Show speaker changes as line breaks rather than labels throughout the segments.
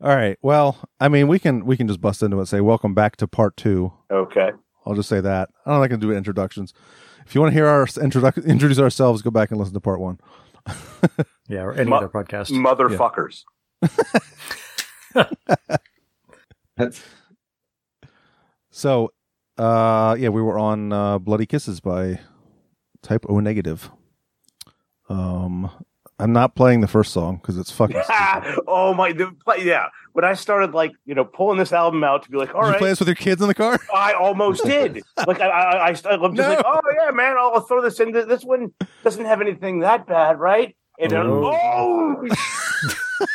All right. Well, I mean, we can we can just bust into it. and Say, welcome back to part two.
Okay.
I'll just say that. I don't like to do introductions. If you want to hear our introduc- introduce ourselves, go back and listen to part one.
Yeah, or any
Mu-
other podcast.
Motherfuckers.
That's
So, uh, yeah, we were on uh, "Bloody Kisses" by Type O Negative. Um, I'm not playing the first song because it's fucking. stupid.
oh my! The, play- yeah. When I started, like you know, pulling this album out to be like, all
Did you play
right,
this with your kids in the car?
I almost did. like I, I, I st- I'm just
No.
like, oh yeah, man, I'll throw this in. Th- This one doesn't have anything that bad, right? And then, oh,
the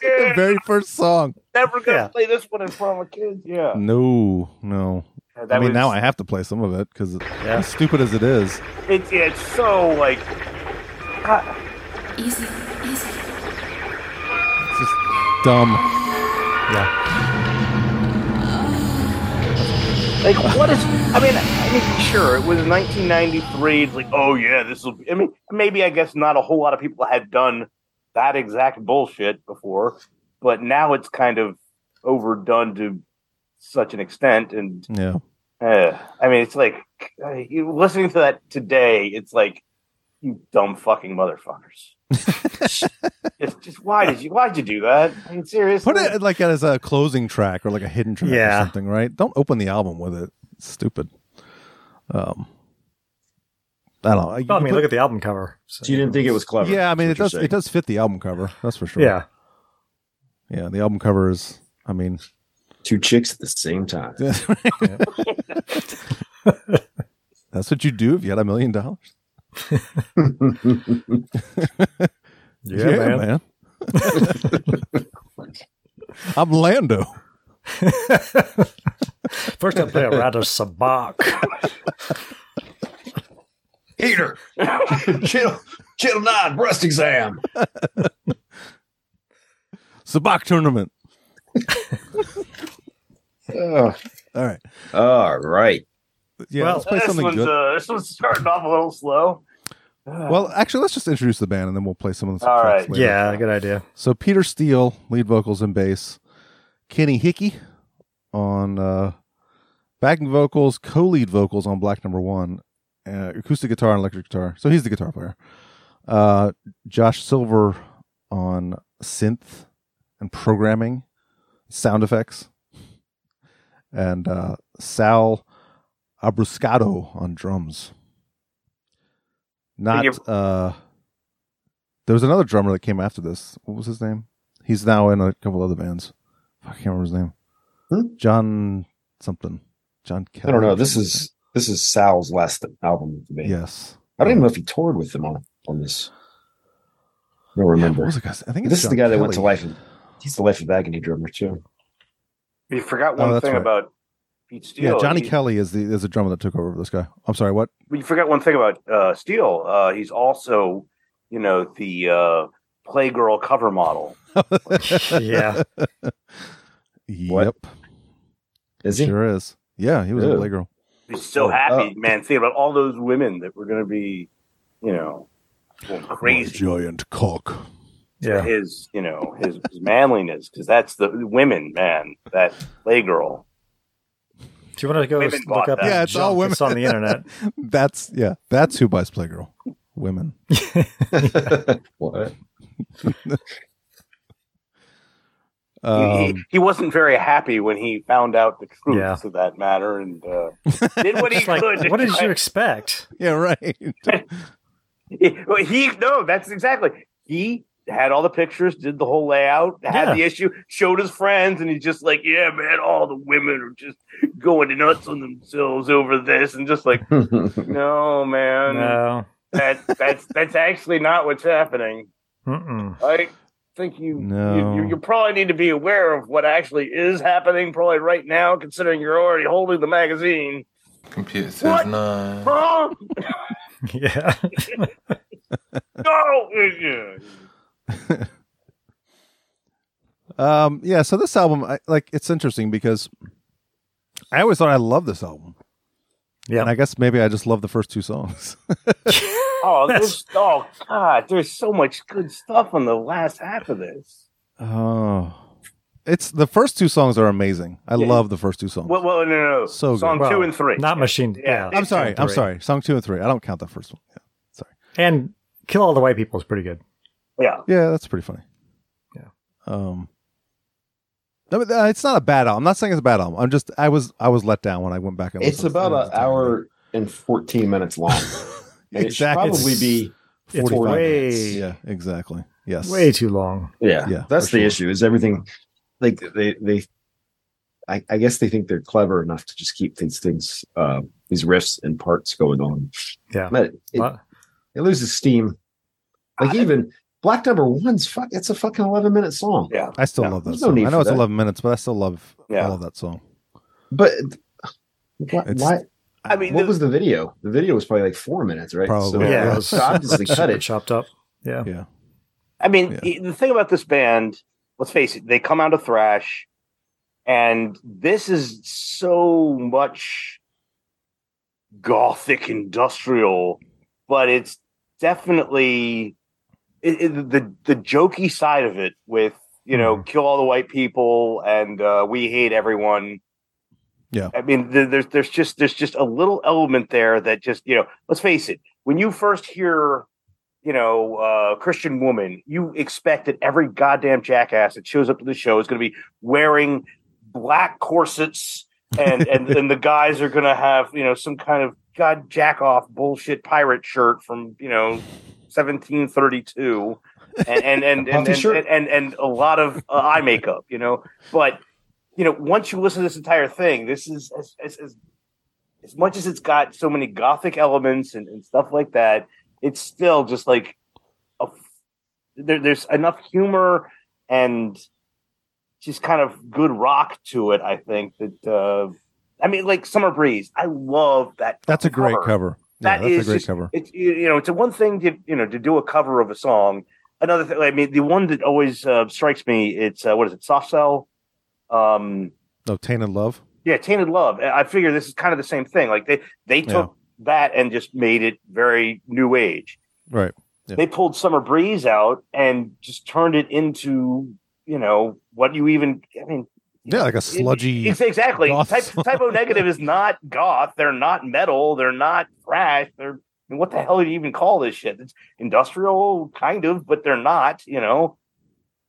shit,
very first song.
never gonna
Yeah.
play this one in front of my kids. Yeah.
No, no.
Yeah, that
Mm. I mean,
was-
now I have to play some of it because
Yeah.
as stupid as it is,
It's yeah, it's so like. God,
Easy, easy.
it's just dumb.
Yeah.
Like, what is? I mean, I mean, sure, it was 1993. It's like, oh yeah, this will. I mean, maybe I guess not a whole lot of people had done that exact bullshit before, but now it's kind of overdone to such an extent. And
Yeah.
uh, I mean, it's like uh, you listening to that today. It's like you dumb fucking motherfuckers. it's just why did you? Why'd you do that? I mean, seriously.
Put it like as a closing track or like a hidden track or
Yeah.
something, right? Don't open the album with it. It's stupid. Um, I don't know. You
Well, I mean,
put-
look at the album cover. So,
so you didn't think it was clever.
Yeah, I mean, it
is what
does.
you're
It does fit the album cover. That's for sure.
Yeah.
yeah. The album cover is. I mean,
saying. Two chicks at the same time.
that's what you do if you had a million dollars.
Yeah, man.
I'm Lando.
First, I play a rather sabak.
Peter, chill, chill, nine breast exam.
Sabak tournament.
Ugh.
All right.
all right.
Yeah,
Well,
let's play
this
something
one's,
good.
uh, this one's starting off a little slow.
well, actually, let's just introduce the band and then we'll play some of the
All
tracks
right.
later.
yeah, good idea.
So Peter Steele, lead vocals and bass. Kenny Hickey on uh, backing vocals, co-lead vocals on Black Number One, uh, acoustic guitar and electric guitar. So he's the guitar player. Uh, Josh Silver on synth and programming, sound effects, and uh, Sal Abruscato on drums. Not
you-
uh, there was another drummer that came after this. What was his name? He's now in a couple other bands. I can't remember his name.
Hmm?
John something. John. Kelly.
I don't know. This is this is Sal's last album to me.
yes.
I don't even know if he toured with them on on this. I
Yeah,
don't
what
remember.
was the guy's- I think it's
this is the
John
guy that went to
Kelly.
life. Of, he's the life of agony drummer too.
You forgot
Oh,
one
that's
thing
right.
about Pete Steele.
Yeah, Johnny
He-
Kelly is the is the drummer that took over for this guy. I'm sorry, what?
You forgot one thing about uh, Steele. Uh, he's also, you know, the uh, Playgirl cover model.
Yeah.
Yep.
Is he?
Sure is. Yeah, he was a
Ew.
playgirl.
He's so
Oh,
happy,
oh.
man. Think about all those women that were going to be, you know, going crazy.
My giant cock.
Yeah.
His, you know, his, his manliness because that's the women, man. That Playgirl.
Do you want to go
Women
look
bought
up?
that.
Yeah, it's
junk
all women.
that's on the internet.
That's yeah. That's who buys playgirl. Women.
what?
He-
Um,
he, he wasn't very happy when he found out the truth
Yeah.
of that matter and uh, did what he
It's like,
could. to
what did
try-
you expect?
yeah, right.
He, well, he no, that's exactly. He had all the pictures, did the whole layout, had
Yeah.
the issue, showed his friends, and he's just like, "Yeah, man, all the women are just going nuts on themselves over this," and just like, "No, man,
No.
that that's that's actually not what's happening."
Mm-mm.
I think you,
No.
you you you probably need to be aware of what actually is happening probably right now, considering you're already holding the magazine.
Computer says
What?
nine.
Huh?
Yeah.
no. Yeah.
Um, yeah, so this album, I, like, it's interesting because I always thought I loved this album.
Yeah.
And I guess maybe I just love the first two songs.
Oh,
That's-
there's oh god, there's so much good stuff on the last half of this.
oh, It's the first two songs are amazing. I
Yeah.
love the first two songs.
Well, well, no, no, no.
So good.
song two
Well,
and three.
Not machine.
Yeah.
Yeah.
I'm sorry. I'm
Three.
sorry. Song two and three. I don't count the first one.
And kill all the white people is pretty good.
yeah,
Yeah, that's pretty funny.
Yeah.
Um. I mean, uh, it's not a bad album. I'm not saying it's a bad album. I'm just I was I was let down when I went back and
It's
listened to it
about
at
an
the time.
hour and 14 minutes long. And It should
exactly.
probably be,
It's
45
way,
minutes.
Yeah, exactly. Yes.
way too long.
yeah,
Yeah,
that's
for
the
sure.
issue is everything like they, they, I, I guess they think they're clever enough to just keep these things, uh, these riffs and parts going on.
Yeah.
But it,
Lot-
it loses steam. Like even Black Number One's fuck. It's a fucking eleven minute song.
yeah.
I still
Yeah,
love that
there's no
song.
need
I know
for
it's
that.
11 minutes, but I still love
Yeah.
all of that song.
But why?
It's-
why
I mean,
what
the-
was the video? The video was probably like four minutes, right?
Probably,
So,
Yeah.
yeah. it was
so obviously
super
cut it.
chopped up. Yeah.
Yeah.
I mean,
Yeah.
the- the thing about this band, let's face it, they come out of thrash, and this is so much gothic industrial, but it's definitely it, it- the the jokey side of it with you know kill all the white people and uh, we hate everyone.
Yeah.
I mean, there- there's there's just there's just a little element there that just you know, let's face it, when you first hear you know, uh, Christian woman, you expect that every goddamn jackass that shows up to the show is going to be wearing black corsets, and and and the guys are going to have you know some kind of god jack off bullshit pirate shirt from you know 1732, and and and
A
and,
puffy
and,
shirt.
and, and and a lot of uh, eye makeup, you know. But you know, once you listen to this entire thing, this is as as, as, as much as it's got so many gothic elements and, and stuff like that it's still just like a, there, there's enough humor and just kind of good rock to it. I think that uh, I mean, like Summer Breeze, I love that.
That's a great cover. Yeah,
That
that's
is
a great
just-
cover.
It's you you know, it's a one thing to you know to do a cover of a song. Another thing, I mean, the one that always uh, strikes me, it's uh, what is it, Soft Cell? Um,
No, Oh, Tainted Love.
yeah, Tainted Love. I I figure this is kind of the same thing. Like they they took that and just made it very new age.
Right. Yeah.
They pulled Summer Breeze out and just turned it into, you know, what you even I mean
Yeah, like a
it-
sludgy.
it's exactly.
goth
Type,
song.
typo negative is not goth. They're not metal. They're not thrash. They're I mean, what the hell do you even call this shit? It's industrial, kind of, but they're not. You know,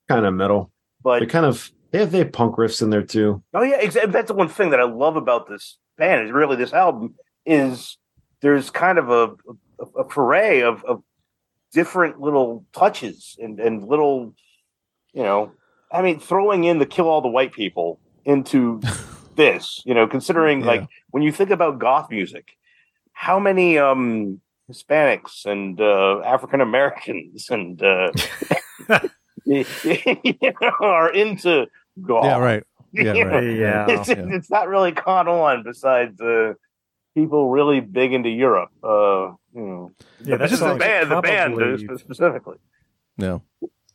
Kind of metal.
but
They kind of they have they have punk riffs in there too.
Oh yeah, exactly. That's the one thing that I love about this band is really this album is there's kind of a a, a foray of, of different little touches and and little you know I mean throwing in the kill all the white people into this you know considering
Yeah.
like when you think about goth music how many um Hispanics and uh, African Americans and uh, you know, are into goth
yeah, right. Yeah,
You
right.
Yeah.
it's,
Yeah.
it's not really caught on besides uh, people really big into Europe. Uh, you know,
Yeah, that
this is the
song's
band, the band uh,
probably-
spe- specifically.
Yeah.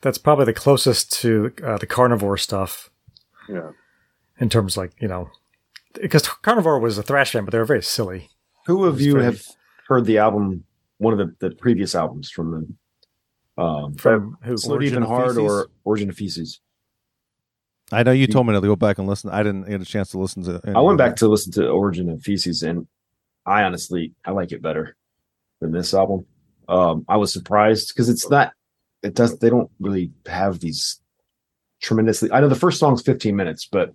that's probably the closest to uh, the carnivore stuff
Yeah,
in terms like you know because carnivore was a thrash band but they were very silly
Who of
It's
you
very-
have heard the album? One of the, the previous albums from them. Um,
from who
Slow
Origin
Deep and
of
Hard
Feces?
or Origin of Feces.
I know you
You-
told me to go back and listen. I didn't get a chance to listen to. any
I went
of it.
back to listen to Origin of Feces, and I honestly I like it better than this album. Um, I was surprised because it's not. It does. They don't really have these tremendously. I know the first song's 15 minutes, but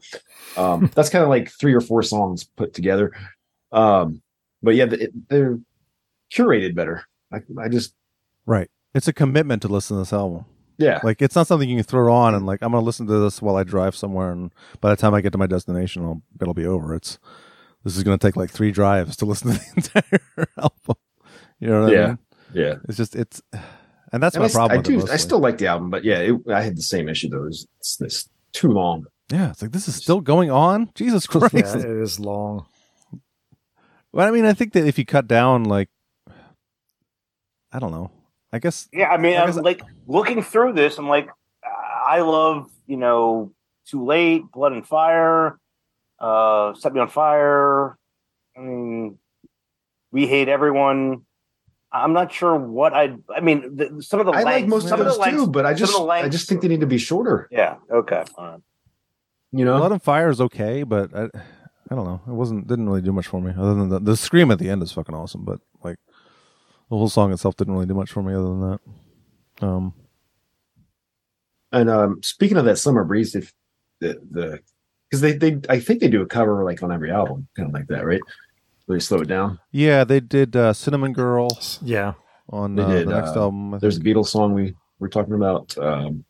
um, that's kind of like three or four songs put together. Um, but yeah, th- it, they're curated better. I, I just
Right. It's a commitment to listen to this album.
yeah.
Like it's not something you can throw on and like I'm gonna listen to this while I drive somewhere, and by the time I get to my destination, I'll, it'll be over. It's this is gonna take like three drives to listen to the entire album. You know what I
Yeah.
mean?
Yeah,
It's just it's, and that's
And
my
I, s-
problem.
I
with it
do. I
mostly.
still like the album, but yeah, it, I had the same issue though. It's, it's, it's too long.
yeah. It's like this is still going on. Jesus Christ!
yeah it is long
Well, I mean, I think that if you cut down, like, I don't know. I guess
yeah. I mean,
Like I
I'm
said-
like looking through this. I'm like, I love you know, Too Late, Blood and Fire, uh, Set Me on Fire. I mean, We Hate Everyone. I'm not sure what I. I mean, the, some of the
I like
lengths-
most of
some
those
the lengths-
too, but I
some of
just
the lengths-
I just think they need to be shorter.
Yeah. Okay. All right.
You know,
Blood and Fire is okay, but I, I don't know. It wasn't didn't really do much for me. Other than the, the scream at the end is fucking awesome, but like the whole song itself didn't really do much for me. Other than that, um,
And um, speaking of that summer breeze, if the the because they they I think they do a cover like on every album, kind of like that, right? Where they slow it down.
yeah, they did uh, Cinnamon Girl
Yeah.
on
They
uh,
did,
the next
uh,
album. I
There's a
think.
Beatles song we were talking about. Um,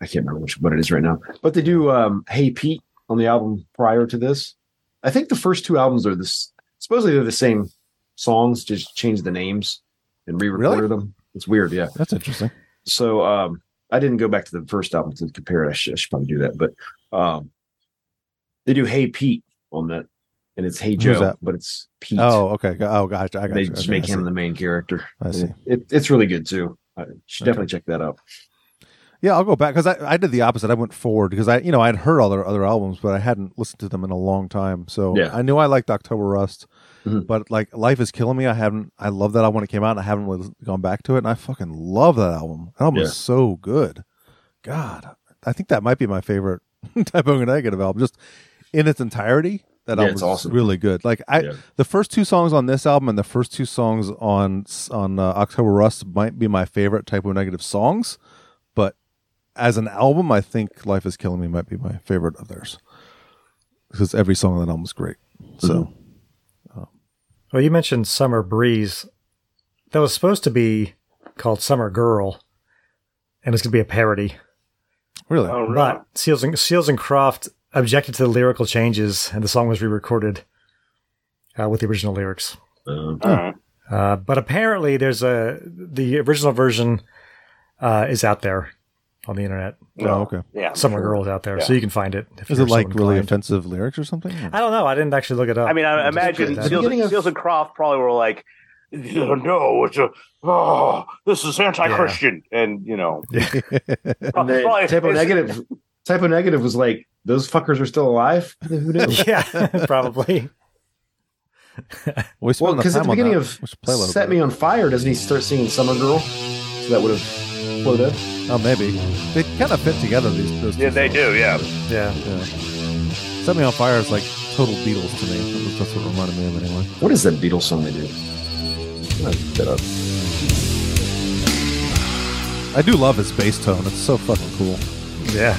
I can't remember which what it is right now, but they do um, "Hey Pete" on the album prior to this. I think the first two albums are this. Supposedly they're the same songs, just change the names and re-recorded
Really?
them. It's weird, yeah.
that's interesting.
so um i didn't go back to the first album to compare it i should, I should probably do that but um they do hey pete on that and it's hey
Who's
joe
that?
but it's pete
Oh, okay. Go- Oh, gotcha. I got
they
you.
just
Okay,
make
I
him
see.
the main character
I
And
see.
It, it's really good too i should
Okay.
definitely check that out
Yeah, I'll go back because I, I did the opposite. I went forward because I you know I'd heard all their other albums, but I hadn't listened to them in a long time. So
Yeah.
I knew I liked October Rust,
Mhm.
but like Life is Killing Me, I haven't. I love that album when it came out. and I haven't really listen- gone back to it, and I fucking love that album. That album
Yeah.
is so good. God, I think that might be my favorite Typo Negative album, just in its entirety. That
Yeah,
album
it's
is
awesome.
really good. Like I,
Yeah.
the first two songs on this album and the first two songs on on uh, October Rust might be my favorite Typo Negative songs, but as an album, I think Life Is Killing Me might be my favorite of theirs because every song on that album is great. So
Mm-hmm.
Well, you mentioned Summer Breeze. That was supposed to be called Summer Girl, and it's going to be a parody.
really,
Oh, really?
But Seals and, Seals and Croft objected to the lyrical changes, and the song was re recorded uh, with the original lyrics.
Um,
All right.
Uh, but apparently, there's a the original version uh, is out there on the internet.
oh, okay.
Yeah.
Summer
sure.
Girl is out there, so
Yeah.
you can find it. If
Is
you're
it like
so
really
inclined.
offensive lyrics or something?
I don't know. I didn't actually look it up.
I
Oh,
mean, I
just
imagine
did that.
Seals,
beginning of-
Seals and Croft probably were like, "No, it's a oh, this is anti-Christian," and you know,
and the
probably-
typo
it's-
negative typo negative was like those fuckers are still alive who knew
yeah, probably.
we
well
spent
because at
time
the
on
beginning
that.
of
We should play a little
set
bit.
me on fire doesn't he start singing summer girl so that would have flowed in
Oh, maybe they kind of fit together. These those two
yeah, they
songs.
do. Yeah.
Yeah.
Yeah. Set me on fire is like total Beatles to me. That's what reminded me of anyway.
What is that Beatles song they do? I'm gonna look that up.
I do love his bass tone. It's so fucking cool.
Yeah.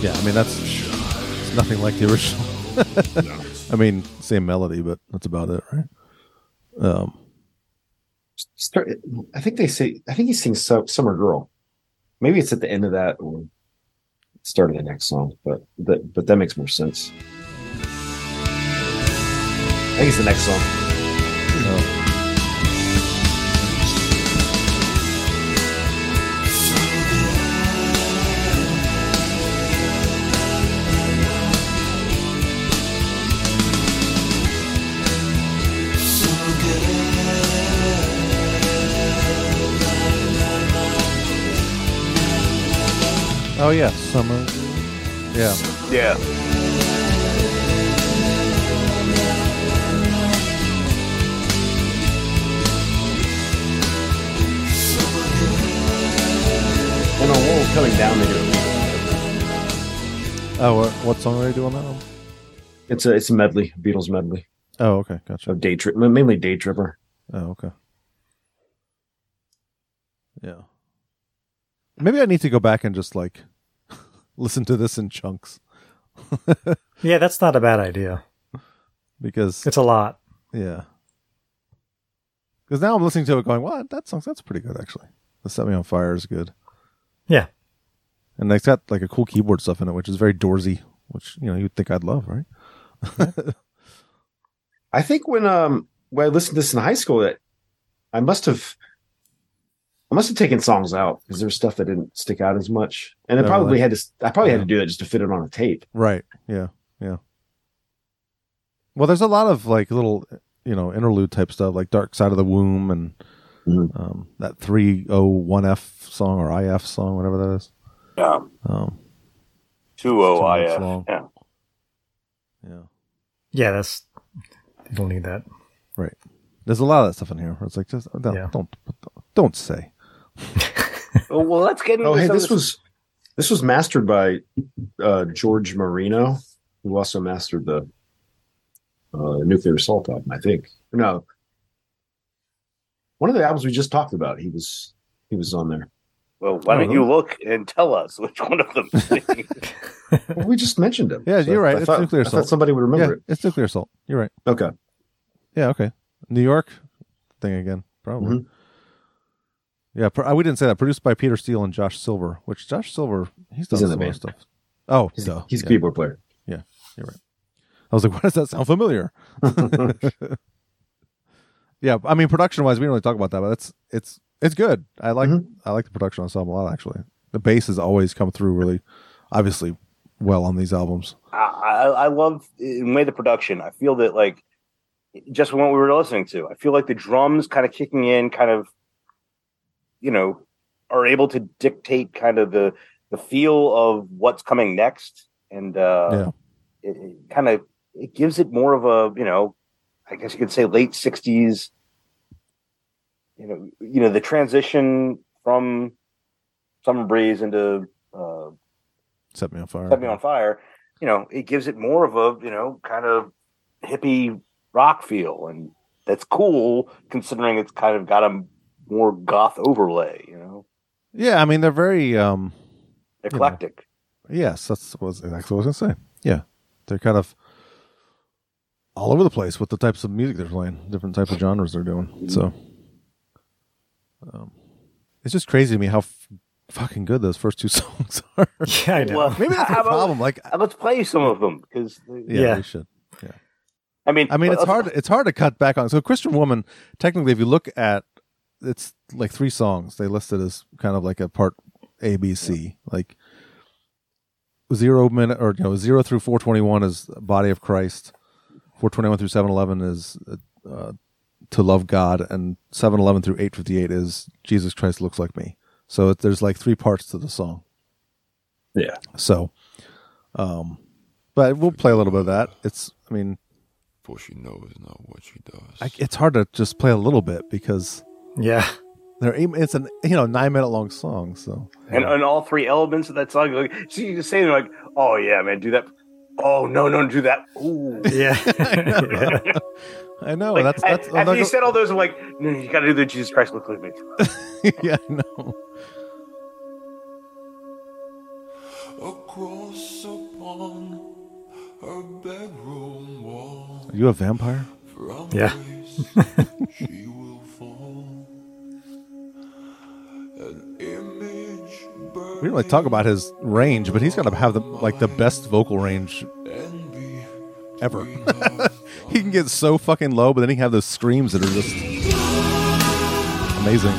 Yeah, I mean that's it's nothing like the original. I mean, same melody, but that's about it, right? Um,
Start, I think they say. I think he sings Su- "Summer Girl." Maybe it's at the end of that or start of the next song, but that but that makes more sense. I think it's the next song.
so- oh yeah, summer. Yeah,
Yeah.
And on "World Coming Down," they do. it.
Oh, what, what song are they doing now?
It's a it's a medley, Beatles medley
Oh, okay, gotcha.
of day trip, mainly day tripper.
Oh, okay. Yeah. Maybe I need to go back and just like listen to this in chunks
Yeah, that's not a bad idea.
because
It's a lot.
yeah. Because now I'm listening to it going, "Wow, that song's that's pretty good actually." The Set Me on Fire is good.
Yeah.
And it's got like a cool keyboard stuff in it, which is very doorsy, which you know you'd think I'd love, right?
I think when um when I listened to this in high school, that I must have I must have taken songs out because there's stuff that didn't stick out as much, and I
Oh,
probably
really?
had to I probably had to do that just to fit it on a tape.
Right. Yeah. Yeah. Well, there's a lot of like little, you know, interlude type stuff like Dark Side of the Womb and
Mhm.
Um, that 301F song or IF song, whatever that is.
Yeah.
Um,
Two O I
It's too
F.
long.
Yeah.
yeah.
Yeah, that's. You don't need that.
There's a lot of that stuff in here. where It's like, just uh, don't,
Yeah.
don't, don't say.
Well, well, let's get into
Oh, hey,
some of
this was this was mastered by uh, George Marino, who also mastered the uh, Nuclear Assault album, I think. No, one of the albums we just talked about. He was he was on there.
Well, why
Oh,
Uh-huh.
don't you look and tell us which one of them?
Well, we just mentioned him.
Yeah, you're right.
I
It's
thought,
Nuclear
I thought
Assault.
somebody would
Yeah,
remember
it's nuclear assault. You're right.
it. Okay.
Yeah, okay. New York thing again, probably.
Mm-hmm.
Yeah, pro- uh, we didn't say that. Produced by Peter Steele and Josh Silver, which Josh Silver, he's done
He's in
some
the
other stuff. Oh,
He's,
duh.
he's a
Yeah.
keyboard player.
I was like, why does that sound familiar? yeah, I mean, production wise, we didn't really talk about that, but that's it's it's good. I like
Mhm.
I like the production on some a lot actually. The bass has always come through really, obviously, well on these albums.
I, I, I love in way the production. I feel that like just what we were listening to. I feel like the drums kind of kicking in, kind of you know, are able to dictate kind of the the feel of what's coming next, and uh, it, it kind of it gives it more of a you know, I guess you could say late sixties. You know, you know the transition from summer breeze into uh,
Set me on fire.
set me on fire you know it gives it more of a you know kind of hippie rock feel and that's cool considering it's kind of got a more goth overlay you know
Yeah, I mean they're very um
eclectic
Yes, that's was exactly what I was gonna say. Yeah, they're kind of all over the place with the types of music they're playing, different types of genres they're doing. So, um, it's just crazy to me how f- fucking good those first two songs are.
Yeah, I know.
Well,
Maybe that's
how
the
about-
problem. Like,
uh, let's play some of them because
yeah,
Yeah.
we should.
i mean uh,
I mean, it's
let's-
hard. It's hard to cut back on. So, Christian Woman, technically, if you look at, it's like three songs they listed as kind of like a part A, B, C. Like zero minute or you know zero through four twenty one is Body of Christ. Four twenty one through seven eleven is uh, uh, to love God, and seven eleven through eight fifty eight is Jesus Christ looks like me. So it, there's like three parts to the song.
Yeah.
So, um, but we'll play a little bit of that. It's. I mean,
for she knows not what she does.
I, it's hard to just play a little bit because
yeah.
they're aim- it's an you know nine minute long song. So
and, and all three elements of that song like so you just say like oh yeah man do that oh no no do that Ooh.
Yeah. yeah.
I know
Like,
that's
a-
that's I'm
after
not
you
go-
said all those, I'm like, no, you got to do the Jesus Christ look like me.
yeah I know.
Across upon her bedroom wall,
Are you a vampire?
from
Yeah.
grace she will fall. An image
We didn't really talk about his range, but he's gonna have the like the best vocal range
envy.
ever. he can get so fucking low, but then he can have those screams that are just amazing.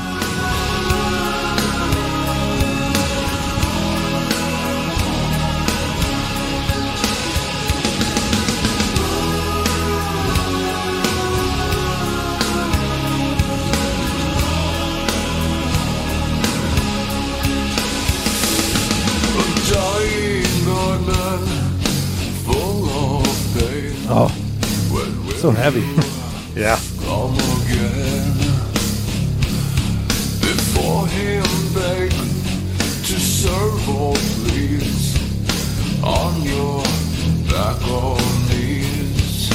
Dying on man, full of pain.
Oh, so heavy.
Yeah.
Come again. Before him beg to serve all please on your back or knees.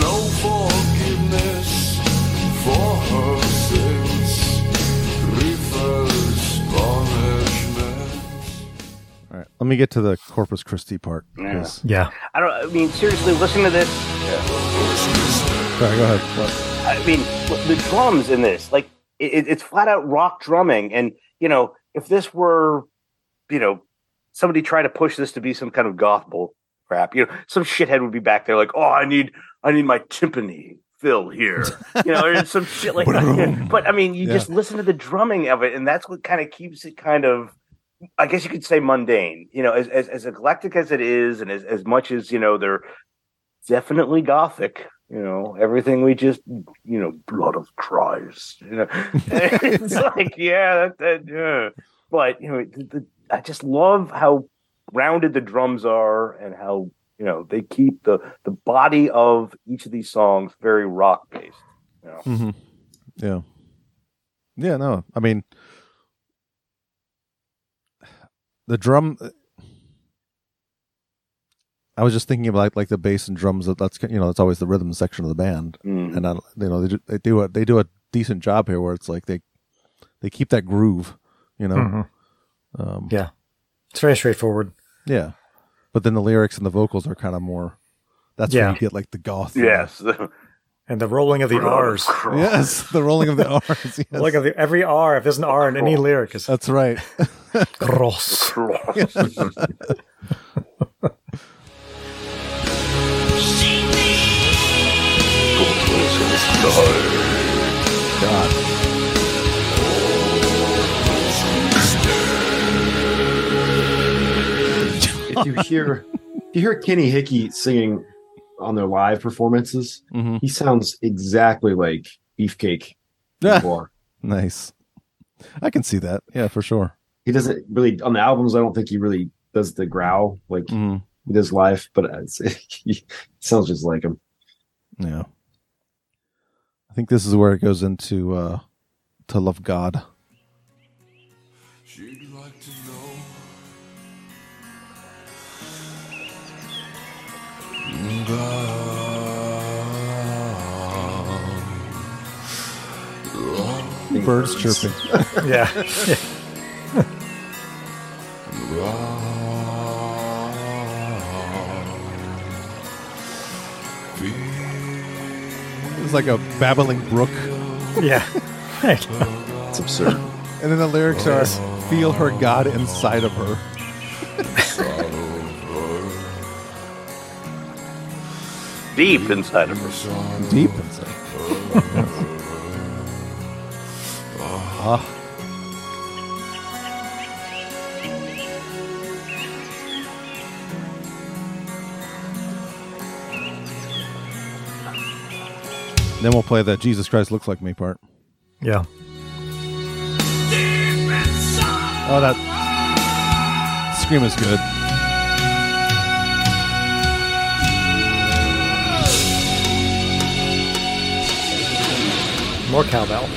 No forgiveness for her sins. Reverse punishment.
All right, let me get to the Corpus Christi part. 'cause-
Yeah.
I don't. I mean, seriously, listen to this.
Sorry, go ahead. What?
I mean, look, the drums in this, like, it, it- it's flat out rock drumming. And, you know, if this were, you know, somebody tried to push this to be some kind of goth bull crap, you know, some shithead would be back there like, oh, I need, I need my timpani fill here, you know, or some shit like that. But I mean, you
Yeah.
just listen to the drumming of it, and that's what kind of keeps it kind of. I guess you could say mundane, you know, as, as, as eclectic as it is, and as, as much as, you know, they're definitely gothic. You know, everything we just, you know, blood of Christ. You know, it's like, yeah, that, that, yeah. But you know, the, the, I just love how rounded the drums are, and how you know they keep the the body of each of these songs very rock based. You know,
hmm Yeah. Yeah, no. I mean, the drum. I was just thinking about like, like the bass and drums. That that's you know that's always the rhythm section of the band,
Mm.
and I you know they do, they do a they do a decent job here where it's like they they keep that groove, you know.
Mhm.
Um,
Yeah. It's very straightforward.
yeah. But then the lyrics and the vocals are kind of more. That's
Yeah.
where you get like the goth.
yes,
And the rolling of the
Blood of
R's.
Christ.
Yes, the rolling of the R's. Yes.
Like of the, every R, if there's an R in any lyric, is
that's right.
gross.
God.
If you hear, if you hear Kenny Hickey singing on their live performances,
Mm-hmm.
hmm
he sounds exactly like Beefcake. in the
Yeah.
bar.
Nice. I can see that. Yeah, for sure.
He doesn't really on the albums. I don't think he really does the growl like
hmm
he does live, but it's, he sounds just like him.
Yeah. I think this is where it goes into uh, to love God.
She'd like to know. About love,
Birds chirping.
yeah.
love,
It's like a babbling brook.
Yeah.
It's absurd.
And then the lyrics are feel her God inside of her.
deep inside of her.
Deep inside. Ah, Then we'll play that Jesus Christ looks like me part.
Yeah.
Oh, that scream is good.
More cowbell.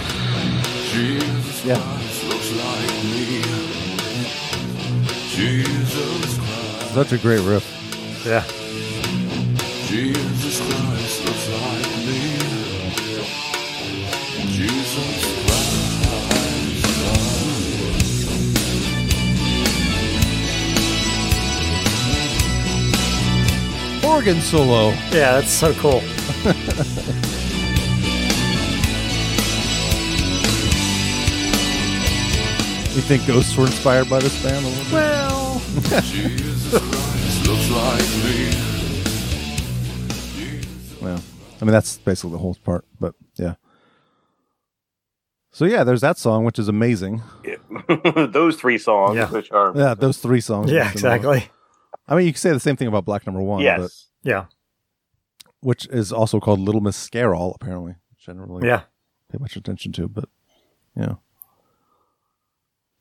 Jesus
Yeah.
Christ looks like me. Jesus Christ,
Such a great riff.
Yeah.
Jesus Christ looks like me. Jesus Christ.
Organ solo.
Yeah, that's so cool.
You think ghosts were inspired by this band a little bit? Well,
Jesus Christ looks like me.
Yeah. I mean, that's basically the whole part, but yeah. So yeah, there's that song, which is amazing.
Those three songs,
Yeah.
which are
Yeah, those three songs.
Yeah, exactly.
I mean, you could say the same thing about Black Number One, but,
yes,
Yeah.
which is also called Little Miss Scarall, apparently. Which I don't really
Yeah.
pay much attention to, but yeah.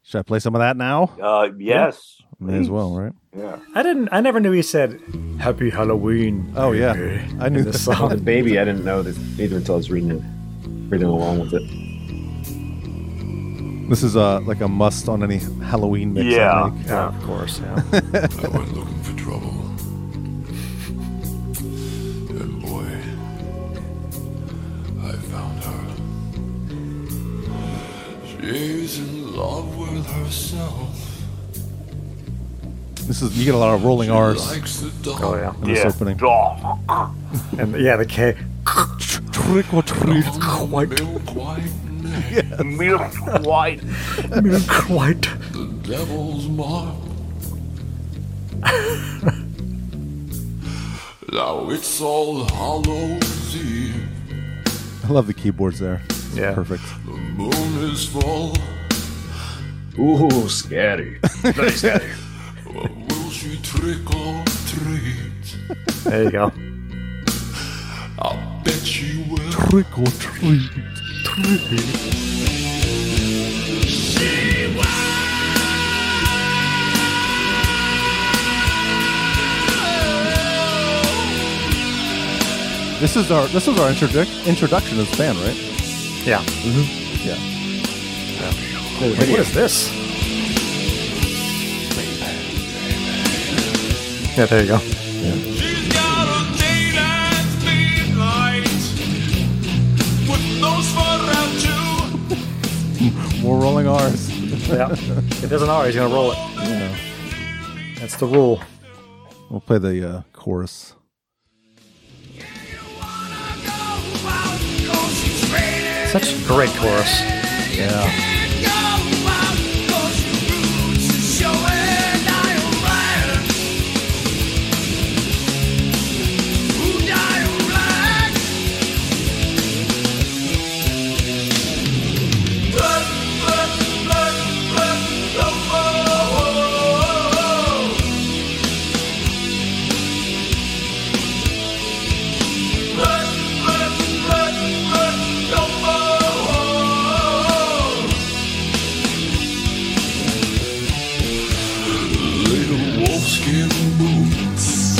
Should I play some of that now?
uh, yes,
May as well, right?
Yeah,
I didn't, I never knew he said Happy Halloween.
Oh yeah, I knew
in
this
this
song.
Oh, the
song.
baby, I didn't know that either until I was reading it, reading along with it.
This is uh, like a must on any Halloween mix. I
Yeah.
make.
Yeah, of course. Yeah.
I went looking for trouble. And boy, I found her. She's in love with herself.
This is you get a lot of rolling R's
Likes the dark.
Oh, yeah.
in this
yeah.
opening.
Oh,
And yeah, the K.
Trick or treat.
Milk white neck,
milk white.
Milk White.
the devil's mark. now it's all Hallows Eve.
I love the keyboards there.
Yeah.
Perfect.
The moon is full.
Ooh, scary.
Will she trick or treat?
There you go.
I'll bet you will.
Trick or treat. This is our this is our introduc- introduction as a band, right?
Yeah.
Yeah.
Like, what is this? Yeah, there you go.
She's got a daylight speedlight with nose for a Jew.
We're rolling ours.
Yeah. if it doesn't always gonna roll it. That's the rule.
We'll play the uh, chorus.
Such a great chorus.
Yeah.
Little wolfskin boots.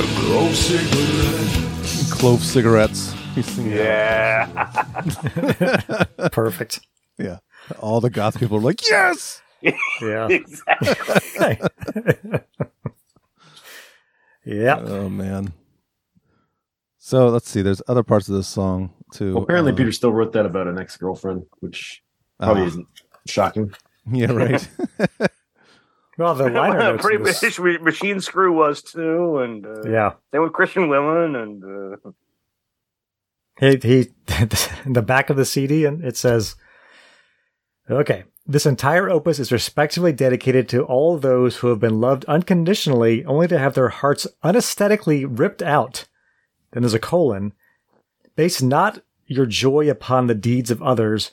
A glow cigarette.
Clove cigarettes. He's singing. that.
Yeah.
Perfect.
Yeah. All the goth people are like, yes.
Yeah.
Exactly.
yeah.
Oh man. So let's see. There's other parts of this song too.
Well, apparently,
Uh,
Peter still wrote that about an ex girlfriend, which probably
ah,
isn't shocking.
yeah, right.
Well, the liner notes. in
Pretty
this-
much Machine Screw was too, and uh,
yeah.
Then with Christian Willen and uh,
He, he in the back of the CD, and it says, "Okay, this entire opus is respectively dedicated to all those who have been loved unconditionally, only to have their hearts unesthetically ripped out." Then there's a colon. Base not your joy upon the deeds of others,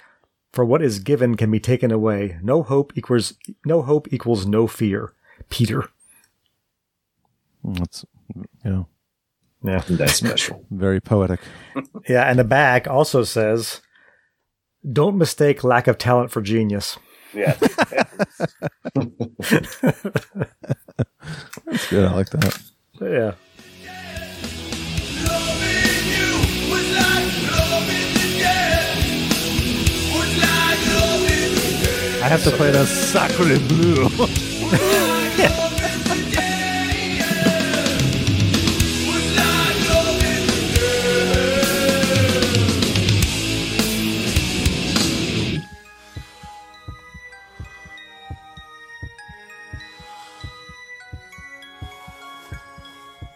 for what is given can be taken away. No hope equals no hope equals no fear. Peter.
Mm, That's you know
Yeah.
That's special.
very poetic.
Yeah, and the back also says, "Don't mistake lack of talent for genius."
yeah,
It's good. I like that.
Yeah.
Loving you was like loving the dead. Was like loving the dead.
I have to play the Sacre Bleu.
Loving the dead. Was like loving the dead.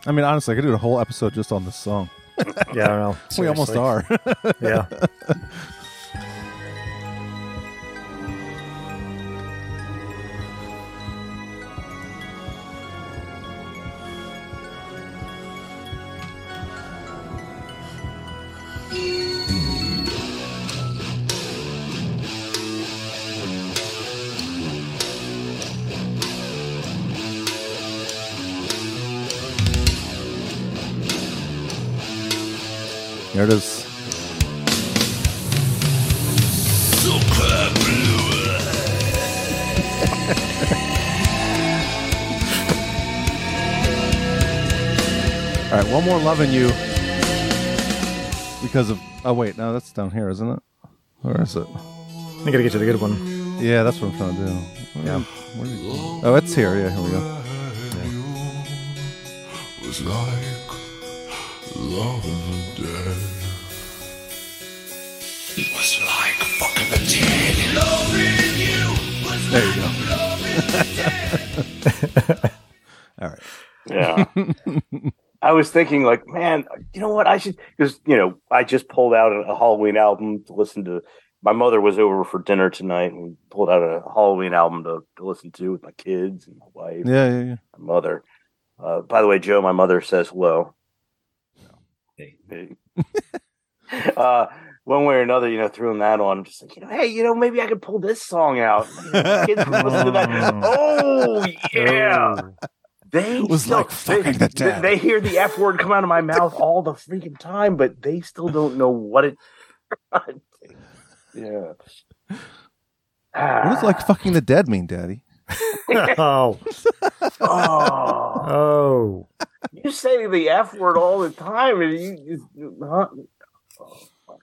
I mean, honestly, I could do a whole episode just on this song.
Yeah, I don't know.
We almost
Seriously.
are.
Yeah.
Here it is. All right, one more loving you because of. Oh wait, no, that's down here, isn't it? Where is it?
I gotta get to the good one.
Yeah, that's what I'm trying to do. Where-
Yeah.
where did you- oh, it's here. Yeah, here we go.
Was like loving the dead. Was like fucking the dead. Loving you was
There you go.
yeah. I was thinking, like, man, you know what? I should because you know I just pulled out a Halloween album to listen to. My mother was over for dinner tonight, and we pulled out a Halloween album to, to listen to with my kids and my wife, and
Yeah, yeah, yeah.
my mother. Uh, by the way, Joe, my mother says hello.
Hey.
Hey. uh, one way or another, you know, throwing that on, just like you know, hey, you know, maybe I could pull this song out. Kids can listen to that. Oh yeah.
Oh.
They
was
still-
like fucking the
they,
dead.
they hear the F word come out of my mouth all the freaking time, but they still don't know what it. God. Yeah.
What does like fucking the dead mean, Daddy?
oh,
oh,
oh,
you say the F word all the time, and you, you huh?
All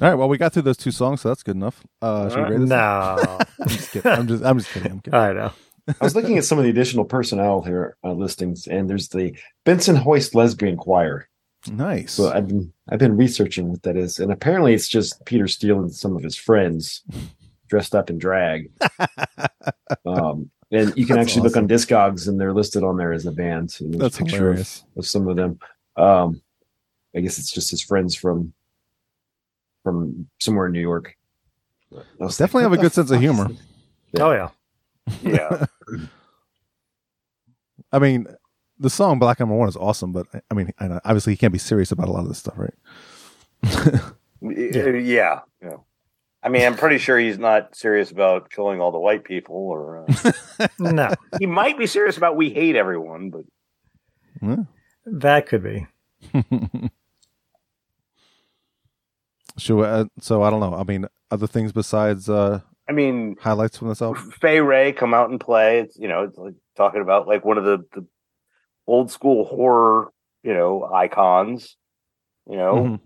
right, well, we got through those two songs, so that's good enough. Uh, should we rate this?
no.
I'm just kidding. I'm just, I'm just kidding. I'm kidding.
I know.
I was looking at some of the additional personnel here uh, listings, and there's the Benson Hoist Lesbian Choir.
Nice.
So I've been I've been researching what that is, and apparently it's just Peter Steele and some of his friends dressed up in drag. um, and you can
That's
actually look on Discogs, and they're listed on there as a band. And there's
That's
a picture of,
hilarious.
of some of them. Um, I guess it's just his friends from from somewhere in New York. I was
Definitely
like,
have a
what
good
the
sense of
fuck is
humor.
this?
Oh yeah.
yeah,
I mean, the song "Black Number One" is awesome, but I- I mean, I know, obviously, he can't be serious about a lot of this stuff, right?
yeah, yeah. yeah. I mean, I'm pretty sure he's not serious about killing all the white people, or uh,
No,
he might be serious about we hate everyone, but
that could be.
Should we, uh, so I don't know. I mean, other things besides uh,
I mean,
highlights from this album.
Fay Ray come out and play. It's you know, it's like talking about like one of the, the old school horror, you know, icons. You know,
Mhm.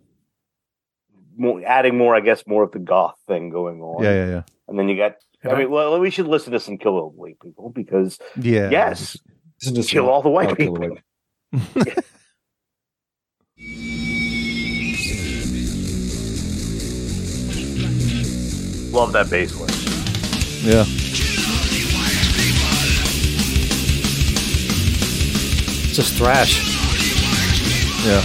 more, adding more, I guess, more of the goth thing going on.
Yeah, yeah, yeah,
And then you got.
And
I
I-
mean, well, we should listen to some Kill All the White People because
yeah.
yes,
This is just
kill all the
Oh,
white people.
kill the white-
Love that bass line.
yeah.
It's just thrash.
Yeah.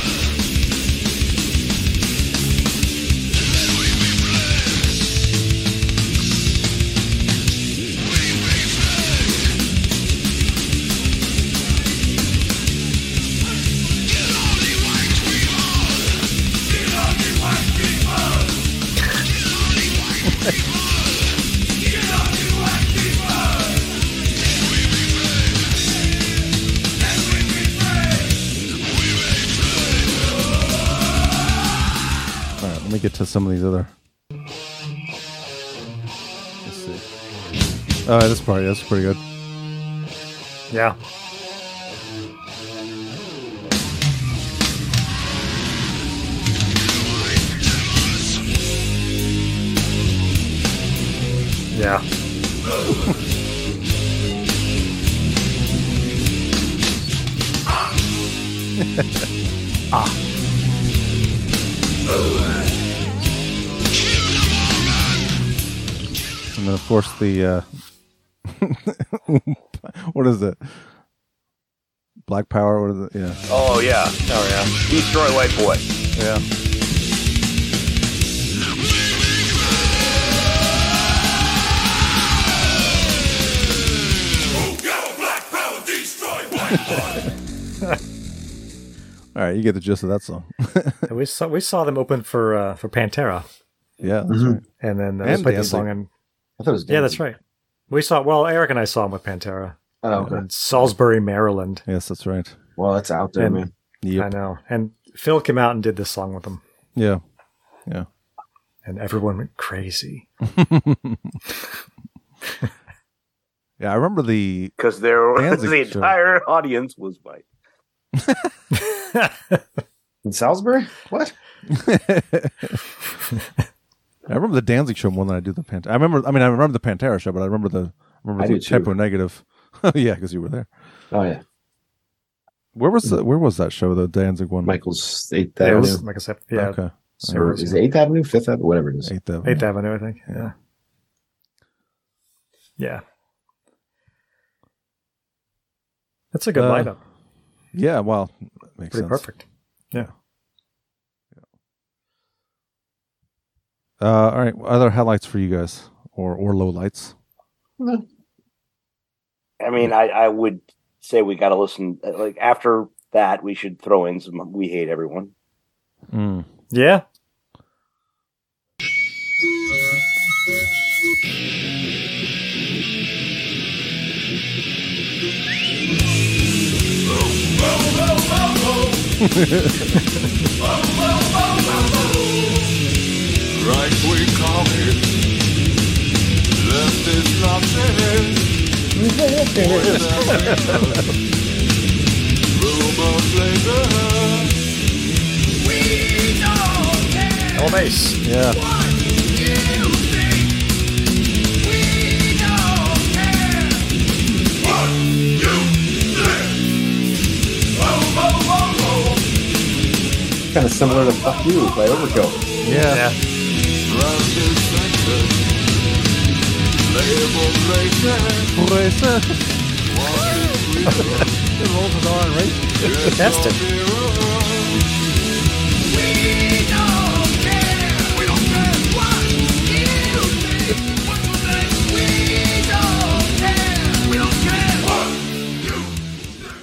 All right, let me get to some of these other. Let's see. All right, this part, yeah, that's pretty good.
Yeah. Yeah.
And then, of course, the. Uh, what is it? Black Power? What is it? Yeah.
Oh yeah, oh yeah. Destroy white boy.
Yeah. All right, you get the gist of that song.
And we saw we saw them open for uh, for Pantera,
yeah, that's
Mhm.
right.
and then uh,
And
they played
Danzig.
this song. And
I thought it was
yeah, that's
Danzig.
right. We saw well, Eric and I saw them with Pantera
Oh, okay.
in Salisbury, Maryland.
Yes, that's right.
Well, that's out there,
And-
man.
Yep.
I know. And Phil came out and did this song with them,
Yeah.
and everyone went crazy.
Yeah, I remember the
Because there,
Danzig,
the
sure.
entire audience was white.
In Salisbury? What?
I remember the Danzig show more than I do the Pantera. I remember. I mean, I remember the Pantera show, but I remember the I remember
I
the
do too.
Typo Negative. yeah, because you were there.
Oh yeah,
Where was the, where was that show? The Danzig one.
Michael's Eighth
yeah, it
Avenue.
was, like I said, yeah,
Okay.
so
or
it
is
was
it Eighth Avenue, Fifth Avenue, whatever it is.
Eighth Avenue.
Eighth Avenue, I think. Yeah. Yeah. That's a good
Uh,
lineup.
Yeah. Well, that makes sense.
Pretty perfect.
Uh, all right. Other highlights for you guys, or or low lights?
I mean, I, I would say we got to listen. Like after that, we should throw in some. We hate everyone.
Mm.
Yeah.
Right we call it. Left is nothing. Room of flavor. We don't care
All base.
Yeah.
what you think. We don't care what you think. Oh, oh, oh, oh.
Kind of similar to "Fuck You" by Overkill.
Yeah.
Yeah.
It rolls his R and race.
That's it.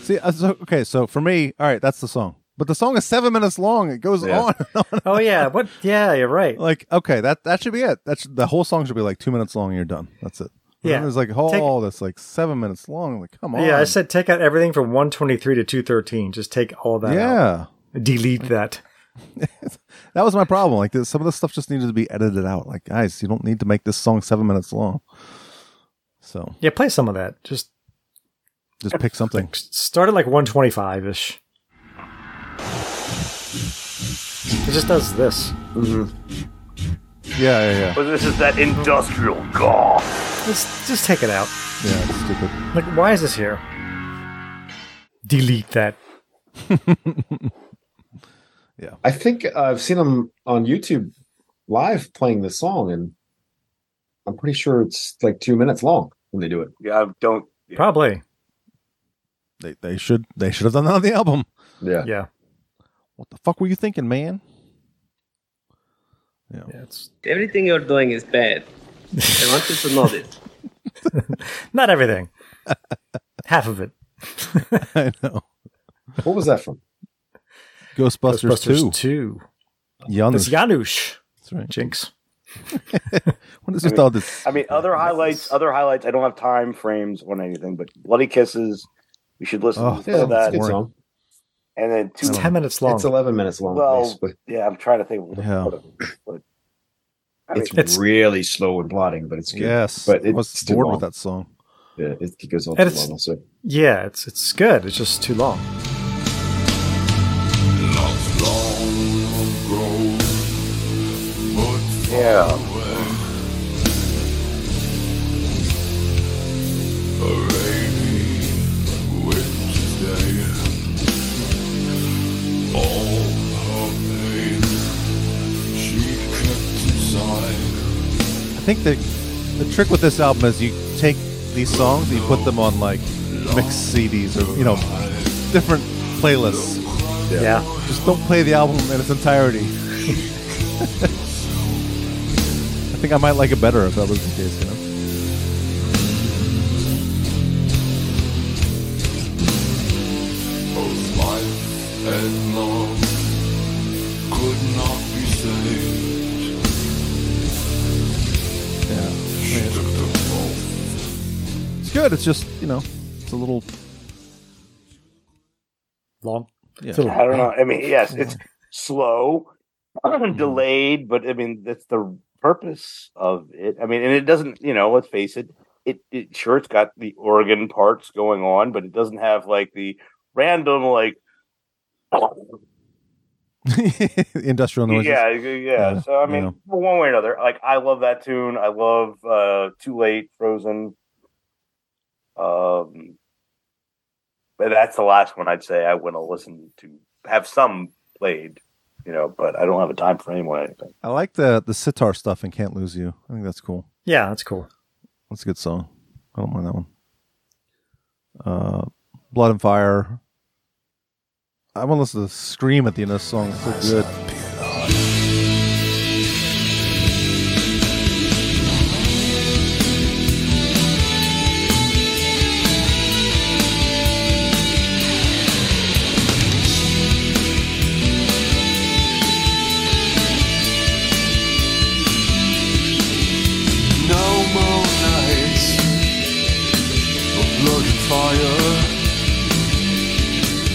See, uh, so, okay, so for me, all right, that's the song. But the song is seven minutes long. It goes
Yeah.
on and on.
Oh yeah. What? Yeah, you're right.
Like, okay, that that should be it. That's the whole song should be like two minutes long. and You're done. That's it. And
Yeah.
then There's like a whole
Take-
that's like seven minutes long. Like, come on.
Yeah, I said take out everything from 123 to 213. Just take all that out.
Yeah.
Delete that.
That was my problem. Like, this, some of this stuff just needed to be edited out. Like, guys, you don't need to make this song seven minutes long. So
Yeah, play some of that. Just
just pick something.
start at like 125 ish. It just does this.
Yeah, yeah, yeah.
But this is that industrial goth.
Let's just take it out.
Yeah, it's stupid.
Like, why is this here? Delete that.
I think uh, I've seen them on YouTube live playing this song, and I'm pretty sure it's like two minutes long when they do it.
Yeah, I don't. Yeah.
Probably.
They they should they should have done that on the album.
Yeah.
Yeah.
What the fuck were you thinking, man?
yeah it's
Everything you're doing is bad. I want you to know this.
not everything. Half of it.
I know.
What was that from?
Ghostbusters,
Ghostbusters
2.
2. It's
Giannis.
Janusz.
That's right.
Jinx.
What is with all this?
I mean, other highlights. Other highlights. I don't have time frames on anything, but bloody kisses. We should listen
Oh,
to
Yeah, it's a
that.
good
boring.
song.
And then two.
It's 10 minutes long.
It's 11 minutes long,
Well,
basically.
Yeah, I'm trying to think. What,
Yeah.
what, what- I mean,
It's,
It's-
really slow and plotting, but it's good.
Yes.
But
I
it's
was
too
bored
long.
with that song.
Yeah, it, it goes on too
And it's-
long. Also.
yeah, it's it's good. It's just too long.
yeah.
I think the the trick with this album is you take these songs and you put them on like mixed CDs or you know different playlists.
Yeah.
Just don't play the album in its entirety. I think I might like it better if that was the case, you know.
Both life and love could not be saved.
Yeah.
She took them both.
It's good. It's just you know, it's a little
Long.
Yeah.
It's a little-
I don't know. I mean, yes, it's slow, delayed, but I mean that's the purpose of it. I mean, and it doesn't. You know, let's face it. It, it sure it's got the organ parts going on, but it doesn't have like the random like
industrial noises.
yeah, yeah, yeah.
Yeah,
So I mean,
yeah.
well, one way or another, like I love that tune. I love uh "Too Late," "Frozen." Um, but that's the last one I'd say I want to listen to have some played, you know. But I don't have a time frame on anything.
I like the the sitar stuff and "Can't Lose You." I think that's cool.
Yeah, that's cool.
That's a good song. I don't mind that one. Uh, Blood and Fire. I want to listen to Scream at the end of this song. It's so good.
No more nights of blood and fire.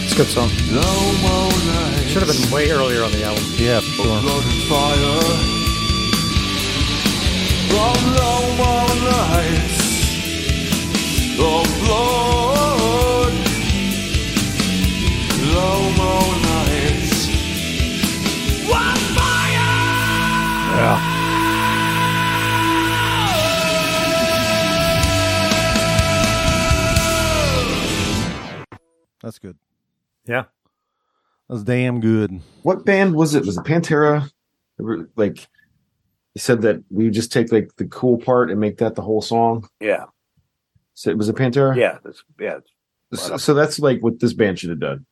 It's a good song.
No more
Should have been way earlier on the album.
Yeah, for sure.
blood and fire. From long war nights of blood. Long war nights. One fire!
Yeah.
That's good.
Yeah.
That's damn good.
What band was it? Was it Pantera? They were, Like he said that we just take like the cool part and make that the whole song.
Yeah,
So it was a Pantera.
yeah, that's, yeah. it's-
So, so that's like what this band should have done.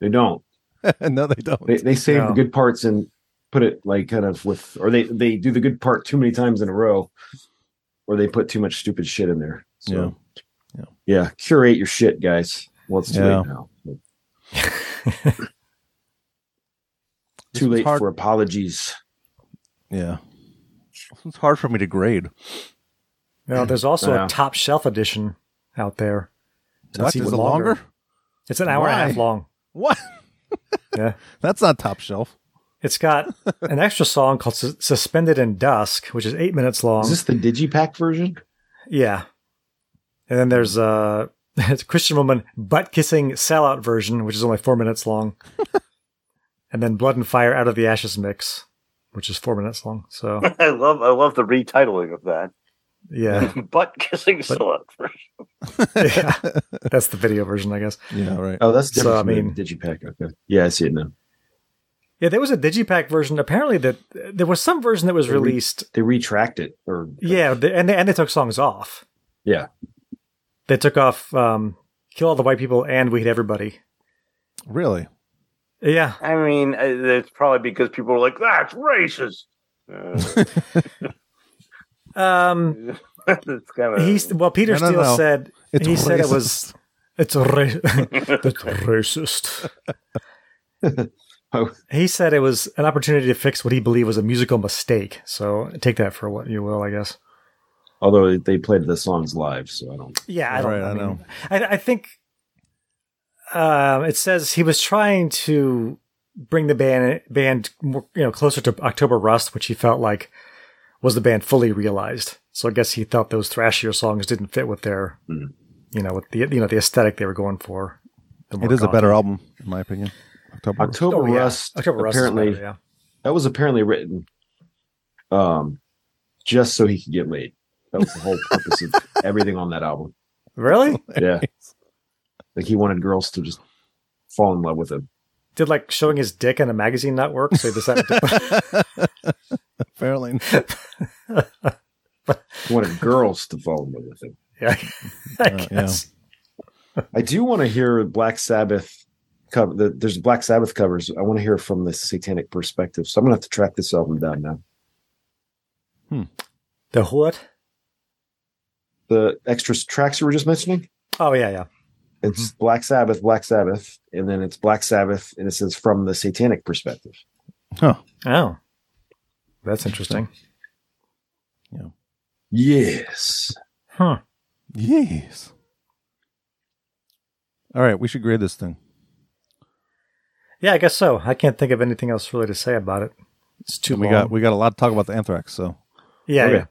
They don't.
no, they don't.
They they save
No.
the good parts and put it like kind of with, or they they do the good part too many times in a row, or they put too much stupid shit in there. So,
Yeah.
yeah, Curate your shit, guys. Well, it's too
Yeah.
late now. too late
hard-
for apologies.
yeah. It's hard for me to grade.
Now, there's also
Yeah.
a top shelf edition out there.
What?
even
Is it longer?
It's an hour and a
Why?
half long.
What?
Yeah.
That's not top shelf.
It's got an extra song called Sus- Suspended in Dusk, which is eight minutes long.
Is this the Digipack version?
Yeah. And then there's uh, it's a Christian woman butt kissing sellout version, which is only four minutes long. and then Blood and Fire Out of the Ashes mix, which is four minutes long. So,
I love I love the retitling of that.
yeah.
Butt kissing salad.
yeah. That's the video version, I guess.
Yeah, right.
Oh, that's
So,
different.
I
from the
mean-
Digipack. Okay. Yeah, I see it now.
Yeah, there was a Digipack version. Apparently, that there was some version that was
Every-
released.
They retract it, or
Yeah, they- and they, and they took songs off.
Yeah.
they took off um, "Kill All the White People" and "We Hate Everybody."
Really?
Yeah,
I mean, uh, it's probably because people were like, "That's racist." Uh,
um,
it's kind of
he's well. Peter
No, no,
Steele
no.
said
It's
he said it
racist.
was it's a ra- that's racist.
Oh.
He said it was an opportunity to fix what he believed was a musical mistake. So take that for what you will, I guess.
although they played the songs live, so I don't.
Yeah, I don't
Right,
I
I
mean,
know.
I, I think um, it says he was trying to bring the band band more, you know closer to October Rust, which he felt like was the band fully realized. So I guess he thought those thrashier songs didn't fit with their,
Hmm.
Mhm.
you know, with the you know the aesthetic they were going for. The more
It is a
gothic.
better album, in my opinion. October.
October
Oh, yeah.
Rust.
October Rust. is
apparently,
better, yeah.
that was apparently written, um, just so he could get laid. That was the whole purpose of everything on that album.
Really?
Yeah, like he wanted girls to just fall in love with him.
Did like showing his dick in a magazine not work? So he decided to put,
Apparently.
He wanted girls to fall in love with him.
yeah, I
Uh, yeah.
guess.
I do want to hear Black Sabbath cover. The, there's Black Sabbath covers. I want to hear from the satanic perspective. So I'm gonna have to track this album down now.
The what?
The extra tracks you were just mentioning.
Oh yeah, yeah.
It's Black Sabbath, Black Sabbath, and then it's Black Sabbath, and it says from the satanic perspective.
Oh, that's interesting.
Yes.
Huh.
Yes. All right, we should grade this thing.
Yeah, I guess so. I can't think of anything else really to say about it. It's too
And we
long.
got we got a lot to talk about the anthrax, so
yeah,
Okay.
yeah.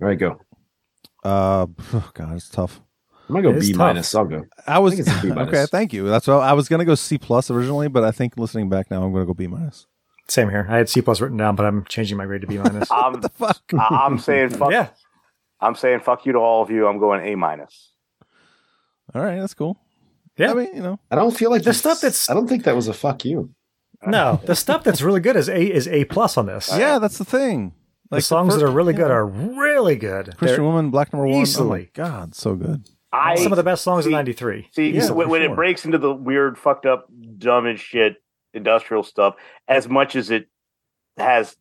All right, go.
uh oh god, it's tough.
I'm gonna go
It is
B
tough.
minus. I'll go.
I was
think it's a B minus.
okay. Thank you. That's what I was gonna go C plus originally, but I think listening back now, I'm gonna go B minus.
Same here. I had C plus written down, but I'm changing my grade to B minus.
I'm,
Fuck.
I- I'm saying fuck.
yeah,
I'm saying fuck you to all of you. I'm going A minus.
All right, that's cool.
Yeah.
I mean, you know,
I don't feel like
The
this-
stuff that's-
I don't think that was a fuck you.
no, the stuff that's really good is A is A plus on this.
yeah, that's the thing.
the songs that are really good
yeah.
are really good.
Christian Woman, Black Number One. Oh my
easily.
god, so good.
I
They're some of the best songs of
see-
'93.
see
yeah,
when,
for
when
sure.
it breaks into the weird, fucked up, dumb as shit industrial stuff. As much as it has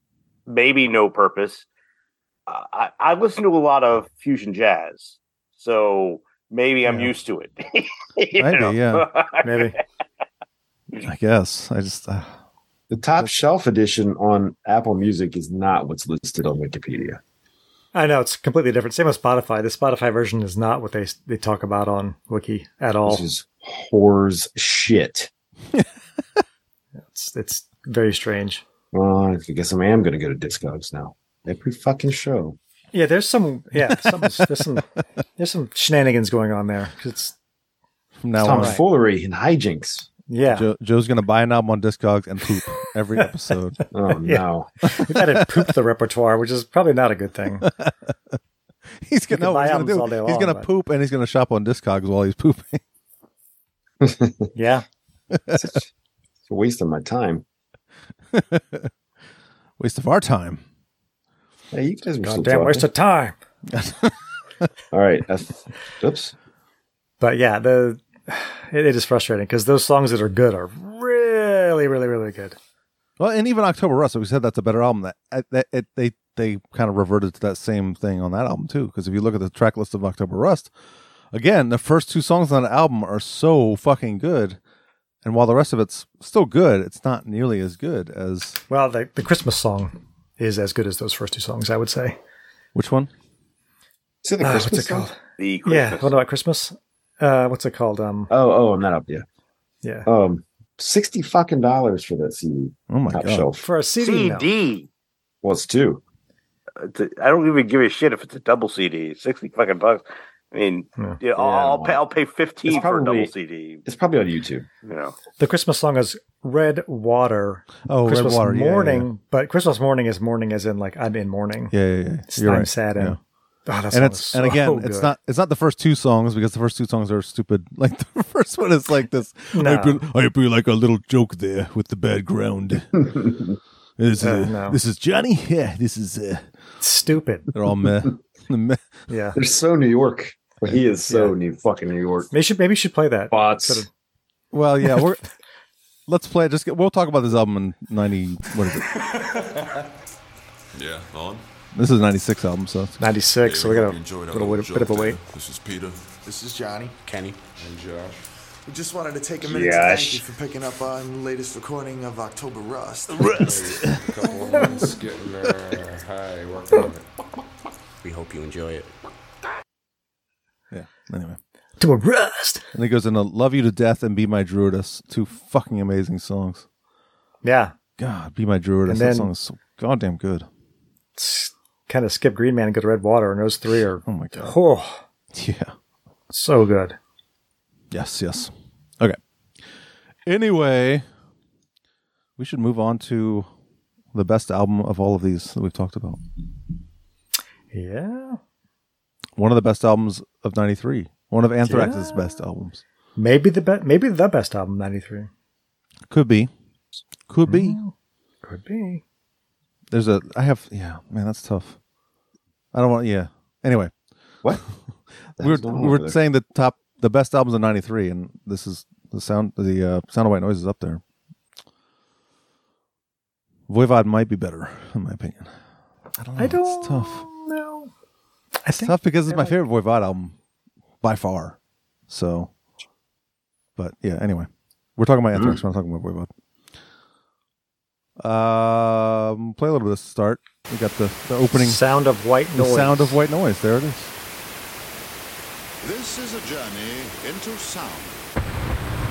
maybe no purpose, I, I I listen to a lot of fusion jazz, so maybe I'm
Yeah.
used to it.
Maybe, yeah.
Maybe
I guess I just uh,
The top shelf edition on Apple Music is not what's listed on Wikipedia.
I know it's completely different. Same with Spotify. The Spotify version Oh. is not what they they talk about on Wiki at all.
This is horrors shit.
It's it's very strange.
Well, I guess I am going to go to Discogs now. Every fucking show.
Yeah, there's some yeah, some, there's some there's some shenanigans going on there. 'Cause It's
From now on,
Tomfoolery and hijinks.
yeah,
Joe, Joe's gonna buy an album on Discogs and poop every episode.
Oh no!
we've had to poop the repertoire, which is probably not a good thing.
he's
You
gonna
can
know what
buy
he's
albums all
gonna
day
do. He's
long,
gonna
but-
poop and he's gonna shop on Discogs while he's pooping.
Yeah,
it's a waste of my time.
Waste of our time.
Hey, you guys are still
goddamn waste
talking.
of time.
All right. F- Oops.
But yeah, the it, it is frustrating because those songs that are good are really, really, really good.
Well, and even October Rust, like we said that's a better album. That, uh, that it, they they kind of reverted to that same thing on that album too. Because if you look at the track list of October Rust, again, the first two songs on the album are so fucking good, and while the rest of it's still good, it's not nearly as good as
Well, the the Christmas song is as good as those first two songs, I would say.
which one?
Is it the
Ah,
Christmas
what's it
song?
called?
The
Yeah,
Christmas.
what about Christmas? Uh, what's it called? Um,
Oh, oh, I'm not up yet.
yeah,
Um, sixty fucking dollars for that CD.
Oh my
Top
god!
shelf.
for a CD. no.
CD.
Well, it's two.
It's a- I don't even give a shit if it's a double CD. Sixty fucking bucks. I mean,
Yeah.
yeah, I'll,
Yeah,
I'll
well,
pay. I'll pay fifteen
it's
for a double
probably-
CD.
It's probably on YouTube.
You know,
The Christmas song is Red Water.
Oh,
Christmas
Redwater. Yeah, yeah, yeah.
morning, but Christmas morning is morning as in like I'm in mourning.
Yeah, yeah, yeah.
It's-
You're
I'm
right.
sad and
Yeah.
oh, that
and
song
it's
is
and
so
again, it's
good.
not it's not the first two songs because the first two songs are stupid. Like the first one is like this. I
No.
feel I feel like a little joke there with the background. this is
Uh,
uh,
no.
this is Johnny. Yeah, this is uh,
stupid.
they're all meh. Meh.
Yeah,
They're so New York. Well, he is so
Yeah.
new fucking New York.
maybe you should maybe you should play that.
Bots.
Could've-
well, yeah, we're let's play. it. Just get, we'll talk about this album in ninety. What is it?
Yeah, on.
This is ninety six album, so it's-
Ninety six, so we got a
Hope you enjoyed our
little bit, bit
joke
of a
there.
wait.
This is Peter.
This is Johnny, Kenny, and Josh. We just wanted to take a minute
minute to thank
to
Josh.
thank
you
you for picking up on latest recording of October Rust.
a couple of months getting uh, high, working on it. We hope you enjoy it.
yeah. Anyway,
To a rust.
and it goes into "Love You to Death" and "Be My Druidess," two fucking amazing songs.
Yeah,
God, "Be My Druidess"
And
that
then-
song is so goddamn good.
kind of skip Green Man and go to Red Water, and those three are
Oh my god.
oh
Yeah.
so good.
Yes, yes. Okay. Anyway, we should move on to the best album of all of these that we've talked about.
Yeah,
One of the best albums of 93. One of Anthrax's
Yeah.
best albums.
maybe the best, maybe the best album ninety three
Could be. Could be.
could be.
There's a I have yeah, man, that's tough. I don't want yeah. Anyway,
What?
we were,
That's not
we were
over there.
saying the top the best albums of 93 and this is the sound the uh, sound of white noise is up there. Voivod might be better in my opinion. I don't know.
I don't
Oh, it's tough.
know. I
It's
think
tough because it's my favorite Voivod album by far. So, but yeah, anyway, we're talking about Anthrax. We're not talking about Voivod. Um, play a little bit of start. We got the, the opening,
sound of white
the
noise.
sound of white noise. There it is.
This is a journey into sound.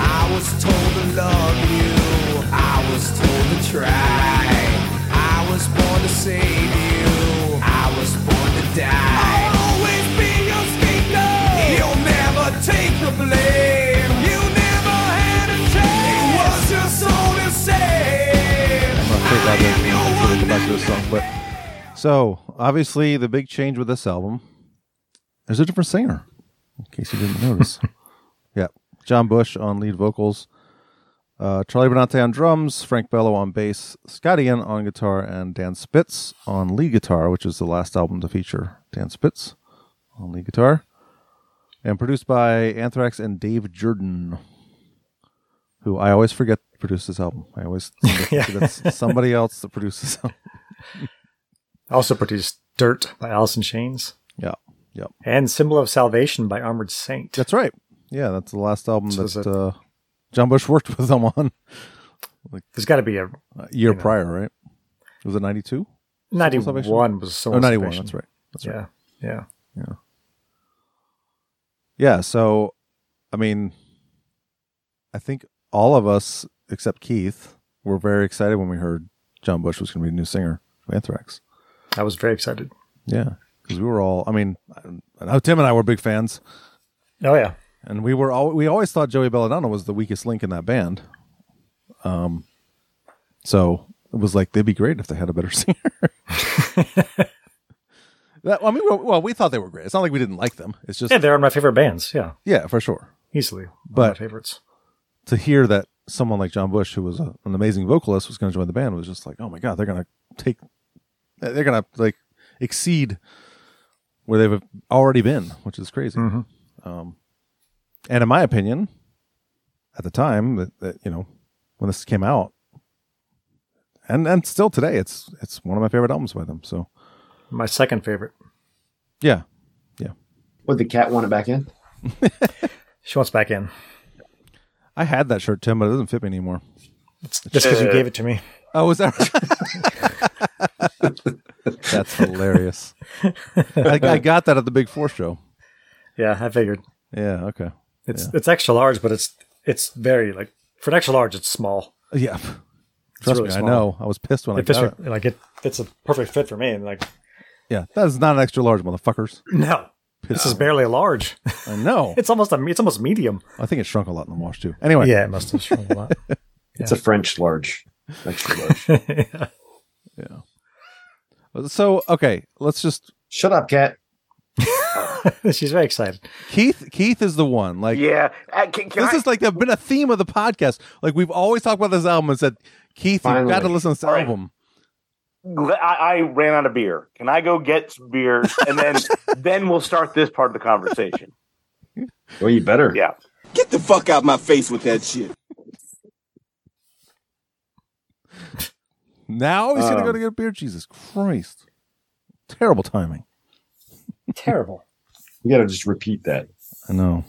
I was told to love you. I was told to try. I was born to save you. I was born to die. I'll always be your speaker. You'll never take the blame. You never had a chance. It was your soul to save.
I'm not sure about this. I'm sure we'll go back to this song, but so obviously the big change with this album, there's a different singer. In case you didn't notice, yeah, John Bush on lead vocals, Uh, Charlie Benante on drums, Frank Bello on bass, Scott Ian on guitar, and Dan Spitz on lead guitar, which is the last album to feature Dan Spitz on lead guitar. And produced by Anthrax and Dave Jordan, who I always forget produced this album. I always
Yeah.
that's somebody else that produced this album.
Also produced Dirt by Allison Chains.
Yeah, yep.
And Symbol of Salvation by Armored Saint.
That's right. Yeah, that's the last album
So is
that
it-
uh, John Bush worked with them on
There's got to be a
a year prior, right? Was it 92? Salvation?
91 was so
Oh, 91. That's right. That's right.
Yeah. Yeah.
Yeah. So, I mean, I think all of us except Keith were very excited when we heard John Bush was going to be the new singer of Anthrax.
I was very excited.
Yeah, because we were all. I mean, I, I know Tim and I were big fans,
Oh, yeah.
and we were all. We always thought Joey Belladonna was the weakest link in that band. Um, so it was like they'd be great if they had a better singer. that, I mean, well, well, we thought they were great. It's not like we didn't like them. It's just
Yeah, they're one of my favorite bands. Yeah.
yeah for sure.
Easily. One of
But-
my favorites.
to hear that someone like John Bush, who was a, an amazing vocalist, was going to join the band was just like, oh my god, they're going to take, they're going to like exceed where they've already been, which is crazy.
Mhm.
Um, and in my opinion, at the time that, that you know when this came out, and and still today, it's it's one of my favorite albums by them. So
My second favorite.
yeah,
Would the cat want it back in?
She wants back in.
I had that shirt, Tim, but it doesn't fit me anymore.
Just because you gave it to me.
Oh, was that? That's hilarious. I, I got that at the Big Four show.
Yeah, I figured.
Yeah. Okay.
It's it's extra large, but it's it's very like for an extra large, it's small.
Yeah. Trust
really
me,
small.
I know. uh, I was pissed when I
It fits
got it.
for- like it, it's a perfect fit for me. And like,
Yeah, that is not an extra large, motherfuckers.
no, this is barely a large.
I know.
It's almost a it's almost medium.
I think it shrunk a lot in the wash too. Anyway.
Yeah, it must have shrunk a lot.
It's a French large. Extra large.
So okay, let's just
Shut up, cat.
She's very excited.
Keith. Keith is the one. Like
Yeah, Uh, can, can
this
I-
is like been a theme of the podcast. Like we've always talked about this album and said, Keith, you've got to
Finally.
listen to this
All right.
album.
I, I ran out of beer. Can I go get some beer and then then we'll start this part of the conversation?
Well, Oh, you better.
Yeah.
Get the fuck out my face with that shit.
Now he's gonna go
Um,
to get a beer. Jesus Christ. Terrible timing.
Terrible.
You got to just repeat that.
I know.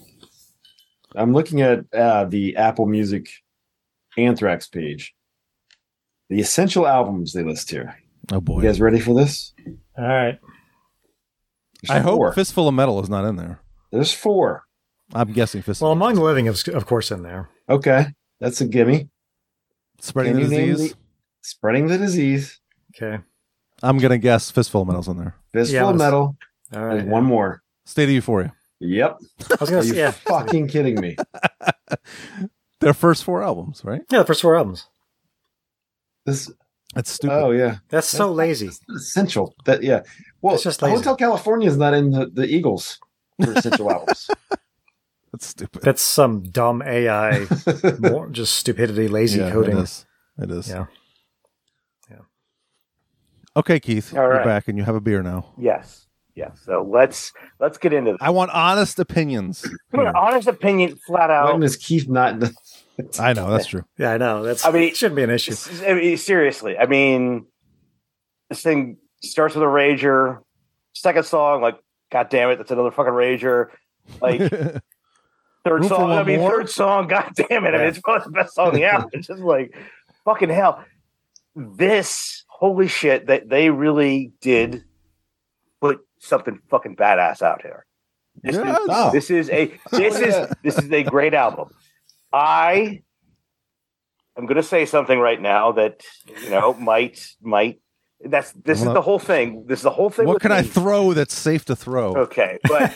I'm looking at uh, the Apple Music Anthrax page. The essential albums they list here.
Oh boy.
You guys ready for this?
All right.
There's
I hope
four.
Fistful of Metal is not in there.
There's four.
I'm guessing Fistful.
Well, among the living, is of course, in there.
Okay, that's a gimme.
Spreading the
Can you name
disease.
the- Spreading the disease.
Okay.
I'm gonna guess Fistful of Metal's in there.
Fistful
Yeah,
of
let's-
metal.
All
And
right.
one more.
State of Euphoria.
Yep.
I was
Are
gonna
you
say yeah.
fucking kidding me?
Their first four albums, right?
Yeah, the first four albums.
This.
That's stupid.
Oh yeah.
That's so lazy.
Essential. That yeah. Well,
It's just lazy.
Hotel California is not in the, the Eagles for essential albums.
That's stupid.
That's some dumb AI, more, just stupidity, lazy
yeah,
coding.
It is. It is.
Yeah.
Okay, Keith,
All
you're
right.
back and you have a beer now.
Yes. Yes. So let's let's get into this.
I want honest opinions.
Come on,
here.
honest opinion, flat out.
When is Keith not? in the-
I know that's true.
Yeah, I know. That's
I mean-
it shouldn't be an issue.
S- I mean, seriously, I mean, this thing starts with a rager. Second song, like, god damn it, that's another fucking rager. Like third
Room for
song, I
one
mean,
more?
third song, god damn it, I mean, it's probably the best song on the album. It's just like fucking hell. This holy shit that they really did put something fucking badass out here. This is
Yes. Ah.
Oh.
this is a this
Yeah.
is this is a great album. I am going to say something right now that you know might might that's this
Well,
is the whole thing. This is the whole thing.
what
with
can I
me.
throw that's safe to throw?
Okay, but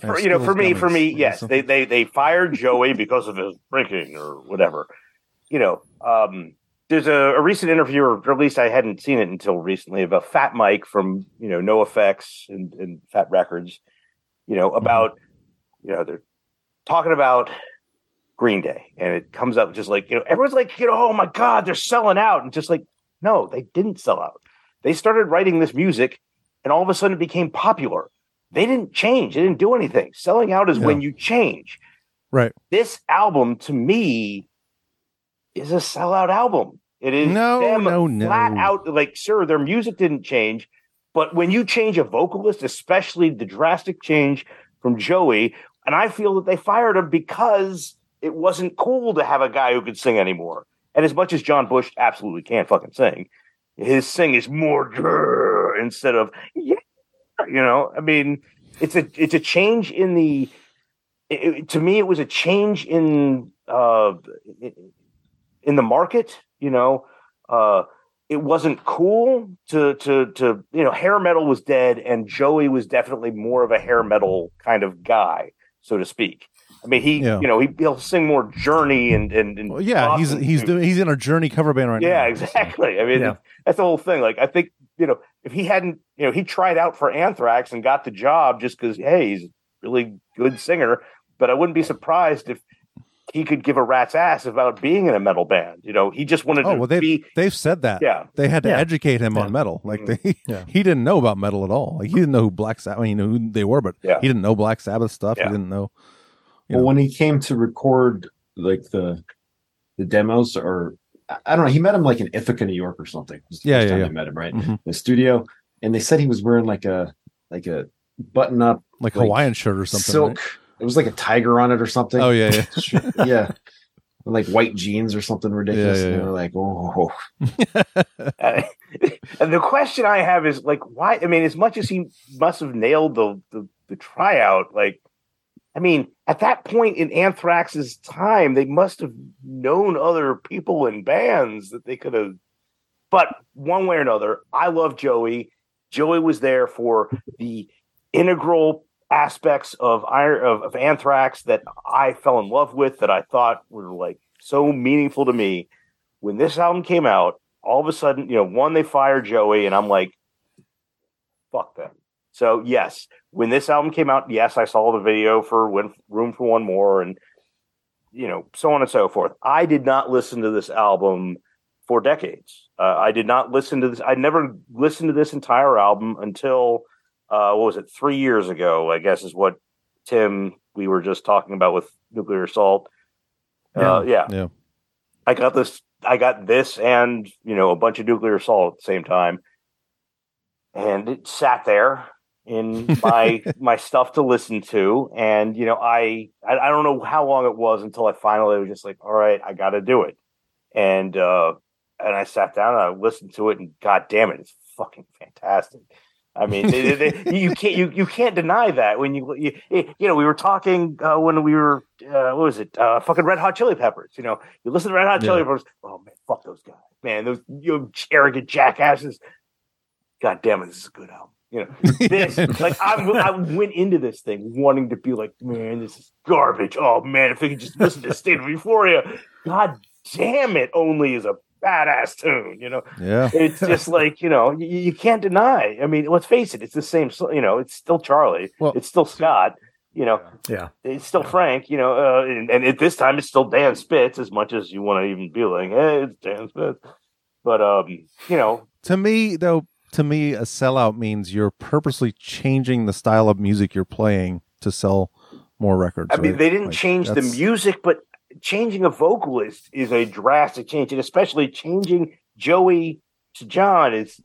for, you know, for me, for me, yes, they they they fired Joey because of his drinking or whatever. You know, um, there's a, a recent interview, or at least I hadn't seen it until recently, of a Fat Mike from you know No Effects and, and Fat Records. You know about you know they're talking about Green Day, and it comes up just like you know, everyone's like, you know, oh my god, they're selling out, and just like, no, they didn't sell out. They started writing this music, and all of a sudden it became popular. They didn't change. They didn't do anything. Selling out is
Yeah.
when you change.
Right.
This album, to me, is a sellout album. It is
No,
them
no, no.
flat out like, sure, their music didn't change, but when you change a vocalist, especially the drastic change from Joey, and I feel that they fired him because it wasn't cool to have a guy who could sing anymore. And as much as John Bush absolutely can't fucking sing, his sing is more grrr instead of yeah. You know, I mean, it's a it's a change in the. it- it- to me, it was a change in uh, in the market. You know, uh, it wasn't cool to to to you know hair metal was dead, and Joey was definitely more of a hair metal kind of guy, so to speak. I mean, he
Yeah.
you know he, he'll sing more Journey and and, and
Well, yeah, he's
Boston
he's
and-
doing he's in our Journey cover band right now.
yeah, exactly. I mean,
Yeah.
that's the whole thing. Like, I think you know, if he hadn't, you know, he tried out for Anthrax and got the job just because hey, he's a really good singer. But I wouldn't be surprised if he could give a rat's ass about being in a metal band. You know, he just wanted
Oh
to
well, they
be.
they've said that.
Yeah,
They had to
Yeah.
educate him
Yeah.
on metal. Like
Mm.
they,
Yeah.
he didn't know about metal at all. Like he didn't know who Black Sabbath. I mean, he knew who they were, but
Yeah.
he didn't know Black Sabbath stuff.
Yeah.
He didn't know. you
Well,
know.
when he came to record like the the demos, or I- I don't know, he met him like in Ithaca, New York, or something. It was the
Yeah,
first
yeah,
time
yeah.
they met him, right?
Mhm.
The studio, and they said he was wearing like a like a button up
Like
like,
Hawaiian shirt or something.
silk.
right?
It was like a tiger on it or something.
Oh yeah, yeah.
yeah. And, Like white jeans or something ridiculous.
Yeah, yeah,
and they
yeah.
were like, oh,
and the question I have is like, why? I mean, as much as he must have nailed the the, the tryout, like. I mean, at that point in Anthrax's time, they must have known other people in bands that they could have. But one way or another, I love Joey. Joey was there for the integral aspects of Iron of, of Anthrax that I fell in love with, that I thought were like so meaningful to me. When this album came out, all of a sudden, you know, one they fired Joey, and I'm like, fuck them. So yes, when this album came out, yes, I saw the video for Win- Room for One More, and you know, so on and so forth. I did not listen to this album for decades. Uh, I did not listen to this. I never listened to this entire album until uh, what was it? Three years ago, I guess, is what Tim we were just talking about with Nuclear Assault. Uh, yeah,
Yeah.
I got this. I got this, and you know, a bunch of Nuclear Assault at the same time, and it sat there in my my stuff to listen to and you know I, I i don't know how long it was until i finally was just like all right i gotta do it and uh and i sat down and i listened to it and god damn it it's fucking fantastic i mean they- they- they- you can't you, you can't deny that when you you, you know we were talking uh, when we were uh, what was it uh, fucking red hot chili peppers you know you listen to red hot chili peppers oh man fuck those guys man those you arrogant jackasses god damn it this is a good album you know this. like I'm, I went into this thing wanting to be like, man, this is garbage. Oh man, if we could just listen to State of Euphoria, god damn it, only is a badass tune. You know,
yeah.
it's just like you know, you, you can't deny. I mean, let's face it, it's the same. so- You know, it's still Charlie.
Well-
it's still Scott. You know,
Yeah.
it's still Frank. You know, uh, and, and at this time, it's still Dan Spitz. As much as you want to even be like, hey, it's Dan Spitz. But um, you know,
To me, though, to me, a sellout means you're purposely changing the style of music you're playing to sell more records.
I mean,
right?
they didn't
Like,
change the
that's-
music, but changing a vocalist is a drastic change, and especially changing Joey to John is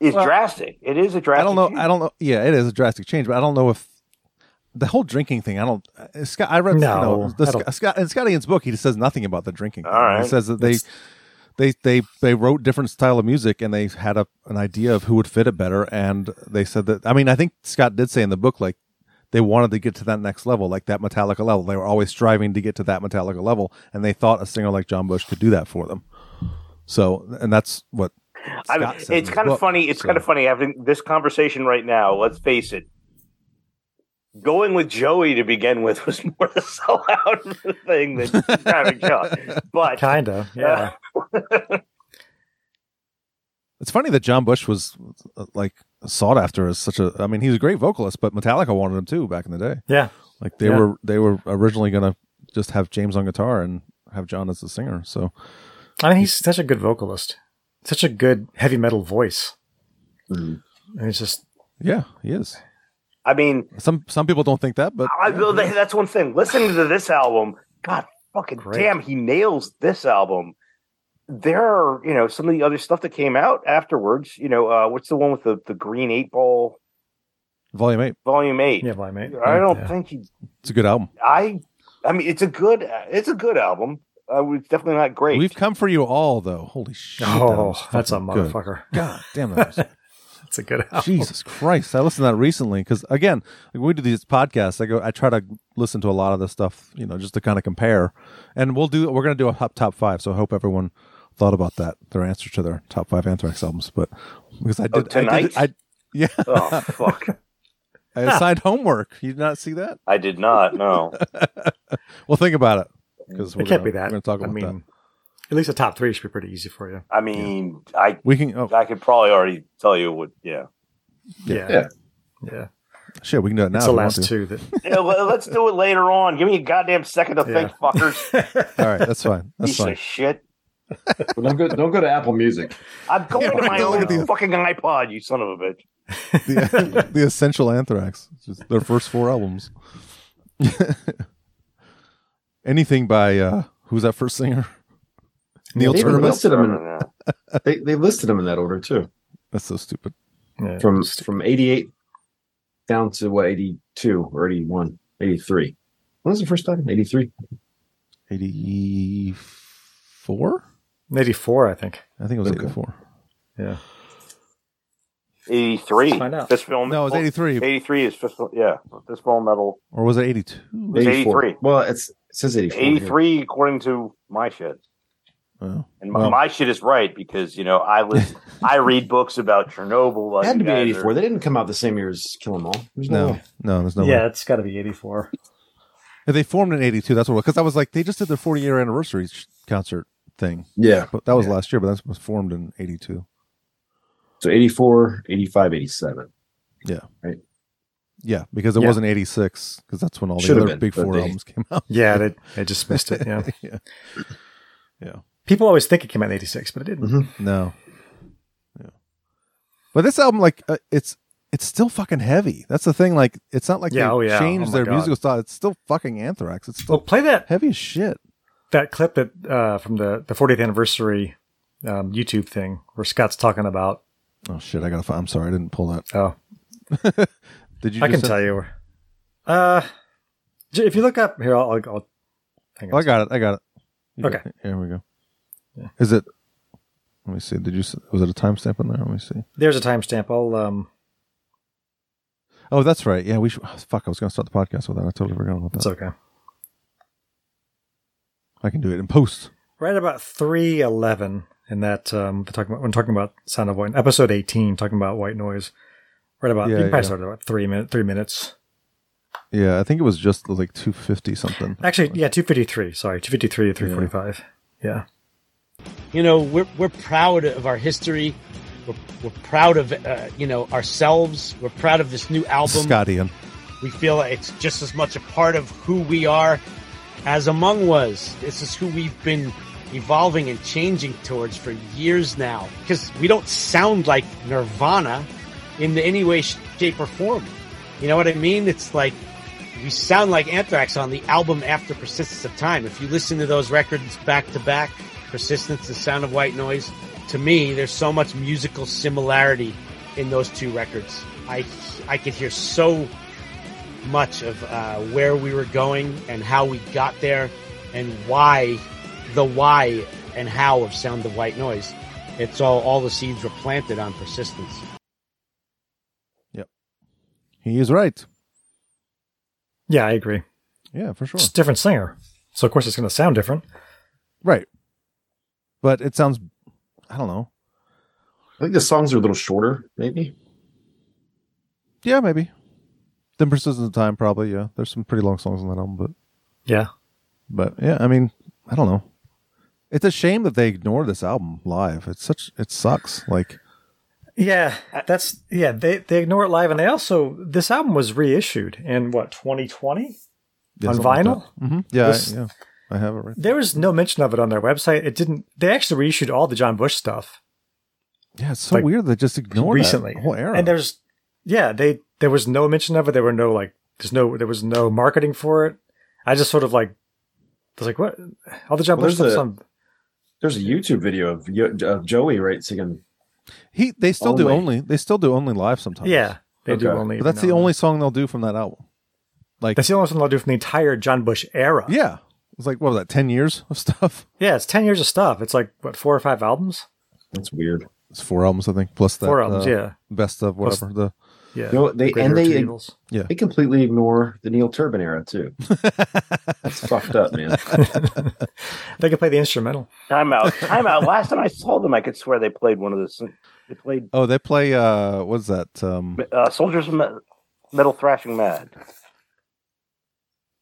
is
Well,
drastic. It is a drastic.
I don't know.
change.
I don't know. Yeah, it is a drastic change, but I don't know if the whole drinking thing. I don't. uh, Scott, I read. you
No,
know, the
I don't-
Sc- Scott in Scott Ian's book. He says nothing about the drinking.
All
thing.
right.
He says that they, they, they, they wrote different style of music and they had a, an idea of who would fit it better. And they said that. I mean, I think Scott did say in the book like they wanted to get to that next level, like that Metallica level. They were always striving to get to that Metallica level, and they thought a singer like John Bush could do that for them. So, and that's what.
I mean,
Scott said in
it's
his
kind of
book,
funny. It's
so-
kind of funny having this conversation right now. Let's face it. Going with Joey to begin with was more the sellout thing than having John. But
Kinda. Yeah.
It's funny that John Bush was uh, like sought after as such a. I mean, he's a great vocalist, but Metallica wanted him too back in the day.
Yeah.
Like they
Yeah.
were, they were originally going to just have James on guitar and have John as the singer. So
I mean, he's such a good vocalist, such a good heavy metal voice.
Mhm.
And it's just
yeah, he is.
I mean,
Some some people don't think that, but
I, well, they- that's one thing. Listening to this album, God fucking
Great.
damn, he nails this album. There are, you know, some of the other stuff that came out afterwards. You know, uh, what's the one with the, the green eight ball
Volume Eight,
volume eight?
yeah, why mate?
I don't
Yeah.
think he.
it's a good album.
I, I mean, it's a good, it's a good album. Uh, it's definitely not great.
We've come for you all, though. Holy shit! that
Oh,
was
that's a
fucking good.
motherfucker.
God damn that! was-
That's a good album.
Jesus Christ! I listened to that recently because again, like, when we do these podcasts, I go, I try to listen to a lot of this stuff, you know, just to kind of compare. And we'll do, we're gonna do a top top five. So I hope everyone thought about that their answer to their top five Anthrax albums, but because I did
Oh,
I, did,
tonight?
I yeah,
oh fuck,
I assigned homework. You did not see that?
I did not know.
Well, think about it because
It can't be that.
We're gonna talk
I
about
mean,
that.
at least the top three should be pretty easy for you.
I mean, I,
We can. Oh
I could probably already tell you what. Yeah,
Yeah.
Yeah.
Yeah.
shit, we can do it now.
It's
if
the
we want
last
to.
two that
Yeah, let- let's do it later on. Give me a goddamn second to
Yeah.
think, fuckers.
All right, that's fine. That's
Piece
fine.
of shit.
But don't go, don't go to Apple Music.
I'm going
Yeah,
to
we're
my
going
own
to the-
fucking iPod, you son of a bitch.
the, the essential anthrax It's just their first four albums anything by uh who's that first singer neil
They even
Turner.
listed them in-
Yeah.
they, they listed them in that order too,
that's so stupid
yeah.
from from eighty eight down to what eighty two or 81, 83. When was the first time? Eighty three.
84
eighty four, I think.
i think it was
Okay.
84
Yeah.
83.
Find out.
Fist film.
no it was 83
83 is fist, yeah, fist ball metal.
or was it 82
was 83.
Well, it's it says eighty four.
83 according to my shit.
oh.
And my,
Wow.
my shit is right because, you know, I listen, I read books about Chernobyl. like
It had to
you
be
guys
84.
are-
They didn't come out the same year as Kill 'Em All. There's no,
no
way.
no there's no way
it's got to be 84.
If they formed in 82 that's what because i was like they just did their 40 year anniversary sh- concert thing
Yeah.
but that was
Yeah.
last year but that was formed in 82
So 84, 85, 87.
yeah because it
Yeah.
wasn't 86 because that's when all the
Should've
other
been,
big
but
four
they-
albums came out
Yeah, they, they just missed it. Yeah.
yeah
People always think it came out in 86, but it didn't.
Mm-hmm.
Mhm.
No. Yeah. But this album, like, uh, it's it's still fucking heavy. That's the thing. Like, it's not like
Yeah,
they
oh, yeah.
changed
Oh, my
their
God.
musical style. It's still fucking Anthrax. It's
Well,
still
play that
heavy as shit.
that clip that uh, from the, the 40th anniversary um, YouTube thing where Scott's talking about.
Oh shit! I gotta. Find, I'm sorry, I didn't pull that.
Oh,
Did you?
I can
just
tell you. Uh, j- if you look up here, I'll, I'll, I'll hang
Oh,
on.
I got it. I got it. You
Okay.
got- Here we go. Is it? Let me see. Did you? s- Was it a timestamp in there? Let me see.
There's a timestamp. I'll um,
Oh, that's right. Yeah, we should. oh, fuck, I was gonna start the podcast with that. I totally forgot about that.
it's okay.
I can do it in post.
right about 311 in that um they're talking about when talking about sound of white episode 18 talking about white noise right about
Yeah,
you can probably
yeah.
start at about three minute three minutes
Yeah, I think it was just like 250 something.
actually yeah 253 sorry 253 to 345 yeah,
you know we're, we're proud of our history we're, we're proud of uh, you know ourselves we're proud of this new album
Scott Ian.
we feel it's just as much a part of who we are as among was this is who we've been evolving and changing towards for years now because we don't sound like nirvana in any way sh- shape or form you know what i mean it's like you sound like anthrax on the album after persistence of time if you listen to those records back to back persistence and sound of white noise to me there's so much musical similarity in those two records i i could hear so much of uh, where we were going and how we got there and why the why and how of sound of white noise it's all all the seeds were planted on persistence
He is right.
Yeah, i agree
Yeah, for sure.
just different singer so of course it's going to sound different
Right. But it sounds, I don't know.
I think the songs are a little shorter, maybe.
Yeah, maybe. Then Persistence of Time, probably. Yeah. There's some pretty long songs on that album, but,
yeah
but yeah, I mean, I don't know. It's a shame that they ignore this album live. It's such, it sucks. Like,
yeah Uh, that's yeah they, they ignore it live and they also this album was reissued in what 2020
Yeah,
on
something like
vinyl.
that. Mhm. Yeah,
This-
I, yeah, I have it right.
There was no mention of it on their website. It didn't. They actually reissued all the John Bush stuff
Yeah, it's so
like,
weird they just ignored that
recently.
whole era.
And there's, yeah, they there was no mention of it. There were no like, there's no there was no marketing for it. I just sort of like, was like, what? All the John
Well,
Bush
there's
stuff's
a-
on.
There's a YouTube video of, Yo- of Joey right singing.
he they still do
Only.
only they still do only live sometimes.
Yeah, they do
Okay.
only.
but that's the
no.
only song they'll do from that album. Like
That's the only one I'll do from the entire John Bush era.
yeah, it's like what was that? Ten years of stuff.
Yeah, it's 10 years of stuff. It's like, what, four or five albums?
That's weird.
It's four albums, I think, plus that
Four albums,
uh,
yeah.
best of
Plus-
whatever the
Yeah.
You know, they
Greater
and
of two
they
evils.
they completely ignore the Neil Turbin era too. That's fucked up, man.
They can play the instrumental.
Time out. Time out. Last time I saw them, I could swear they played one of those. They played
oh they play uh what's that um
uh, Soldiers of Me- Metal Thrashing Mad.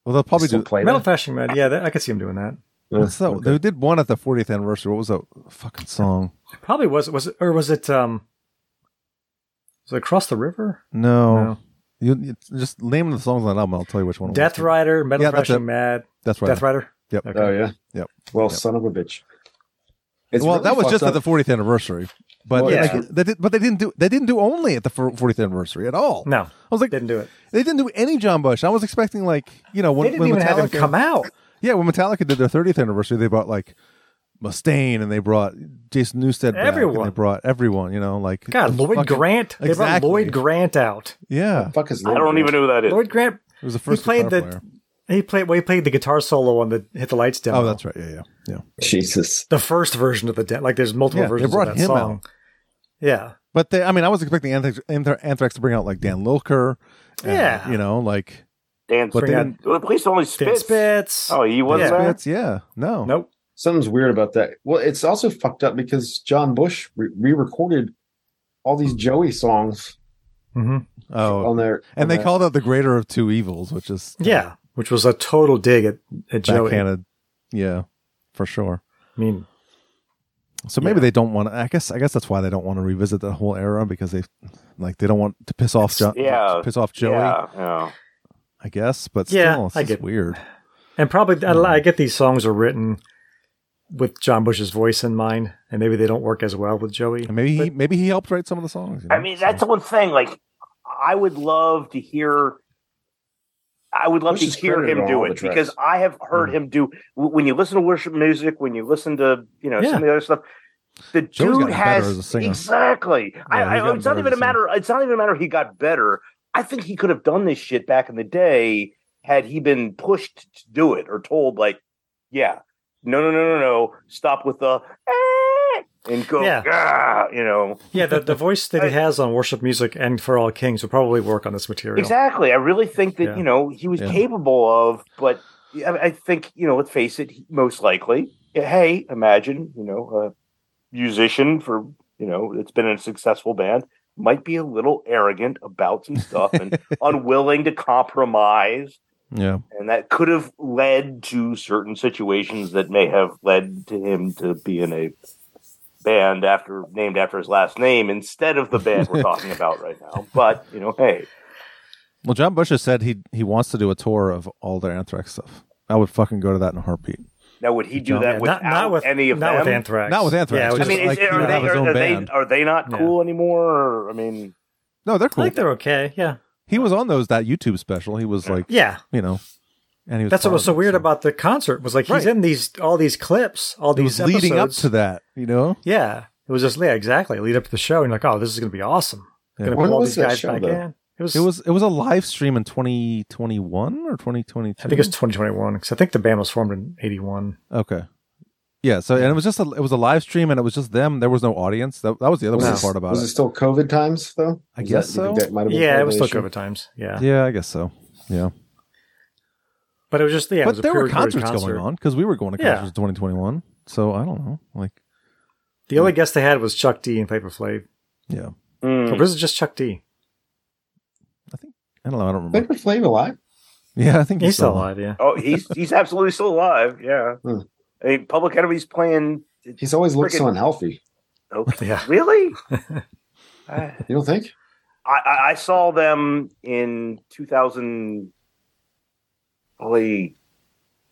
well they'll probably
Still
do
play
Metal
that.
Thrashing Man. Yeah, that, I could see him doing that.
Yeah,
what's that
okay.
they did one at the 40th anniversary what was that fucking song
Probably was, was it, or was it, um, was it Across the River?
no, You, you- just name the songs on that album and I'll tell you which one it was.
Death Rider, Metal
Oh, Yeah, that's
Thrashing
it.
Mad,
Death Rider
Death Rider.
Yep.
Okay.
Oh yeah.
Yep.
Well,
Yep.
son of a bitch. It's
well
really
that was
fucked
just at
up.
the 40th anniversary but
Well,
like,
yeah.
they did, but they didn't do they didn't do only at the fir- 40th anniversary at all
No,
I was like
didn't do it.
they didn't do any John Bush I was expecting like you know when
they didn't
when
even have
Metallica
it come out.
Yeah, when Metallica did their 30th anniversary, they brought like Mustaine and they brought Jason Newsted. Back,
Everyone.
And they brought everyone, you know, like.
God, Lloyd
fucking-
Grant. They brought
Exactly.
Lloyd Grant out.
Yeah.
Fuck is
I don't even know who that is.
Lloyd Grant,
It was the first
played
guitar
the-
player.
he played, well, he played the guitar solo on the Hit the Lights demo.
Oh, that's right. Yeah, yeah. Yeah.
Jesus.
the first version of the de- like there's multiple
Yeah, they
versions
brought
of that
him
song.
out.
Yeah.
But they, I mean, I was expecting Anthrax, Anthra- Anthrax to bring out like Dan Lilker. and,
Yeah.
You know, like.
Dan
But
Spitz.
they
out
didn't.
Well, Please only
Dan
Spitz.
Spitz.
Oh, he wasn't
Yeah.
there.
Spitz, yeah. No.
Nope.
Something's weird about that. Well, it's also fucked up because John Bush re- re-recorded all these Joey songs
hmm
Oh.
on Uh, their
And they
on
called it the greater of two evils, which is
Yeah, which was a total dig at, at Joey. I
backhanded. Yeah, for sure.
mean,
So maybe
Yeah.
they don't want to. I guess. I guess that's why they don't want to revisit that whole era because they, like, they don't want to piss off. John,
yeah,
piss off Joey.
Yeah, yeah.
I guess, but
Yeah,
still, it's
I
just
get-
weird.
and probably I,
Mm-hmm.
I get these songs are written with John Bush's voice in mind, and maybe they don't work as well with Joey.
And maybe he, maybe he helped write some of the songs. you
I
know?
mean,
So-
that's the one thing. Like, I would love to hear. I would love
Bush is
to hear
credited
him
on
do
all the
it
tracks.
because I have heard
Hmm.
him do. w- When you listen to worship music, when you listen to you know some
Yeah.
of the other stuff, the
Joey's
dude
gotten better as a
has
singer.
exactly. I,
Yeah, he's
I,
gotten
it's not
better
even
as
a
a
matter. It's not even a matter. He got better. I think he could have done this shit back in the day had he been pushed to do it or told like, yeah, no, no, no, no, no, stop with the. "Eh," And go,
Yeah.
"Ah," you know.
Yeah, the, the voice that he
I-
has on "Worship Music" and "For All Kings" will probably work on this material.
Exactly. I really think that
Yeah.
you know he was
Yeah.
capable of, but I, I think you know. Let's face it. he- Most likely, hey, imagine you know a musician for you know that's been in a successful band might be a little arrogant about some stuff and unwilling to compromise,
yeah,
and that could have led to certain situations that may have led to him to be in a band after named after his last name instead of the band we're talking about right now. But you know, hey.
well, John Bush has said he he wants to do a tour of all their Anthrax stuff. I would fucking go to that in a heartbeat.
Now, would he do
Yeah,
that
Yeah,
without
not, not with
any of
not
them?
with Anthrax.
Not with Anthrax,
Yeah, it was
I
just
mean,
just
is,
like he
are,
would
they,
have his own
are, they,
band.
are they not
Yeah.
cool anymore? Or, I mean,
No, they're
I
cool.
think they're okay. Yeah,
he was on those that YouTube special. He was like,
yeah.
you know, and he was.
That's what
part
was so
of it,
weird about the concert was like
Right.
he's in these all these clips, all
It
these
was leading up
episodes.
to that, you know.
Yeah, it was just yeah, exactly. Lead up to the show, and you're like, oh, this is gonna be awesome.
Yeah.
Gonna
When
pull all
was
these
that
guys
show,
back
though?
in. It was,
It was it was a live stream in twenty twenty one or twenty twenty two.
I think it's 2021 because I think the band was formed in 81.
Okay. Yeah. So and it was just a it was a live stream and it was just them. There was no audience. That, that was the other
Was
weird
it-
part about
was it
it.
still COVID times though?
I
Was
guess
that, you think
so.
That might have been
Yeah, it was still
correlation?
COVID times. Yeah,
Yeah, I guess so. Yeah.
but it was just yeah. it was
but
a
there were
pre-recorded
concerts
concert.
going on because we were going to
Yeah.
concerts in 2021. So I don't know. Like,
The only guest they had was Chuck D and Paper Flav.
yeah,
mm,
Or was it just Chuck D?
I don't know. I don't remember.
Paper Flame alive?
yeah, I think
He's still alive. Yeah,
oh, he's he's absolutely still alive. Yeah.
Hmm.
I mean, Public Enemy's playing.
He's always looked so
Frickin-
unhealthy.
Okay.
yeah.
Really? I,
You don't think?
I, I saw them in 2000. probably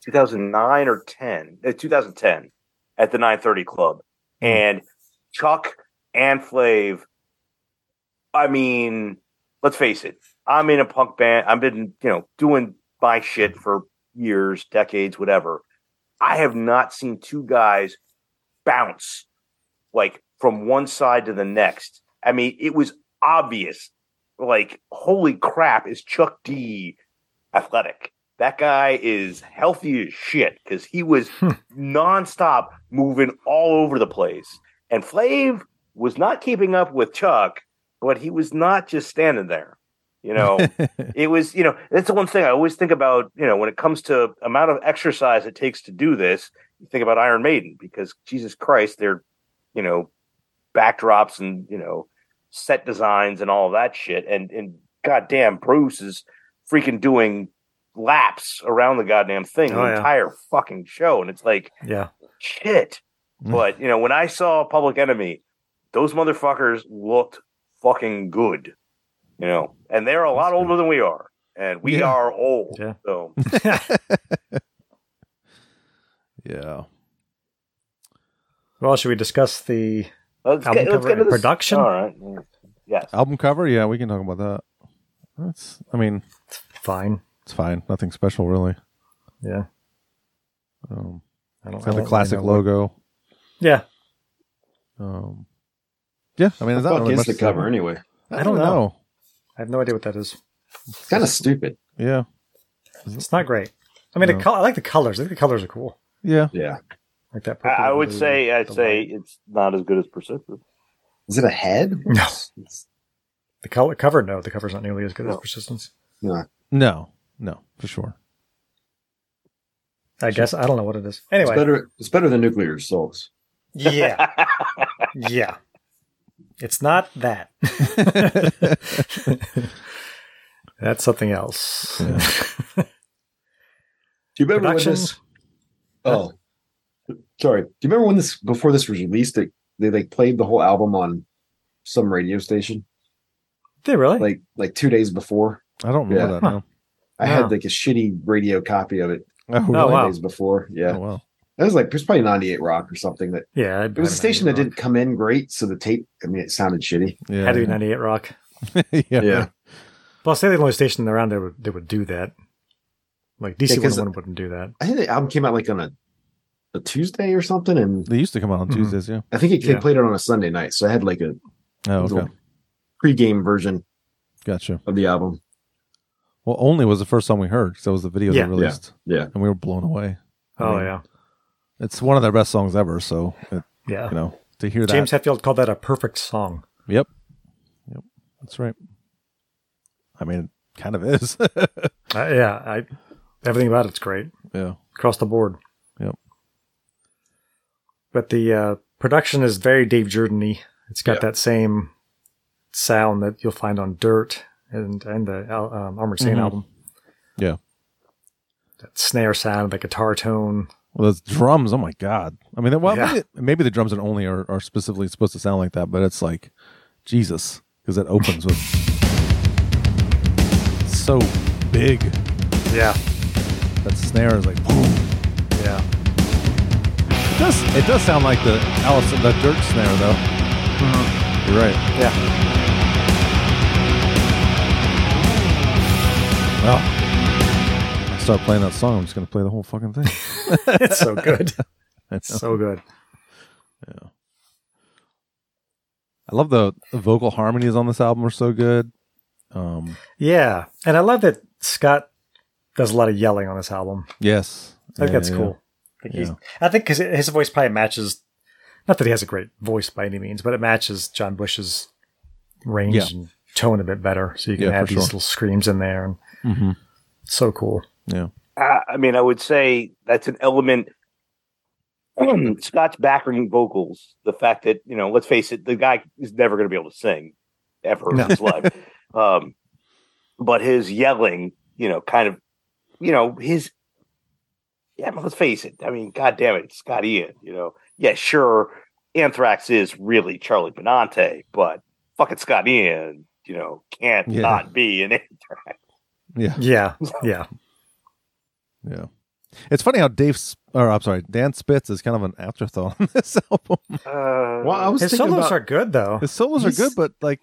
2009 or 10, uh, 2010 at the 930 Club. And Chuck and Flav, I mean, let's face it, I'm in a punk band. I've been, you know, doing my shit for years, decades, whatever. I have not seen two guys bounce like from one side to the next. I mean, it was obvious. Like, holy crap, is Chuck D athletic? That guy is healthy as shit because he was nonstop moving all over the place. And Flav was not keeping up with Chuck, but he was not just standing there. You know, it was, you know, that's the one thing I always think about, you know, when it comes to amount of exercise it takes to do this, you think about Iron Maiden because Jesus Christ, they're, you know, backdrops and, you know, set designs and all that shit. And and goddamn Bruce is freaking doing laps around the goddamn thing
Oh,
the
yeah.
entire fucking show. And it's like,
Yeah.
shit.
Mm.
But you know, when I saw Public Enemy, those motherfuckers looked fucking good. You know, and they're a lot older than we are, and we
Yeah.
are old.
Yeah.
So
yeah.
Well, should we discuss the
let's
Album
get, let's
cover
get to
and
this.
production?
All right. Yes.
Album cover, yeah, we can talk about that. That's I mean,
fine?
it's fine. Nothing special really.
Yeah.
Um
I don't,
it's
I
got the
don't
classic
really know.
logo.
Yeah.
Um Yeah, I mean, is
The
that
fuck
really
is
much
the
to say.
cover anyway?
I
I
don't
don't
know.
know. I have no idea what that is.
It's kind of stupid.
Yeah.
It's not great. I mean,
No.
the col- I like the colors. I think the colors are cool.
Yeah.
Yeah.
Like that.
I,
purple
I
and
would
blue
say
and
I'd
the
say
white.
it's not as good as Persistence.
Is it a head?
No.
It's-
the color cover. No, the cover's not nearly as good as
No.
Persistence.
No. No, for sure.
I guess I don't know what it is. Anyway,
It's better. It's better than nuclear souls.
yeah, yeah. It's not that. That's something else.
Do you remember when
Production.
this? Oh, sorry. Do you remember when this before this was released? They they like played the whole album on some radio station,
Did really?
like like two days before.
I don't remember
Yeah.
that
Huh.
now.
I
Wow.
had like a shitty radio copy of it
Oh, really?
Oh, wow.
days before. Yeah,
Oh, wow.
that was like it was probably '98 rock or something. That
yeah,
it was a station that didn't come in great, so the tape. I mean, it sounded shitty.
Yeah.
Had to be '98 Rock.
yeah.
Plus, they're the only station around that would, that would do that. Like DC
Yeah, 'cause-
101 wouldn't do that.
I think the album came out like on a a Tuesday or something, and
They used to come out on
Mhm.
Tuesdays, yeah.
I think it,
Yeah.
they played it on a Sunday night. So I had like a
Oh,
Mm-hmm.
little
okay.
pregame version
Gotcha.
of the album.
Well, only was the first song we heard because that was the video
Yeah.
they released.
Yeah.
And we were blown away.
Oh
mean,
yeah,
It's one of their best songs ever. So, it,
yeah.
you know, to hear that.
James Hetfield called that a perfect song.
Yep. Yep. That's right. I mean, it kind of is.
Uh, yeah, I everything about it's great
yeah.
across the board.
Yep.
But the uh, production is very Dave Jordany. It's got
Yeah.
that same sound that you'll find on Dirt and and the al- um, Armored Saint
Mhm.
album.
Yeah.
That snare sound, the guitar tone.
Well, those drums. Oh my god. I mean, well,
Yeah.
maybe, maybe the drums and only are, are specifically supposed to sound like that, but it's like Jesus because it opens with so big.
Yeah,
That snare is like boom.
yeah.
It does. It does sound like the Allison the Dirt snare though.
Mm-hmm.
You're right.
Yeah.
Well, I start playing that song. I'm just gonna play the whole fucking thing.
it's so good.
I know.
so good.
I love the, the vocal harmonies on this album are so good. Um,
Yeah. And I love that Scott does a lot of yelling on this album.
yes,
I think
Yeah,
that's
yeah.
cool. I think he's-
Yeah.
I think because his voice probably matches, not that he has a great voice by any means, but it matches John Bush's range
Yeah.
and tone a bit better. So you can
Yeah,
add
for sure.
these little screams in there. And
Mhm.
so cool.
Yeah.
I, Uh, I mean, I would say that's an element. Scott's background vocals, the fact that you know, let's face it, the guy is never going to be able to sing ever
No.
in his life. Um, but his yelling, you know, kind of, you know, his. Yeah, but let's face it. I mean, God damn it, it's Scott Ian. You know, yeah, sure, Anthrax is really Charlie Benante, but fucking Scott Ian, you know, can't
Yeah.
not be an
Yeah.
Yeah. Yeah.
Yeah. It's funny how Dave, Sp- or I'm sorry, Dan Spitz is kind of an afterthought on this album.
Uh,
Well, I was
His
thinking
solos
about
are good though.
His solos are
He's-
good, but like,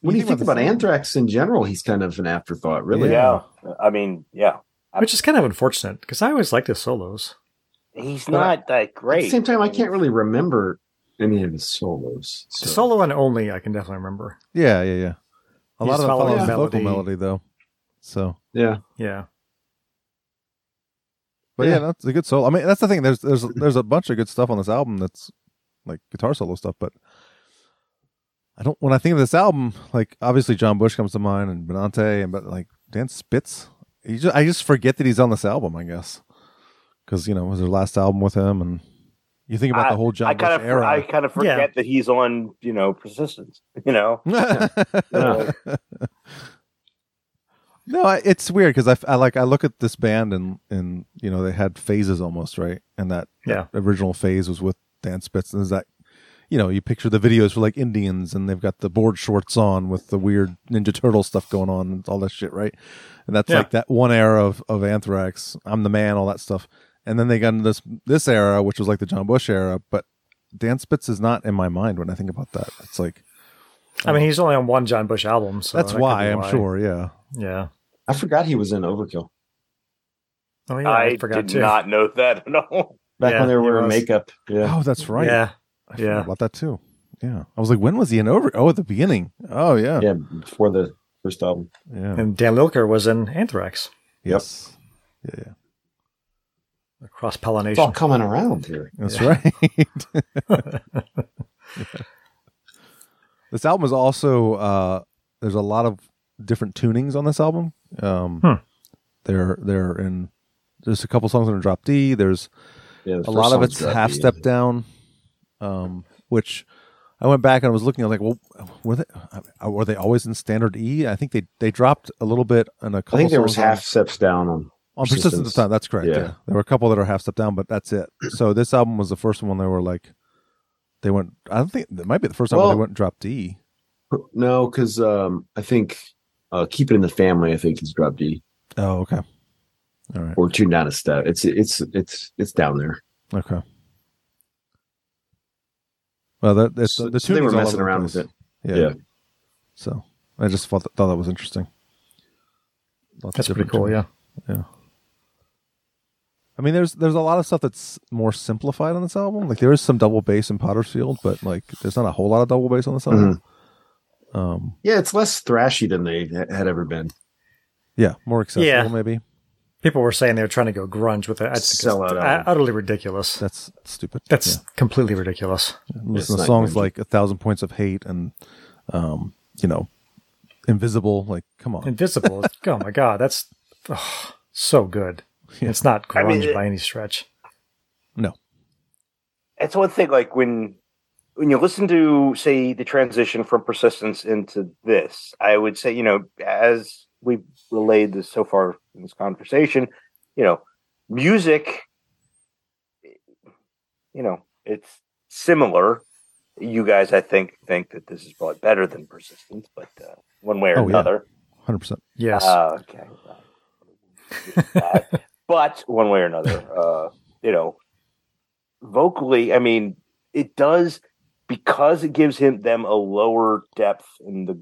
when you think about
the song-
Anthrax in general, he's kind of an afterthought, really.
yeah. I mean, yeah.
Which is kind of unfortunate because I always liked his solos.
He's
But I-
not that great.
At the same time, I can't really remember any of his solos.
The
so-
solo and only I can definitely remember.
Yeah, yeah, yeah. A
He's
lot of them follow
following
his
a
vocal
melody.
melody though. So,
yeah,
Yeah.
but yeah.
Yeah.
that's a good solo. I mean, that's the thing. There's there's there's a bunch of good stuff on this album that's like guitar solo stuff, but I don't. When I think of this album, like obviously John Bush comes to mind and Benante, and but like Dan Spitz, you just, I just forget that he's on this album. I guess because you know it was their last album with him, and you think about the whole John
I
Bush
kind of
era.
I kind of forget
Yeah.
that he's on, you know, persistence. You know,
Yeah.
No, I, it's weird because I, f- I like I look at this band and and you know they had phases almost right, and that,
Yeah.
that original phase was with Dan Spitz, and is that you know you picture the videos for like Indians and they've got the board shorts on with the weird Ninja Turtle stuff going on and all that shit, right? And that's
Yeah.
like that one era of of Anthrax, I'm the man, all that stuff, and then they got into this this era which was like the John Bush era, but Dan Spitz is not in my mind when I think about that. It's like
I mean, he's only on one John Bush album, so
Oh. that's
that could
why
be
I'm sure, yeah.
Yeah.
I forgot he was in Overkill
Oh yeah, I,
I
forgot
did
too.
not know that at all.
back
Yeah,
when they
he
were wearing
was.
makeup. Yeah,
Oh, that's right.
Yeah.
I forgot
Yeah.
about that too. Yeah, I was like, when was he in over? Oh, at the beginning. Oh, yeah,
yeah, before the first album.
yeah,
And Dan Lilker was in Anthrax.
yes, yeah, yeah.
Cross
It's all
pollination.
coming around here.
That's right. This album is also uh, there's a lot of different tunings on this album. Um,
Hmm.
They're they're in there's a couple songs that are drop D. There's
Yeah, the
a
first
lot of
song's
it's
gotta
half
be-
step down, um, which I went back and I was looking. I was like, well, were they uh, were they always in standard E? I think they they dropped a little bit in a
I
couple.
think there was
songs on-
half steps down on.
on persistence of
Persistence.
time. That's correct. Yeah.
Yeah.
there were a couple that are half step down, but that's it. So this album was the first one they were like, they went. I don't think it might be the first time
Well-
they went and dropped E. D.
No, because um, I think uh, keep it in the family. I think is drop D
Oh, okay. All right.
or tune down a step. It's it's it's it's down there.
Okay. Well, that, that's
So-
the
so they
tuning's
were
all
messing
over the
around
place.
with it.
Yeah.
Yeah.
So I just thought that, thought that was interesting. Lots of
That's pretty
different
cool,
tunes.
yeah.
I mean, there's there's a lot of stuff that's more simplified on this album. Like there is some double bass in Pottersfield, but like there's not a whole lot of double bass on this
Mm-hmm.
album. Um,
Yeah, it's less thrashy than they ha- had ever been.
yeah, more accessible
Yeah.
maybe.
People were saying they were trying to go grunge with it. That's
Sell out album.
utterly ridiculous.
That's stupid.
That's
Yeah.
completely ridiculous.
listen to
not
songs
grungy.
like a thousand points of hate and um, you know, invisible. Like, come on.
Invisible. oh my god, that's ugh, so good. It's not
I
grunge
mean, it-
by any stretch.
It's one thing, like when when you listen to say the transition from persistence into this, I would say, you know, as we've relayed this so far in this conversation, you know, music, you know, it's similar. You guys, I think, think that this is probably better than persistence, but uh, one way or
Oh, yeah.
another.
Hundred percent.
Yes.
Ah, okay. That. but one way or another, uh, you know, vocally, I mean, it does because it gives him them a lower depth in the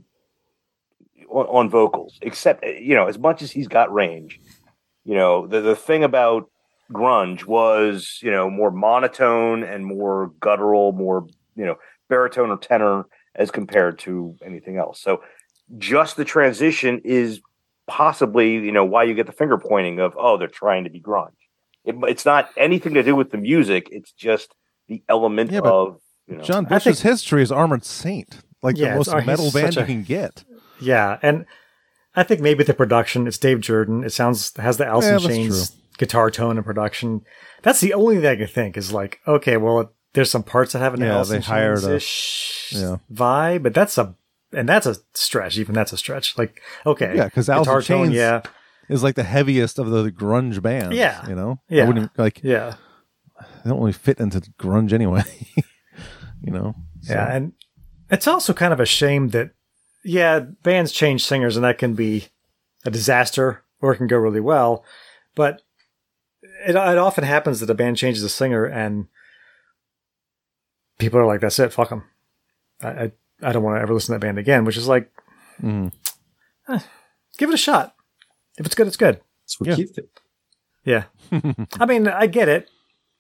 on, on vocals. Except you know, as much as he's got range, you know, the the thing about grunge was you know more monotone and more guttural, more you know baritone or tenor as compared to anything else. So just the transition is possibly you know why you get the finger pointing of oh they're trying to be grunge. It, it's not anything to do with the music. It's just the element
Yeah, but
of you know.
John
I
Bush's
think-
history is Armored Saint, like
Yeah,
the
it's-
most
uh, he's
metal band
such a-
you can get.
yeah, and I think maybe the production. It's Dave Jordan. It sounds has the Alice
Yeah,
in
that's
Chains guitar tone and production. That's the only thing I can think is like, okay, well, it, there's some parts that have an
Yeah,
Alice
they
in
hired a-
Chains-ish
yeah.
vibe, but that's a and that's a stretch. Even that's a stretch. Like, okay,
Yeah, 'cause Alice in
guitar tone,
Chains-
yeah,
Is like the heaviest of the grunge bands.
Yeah.
you know. I
Yeah.
wouldn't even- like
yeah.
they don't really fit into grunge anyway. you know. So,
Yeah, and it's also kind of a shame that yeah, bands change singers and that can be a disaster or it can go really well. But it, it often happens that a band changes a singer and people are like, "That's it, fuck them." I I, I don't want to ever listen to that band again. Which is like,
Mhm.
Mm.
eh, give it a shot. If it's good, it's good.
That's what
Yeah.
Keith did.
Yeah. I mean, I get it.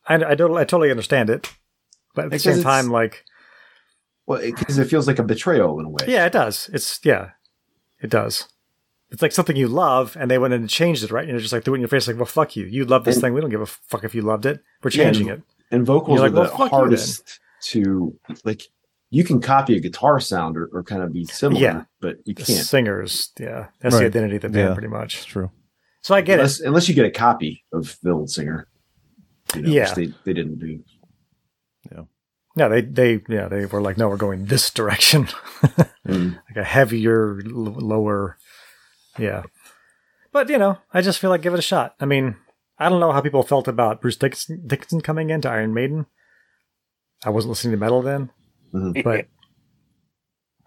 I I, don't, I totally understand it, but at the
Because
same
it's-
time, like,
Well, because it, feels like a betrayal in a way.
yeah, it does. It's yeah, it does. It's like something you love, and they went in and changed it, right? And you're just like threw it in your face, like, "Well, fuck you. You love this
And-
thing. We don't give a fuck if you loved it. We're
Yeah,
changing
and-
it."
And vocals
You're like,
are
well,
the
fuck you
hardest to like. You can copy a guitar sound or, or kind of be similar,
Yeah.
but you
The
can't
singers, yeah, that's the
Right.
identity of the band,
Yeah.
pretty much.
It's true.
So I get it.
unless, unless you get a copy of the old singer. You know,
Yeah.
which they, they didn't do.
No, they they yeah they were like, no, we're going this direction, like
Hmm.
Mm.
a heavier, l- lower, yeah. But you know, I just feel like give it a shot. I mean, I don't know how people felt about Bruce Dickinson, Dickinson coming into Iron Maiden. I wasn't listening to metal then,
Mm-hmm.
but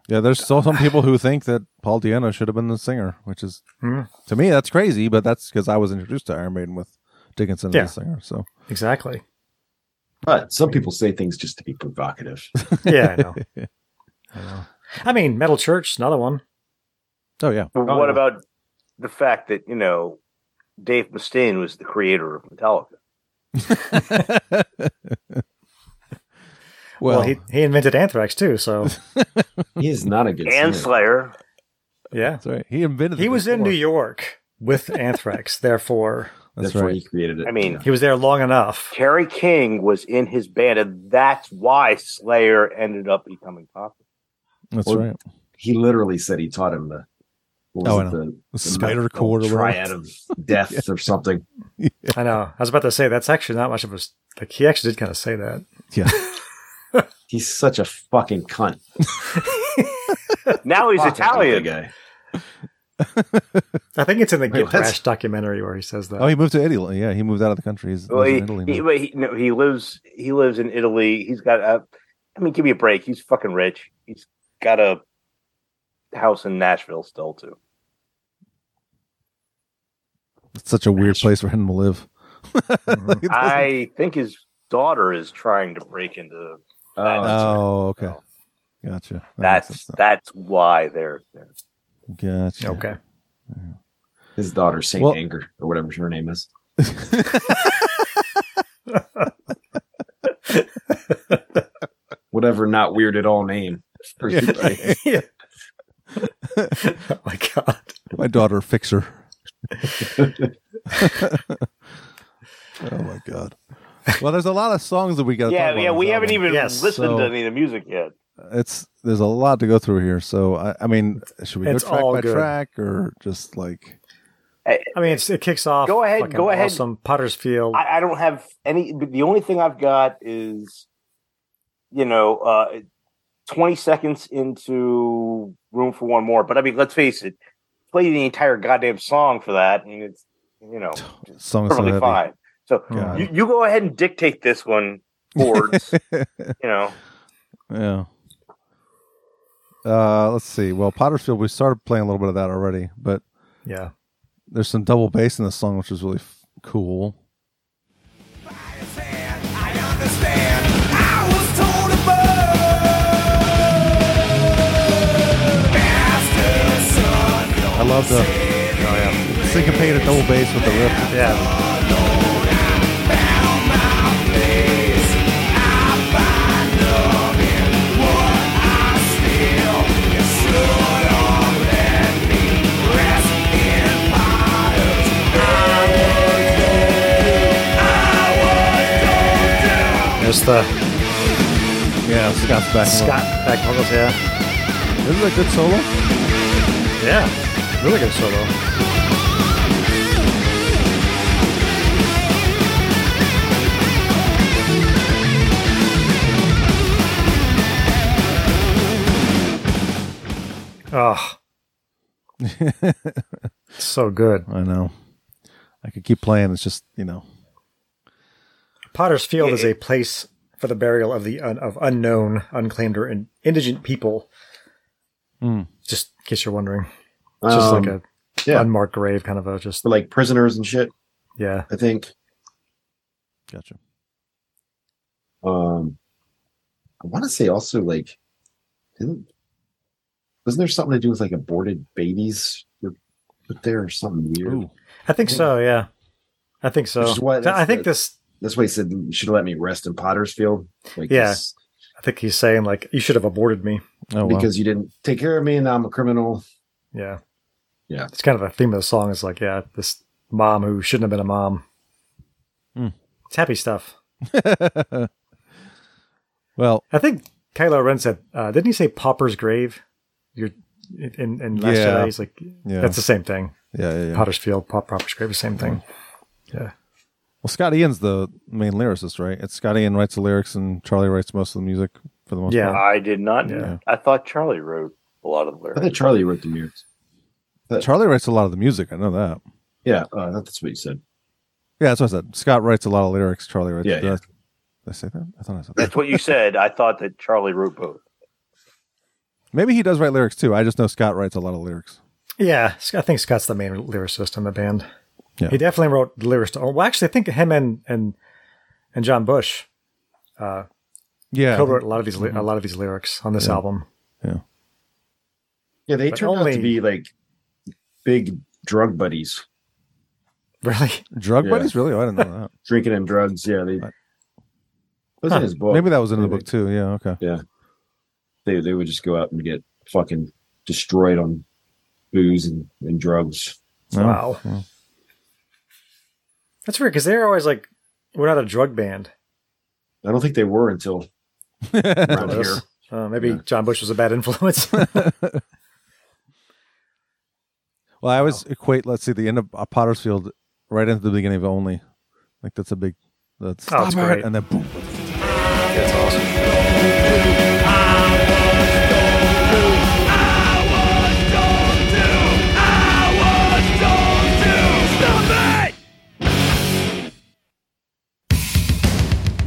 Yeah, there's still some people who think that Paul Diano should have been the singer, which is
Hmm.
to me that's crazy, but that's because I was introduced to Iron Maiden with Dickinson
Yeah.
as the singer. So
exactly.
But some people say things just to be provocative.
Yeah, I know. I know. I mean, Metal Church, another one.
oh yeah,
But what about the fact that you know Dave Mustaine was the creator of Metallica?
well,
well he, he invented Anthrax too, so
He is not a good
And
singer.
Slayer.
yeah.
that's right. He invented.
He
the
was in
guitar.
New York with Anthrax, therefore
That's
Therefore,
right.
he created it.
I mean,
he was there long enough.
Kerry King was in his band, and that's why Slayer ended up becoming popular.
That's
Or-
right.
he literally said he taught him the, what was
Oh,
it,
I know.
the, the
spider
metal
chord or whatever.
triad of death or something.
I know. I was about to say that's actually not much of a s- like. He actually did kind of say that.
Yeah,
He's such a fucking cunt.
Now he's
Fuck, I hate
Italian.
that guy.
I think it's in the
Wait,
Get
what?
Thrashed documentary where he says that.
Oh, he moved to Italy. Yeah, he moved out of the country. He's,
uh, Well,
he's
he,
in Italy
he,
now.
but he, no, he lives he lives in Italy. He's got a. I mean, give me a break. He's fucking rich. He's got a house in Nashville still too.
It's such a weird place for him to live.
Mhm.
It doesn't-
I think his daughter is trying to break into.
Oh,
oh, okay, gotcha. That makes
That's
sense
that's why they're. they're
now. gotcha.
okay.
his daughter Saint
Well-
Anger or whatever her name is. Whatever, not weird at all name. for
Yeah.
everybody.
oh my god.
My daughter fixer. oh my god. Well, there's a lot of songs that we got.
yeah, yeah. We haven't even
Yes,
listened
so-
to any of the music yet.
It's there's a lot to go through here. So I, I mean, should we go
It's
track
all
by
good.
track or just like?
I mean, it's, it kicks off.
Go ahead,
fucking
go ahead.
Awesome Potter's Field.
I, I don't have any. The only thing I've got is, you know, uh, twenty seconds into room for one more. But I mean, let's face it, play the entire goddamn song for that, and it's you know
Songs so
perfectly
heavy.
fine. So
God.
you, you go ahead and dictate this one, Fords. you know,
Yeah. Uh, let's see. Well, Pottersfield, we started playing a little bit of that already, but
yeah.
there's some double bass in this song, which is really f- cool.
I understand. I was told above. Master, son, no
I love the syncopated double bass with the riff.
Yeah. There's the
Yeah, Scott's back. on.
Scott back vocals. Yeah.
This is a good solo.
Yeah. Really good solo. Oh. so good.
I know. I could keep playing. It's just you know.
Potter's Field
Yeah,
is a place for the burial of the un- of unknown, unclaimed, or in- indigent people.
Hmm.
Just in case you're wondering, it's just like a
Um, yeah.
unmarked grave, kind of a just
for like prisoners and shit.
yeah.
I think
Gotcha.
Um, I want to say also like, didn't wasn't there something to do with like aborted babies? Or, but there or something weird.
Ooh.
I think so. Yeah, I think so.
Which is why
So I
that's
think
the-
this.
That's why he said you should let me rest in Pottersfield. Like,
Yeah.
this-
I think he's saying like you should have aborted me.
Oh, wow.
because you didn't take care of me, and now I'm a criminal.
Yeah,
Yeah.
It's kind of the theme of the song. Is like yeah, this mom who shouldn't have been a mom.
Hmm.
It's happy stuff.
well,
I think Kylo Ren said, uh, didn't he say Popper's grave? You're in, in Last
Yeah.
Jedi. He's like,
yeah,
that's the same thing.
yeah, yeah, yeah.
Potter's Field, Pop, Popper's grave, the same thing.
Well, Scott Ian's the main lyricist, right? It's Scott Ian writes the lyrics, and Charlie writes most of the music for the most
Yeah.
part.
I did not.
Yeah.
I thought Charlie wrote a lot of the
I
lyrics.
thought Charlie wrote the lyrics.
Charlie writes a lot of the music. I know that.
Yeah, uh, I thought that's what you said.
Yeah, that's what I said. Scott writes a lot of lyrics. Charlie writes.
Yeah,
did,
yeah.
I, did I say that? I thought I said that.
That's what you said. I thought that Charlie wrote both.
Maybe he does write lyrics too. I just know Scott writes a lot of lyrics.
Yeah, Sc- I think Scott's the main lyricist in the band.
Yeah.
He definitely wrote the lyrics to, oh, well, actually, I think him and, and, and John Bush uh,
Yeah, Mm-hmm.
co-wrote a lot of these, li- a lot of these lyrics on this
Yeah.
album.
Yeah, they
But
turned out
only-
to be like big drug buddies,
Really?
drug
Yeah.
buddies. Really? Oh, I didn't know that.
drinking and drugs. Yeah, they.
Right.
Wasn't
Huh,
his book.
Maybe that was in the
Maybe.
book too. Yeah. Okay.
they they would just go out and get fucking destroyed on booze and, and drugs.
No.
Wow.
Wow.
That's weird because they're always like, we're not a drug band.
I don't think they were until around
Until
here.
this. Uh, maybe
Yeah.
John Bush was a bad influence.
Well, I always equate. Let's see, the end of uh, Potter's Field right into the beginning of Only. Like that's a big. That's
Oh, it's great.
and then boom.
That's awesome.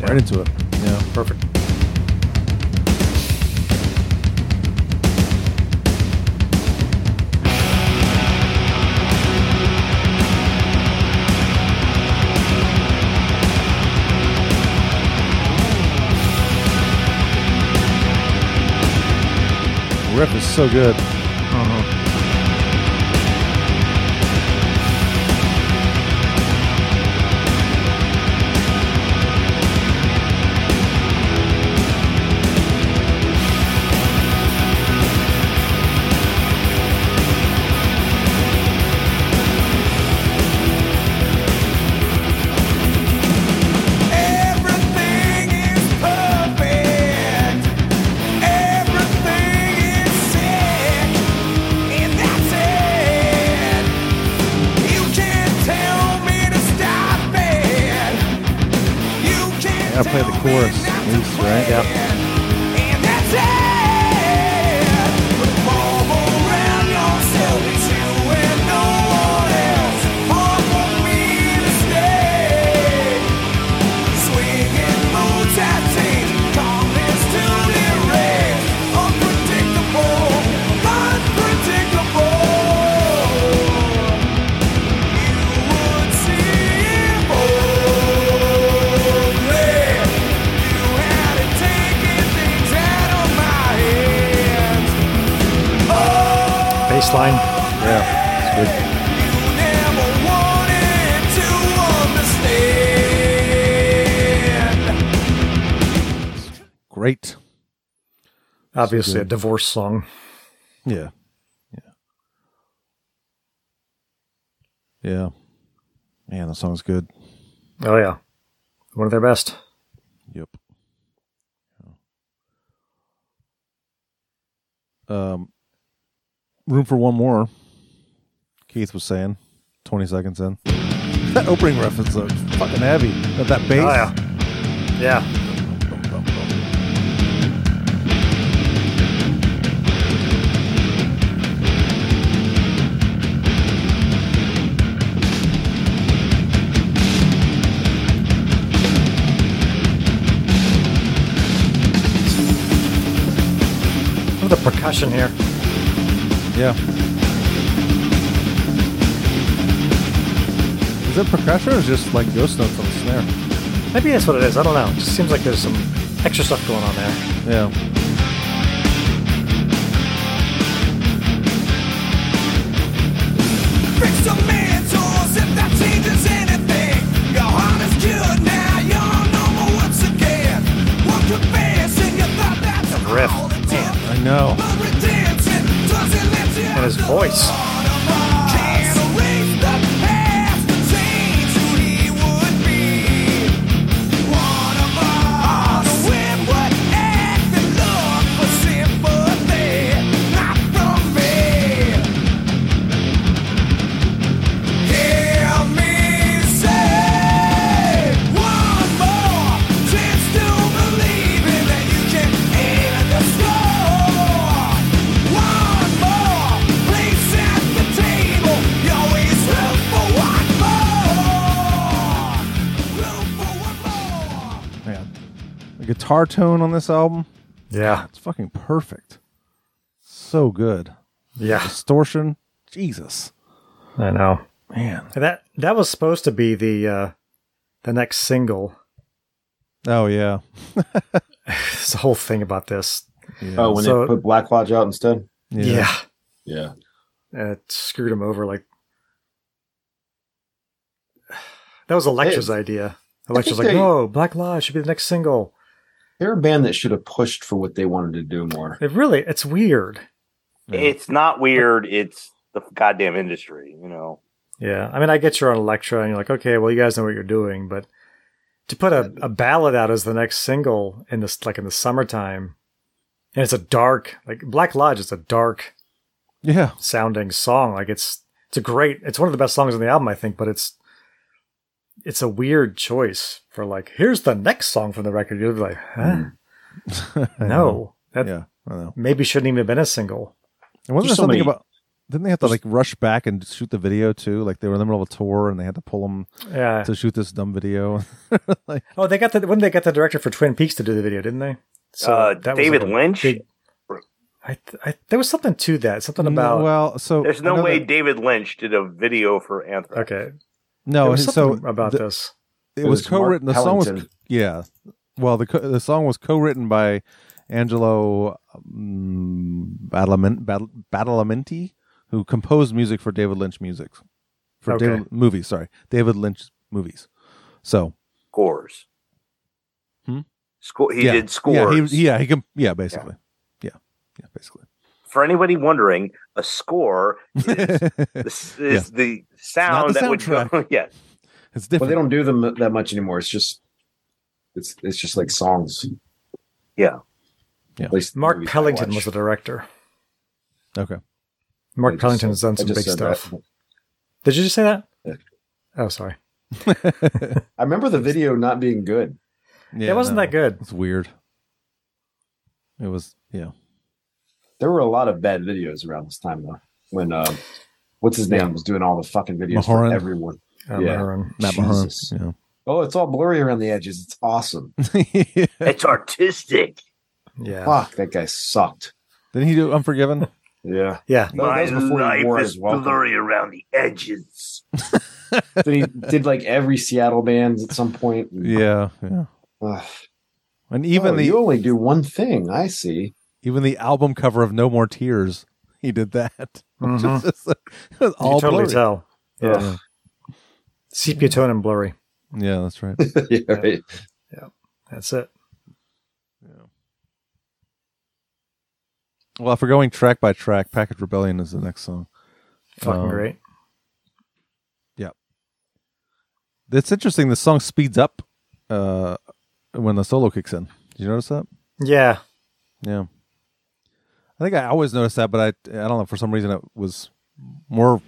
Right into it. Yeah.
Perfect.
Riff is so good.
Everything is perfect. Everything is sick, and that's it. You can't tell me to stop it. You can't
Gotta play
tell
the
me
chorus
not
at
to
least, right?
quit. And that's it. Put a bulb around yourself, it's you and no one else. Hard for me to stay. Swinging moods have changed, calmness to the red. Unpredictable, unpredictable. You would see it only. You hadn't taken things out of my hands. Oh,
Baseline.
you never wanted to understand.
Great.
Obviously, a divorce song.
Yeah. Yeah. Yeah. Man, that song's good.
Oh yeah, one of their best.
Yep. Um, room for one more. Keith was saying, twenty seconds in. That opening reference though, it's fucking heavy. That, that bass.
Oh yeah, yeah. Some of the percussion here.
Yeah. Is it percussion or is it just like ghost notes on the snare?
Maybe that's what it is. I don't know. It just seems like there's some extra stuff going on there.
Yeah.
Fix some mentors if that changes anything. Your heart is cured now. You're normal once again. One confession, you thought that's
riff.
all it took.
I know.
But redemption doesn't let you
And his voice.
Can't erase the past to change who he would be. One of us. The wind would act and look for sympathy, not from me. Hear me say one more chance to believe in that you can even the score. One more place at the table. You always room for one more. Room for one more.
Man. The guitar tone on this album,
Yeah.
it's fucking perfect. So good.
Yeah.
Distortion. Jesus.
I know.
Man.
And that that was supposed to be the uh the next single.
Oh yeah.
This whole thing about this.
Oh, when
So-
they put Black Lodge out instead.
yeah.
Yeah,
and it screwed him over. Like that was Electra's idea. Electra's like,
they-
"No, Black Lodge should be the next single."
they're a band that should have pushed for what they wanted to do more.
It really, it's weird.
It's not weird. It's the goddamn industry, you know.
Yeah, I mean, I get you're on Electra, and you're like, "Okay, well, you guys know what you're doing," but to put a, a ballad out as the next single in this, like in the summertime, and it's a dark, like Black Lodge is a dark
Yeah.
sounding song. Like it's it's a great, it's one of the best songs on the album, I think. But it's it's a weird choice for like, here's the next song from the record. You're like, huh?
Hmm.
no, that
Yeah. I know.
maybe shouldn't even have been a single.
And wasn't there
There's so
something
many-
about? Didn't they have to like rush back and shoot the video too? Like they were in the middle of a tour and they had to pull them
Yeah.
to shoot this dumb video. like,
Oh, they got the when they got the director for Twin Peaks to do the video, didn't they? So
uh,
that was,
David
like, a
Lynch.
big- I, th- I, there was something to that. Something about
well, so
There's
I
no
know
way
that-
David Lynch did a video for Anthrax.
okay. there
no,
was
and so
something about
the-
this.
it
It
was
was Mark
co-written. The song was
Pellington.
yeah. Well, the co- the song was co-written by Angelo um, Badalamenti, Bad- Badalamenti, who composed music for David Lynch music for
Okay.
David movies. Sorry, David Lynch movies. So
Scores.
Hmm?
Score. He
yeah.
did scores.
Yeah, he, yeah, he com- yeah, basically. Yeah, yeah, basically.
For anybody wondering, a score is, is the sound
the
that would go.
soundtrack.
yeah.
it's
But they
different.
don't do them that much anymore. It's just it's it's just like songs.
Yeah.
Yeah.
At least the
Mark
movies I
Pellington
watch.
was the director.
okay.
I
Mark
just
Pellington
said-
has done
I
some
just
big
said that.
stuff. Did you just say that?
Yeah.
Oh, sorry.
I remember the video not being good.
Yeah,
it wasn't
no.
that good.
It's weird. It was yeah.
There were a lot of bad videos around this time though. When uh, what's his name was doing all the fucking videos
Mahoran.
for everyone.
Oh,
Um,
Yeah.
Aaron.
Matt Mahomes.
Jesus. Oh, it's all blurry around the edges. It's awesome.
Yeah.
It's artistic.
yeah.
Fuck, that guy sucked.
Didn't he do Unforgiven?
Yeah.
Yeah.
No, that
My
was before he
life
wore
is
his welcome.
blurry around the edges.
Then he did like every Seattle bands at some point.
yeah, yeah.
Ugh.
And even
Oh,
the
you only do one thing. I see.
even the album cover of No More Tears, he did that.
Mhm.
It's just- it was
You
all
totally
blurry.
tell. Yeah.
Ugh.
Sepia tone and blurry.
Yeah, that's right.
Yeah, right.
That's it.
well, if we're going track by track, Package Rebellion is the next song.
Fucking
Um,
great.
It's interesting. The song speeds up uh, when the solo kicks in. Did you notice that?
Yeah.
Yeah. I think I always noticed that, but I I don't know for some reason it was more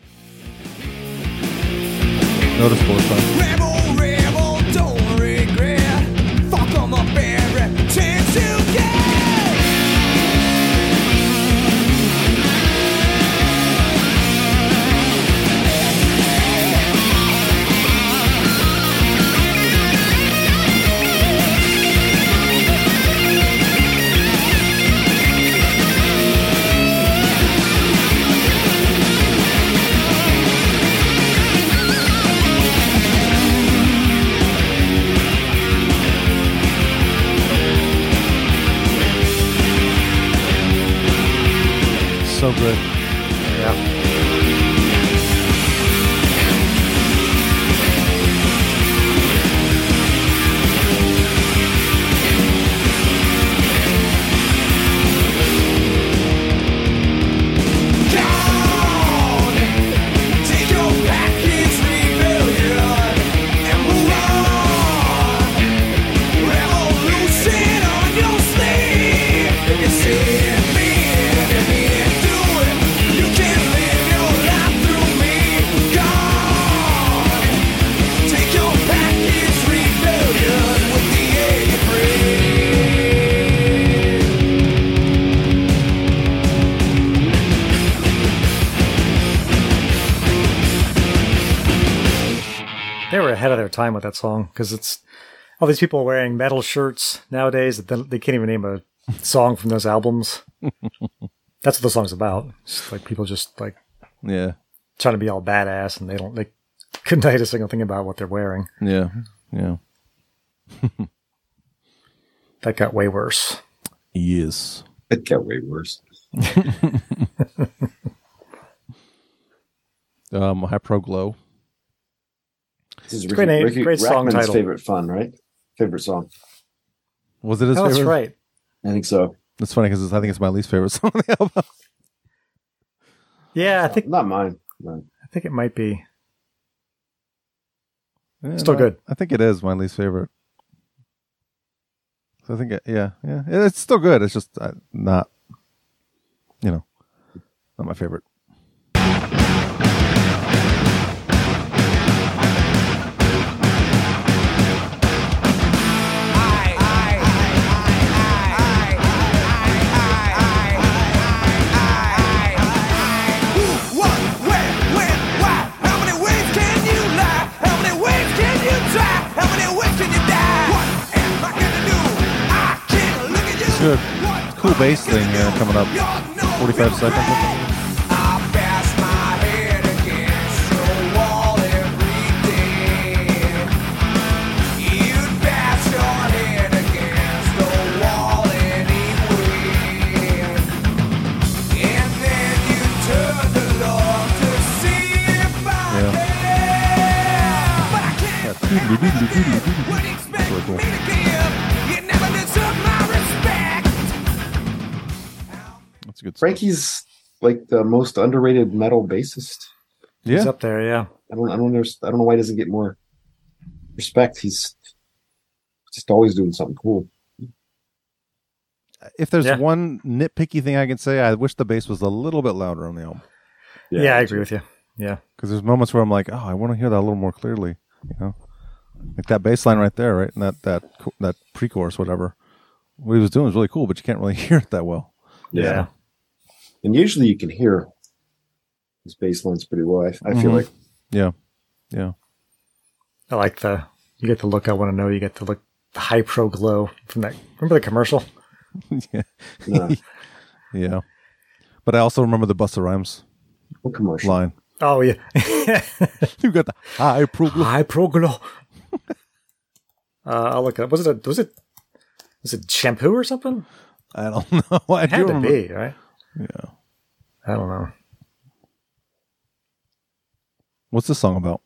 noticeable this time.
Rebel, rebel, don't regret. Fuck 'em up every chance you get.
Day.
They were ahead of their time with that song because it's all these people wearing metal shirts nowadays that they- they can't even name a song from those albums. That's what the song's about. It's like people just like
Yeah.
trying to be all badass and they don't they couldn't tell you a single thing about what they're wearing.
Yeah. Yeah.
That got way worse.
Yes.
It got way worse.
Um, Hypro Glow.
This is
Great name- great song
Rackman's
title.
favorite fun, right? Favorite song.
Was it his
Oh,
favorite?
that's right.
I think so.
That's funny because I think it's my least favorite song on the album.
Yeah, I think
Not mine. No.
I think it might be.
Yeah,
Still
no,
good.
I think it is my least favorite. So I think, it, yeah, yeah, it- it's still good. It's just uh, not, you know, not my favorite. Good. Cool bass thing here coming up. 45 seconds.
I bash my head against your wall every day. You bash your head against the wall anyway. And then you turn to look to see if I'm
Yeah.
there. But I can't
Yeah.
find a gift. What do you expect
Really cool.
me to give? You never deserve my respect.
That's a good. song.
Frankie's like the most underrated metal bassist.
It's
yeah,
up there, yeah.
I don't. I don't. Understand, I don't know why he doesn't get more respect. He's just always doing something cool.
if there's
Yeah.
one nitpicky thing I can say, I wish the bass was a little bit louder on the album
Yeah, I agree with you. Yeah.
because there's moments where I'm like, oh, I want to hear that a little more clearly. You know, like that bass line right there, right? And that that co- that pre-chorus, whatever. What he was doing was really cool, but you can't really hear it that well.
Yeah.
And usually you can hear his bass lines pretty well. I, I feel
Mhm.
like
Yeah, yeah.
I like the you get the look I want to know, you get the look the high pro glow from that remember the commercial?
yeah,
no,
yeah. But I also remember the Busta Rhymes
no commercial.
line.
Oh yeah.
You got the high pro glow.
high pro glow. uh, I'll look it up. Was it a was it was it shampoo or something?
I don't know. I
It had
do
to
remember.
be, right?
Yeah.
I don't know.
What's this song about?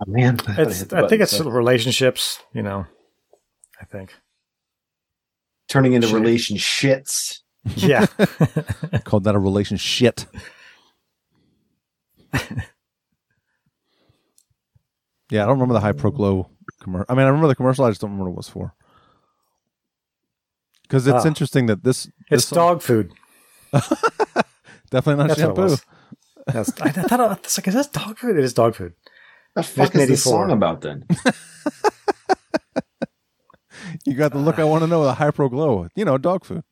Oh, man, I, thought I hit
It's
the
I
button,
think it's
so-
relationships, you know. I think.
turning into
Shit.
relationships.
Yeah.
Called that a relationship? yeah, I don't remember the high pro glow commercial. I mean, I remember the commercial. I just don't remember what it was for. Because it's
Ah.
interesting that this this
it's
song-
dog food.
definitely not
That's what it
shampoo.
was. That's, I, I thought I was like, is that dog food? It is dog food.
What the fuck is this
1984.
song about then?
You got the look I want to know. The high pro glow. You know, dog food.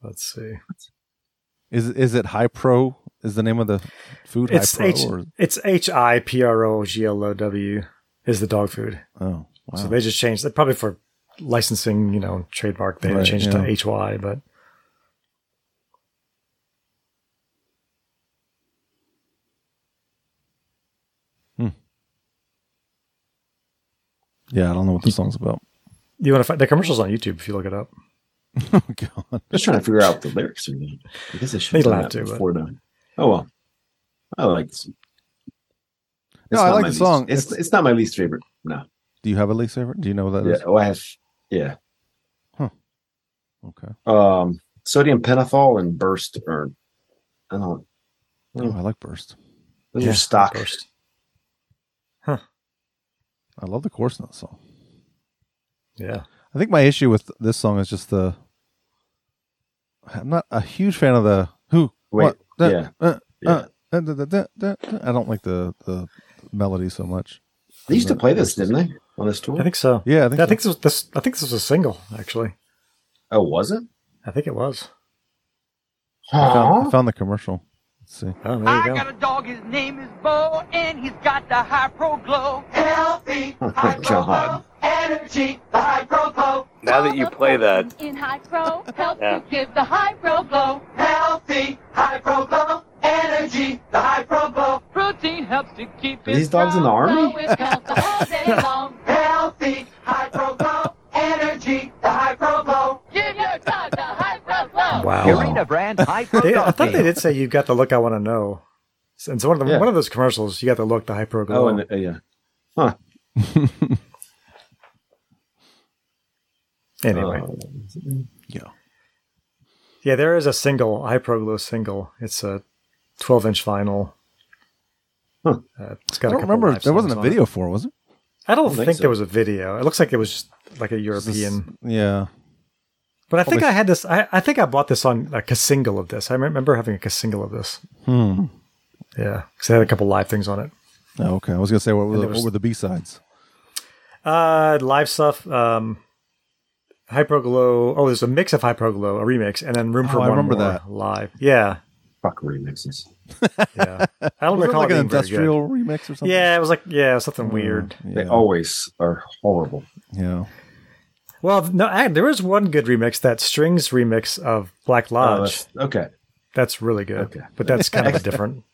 Let's see.
Is is it high pro? Is the name of the food high
It's
pro?
H
or,
it's H I P R O G L O W is the dog food.
oh, wow.
So they just changed that probably for licensing, you know, trademark. They
Right,
changed
yeah.
to H Y, but
yeah, I don't know what the song's about.
You want to find the commercials on YouTube if you look it up.
Oh god.
Just trying to figure out the lyrics. Really. I guess I should
They'd
have done
have
that
to, but-
before done. Oh well, I like this. It's
No, I
not
like
my
the
least-
song.
It's it's not my least favorite. No.
Do you have a least favorite? Do you know what that
Yeah.
is?
Oh, I have. Yeah.
Okay.
Um, sodium pentothal and burst urn. I don't.
Oh, I like Burst.
Those are stock.
first.
I love the chorus in that song.
Yeah.
I think my issue with this song is just the. I'm not a huge fan of the who.
Wait,
what, da,
yeah,
uh,
yeah.
uh, da, da, da, da, da. I don't like the the melody so much.
They used to play this, didn't they? On this tour?
I think so.
Yeah, I
I
think,
think, this was this. I think this was a single actually.
oh, was it?
I think it was.
so. I, found, I
Huh?
found the commercial. Let's see.
Oh, there you go.
a dog, his name is Bo, and he's got the high pro glow. Healthy,
Oh, my God.
energy, the high pro glow.
Now that you play that,
In high pro, help
Yeah.
to give the high pro glow.
Healthy, high pro glow, energy, the high pro glow.
Protein helps to keep
Are these dogs in the army?
Healthy, high pro glow, energy, the high pro glow.
Wow.
brand high pro
They- I thought they did say you got the look I want to know. So- And so one of the
Yeah.
one of those commercials, you got the look, the hyper glow.
Oh, and uh, yeah.
anyway,
Uh,
Um,
yeah, there is a single hyper glow single. It's a twelve inch vinyl.
Huh.
Uh, it's
I
got a
don't
couple
remember.
live
There wasn't
songs
a
on it.
video for, it, was it?
I don't think,
think so.
there was a video. It looks like it was just like a European.
Yeah.
But I think
probably-
I had this. I, I think I bought this on like a single of this. I remember having a single of this.
Hmm.
Yeah, because it had a couple live things on it.
Oh, okay. I was gonna say what were
And
the,
there was-
what were the B sides?
Uh, live stuff. Um, Hyperglow. Oh, there's a mix of Hyperglow, a remix, and then Room for
Oh, I
One
remember
More
that.
live. Yeah,
fuck remixes.
yeah. I don't
Was it
recall
like
it
an
being very good.
industrial remix or something? Hmm.
Yeah, it was like yeah, it was something weird.
Yeah.
They always are horrible.
yeah.
Well, no, I, there was one good remix, that Strings remix of Black
Oh,
Lodge.
that's- okay.
that's really good.
Okay.
But that's kind of a different.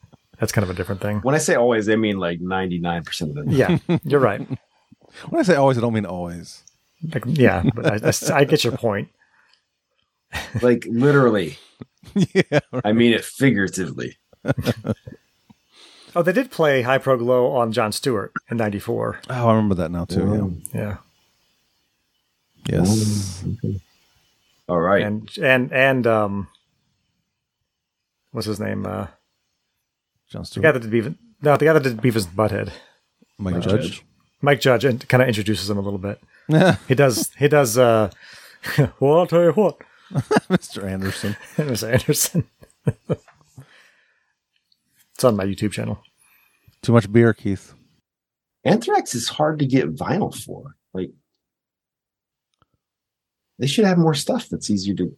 That's kind of a different thing.
When I say always, I mean like ninety nine percent of the time.
Yeah, you're right.
When I say always, I don't mean always.
Like, yeah, but I- I, I get your point.
like literally.
yeah.
I mean it figuratively.
Oh, they did play High Pro Glow on John Stewart in '94.
Oh, I remember that now too. Yeah.
Yeah,
Yes.
All right.
and and and um, what's his name? Uh,
John
the
Stewart.
guy that did Beavis. No, the guy that did Beavis and Butthead.
Mike
Mike
Judge.
Mike Judge and kind of introduces him a little bit.
Yeah,
He does. he does. Uh, well, I'll tell you what,
Mr. Anderson.
Mr. Anderson. it's on my YouTube channel.
Too much beer, Keith.
Anthrax is hard to get vinyl for. Like they should have more stuff that's easier to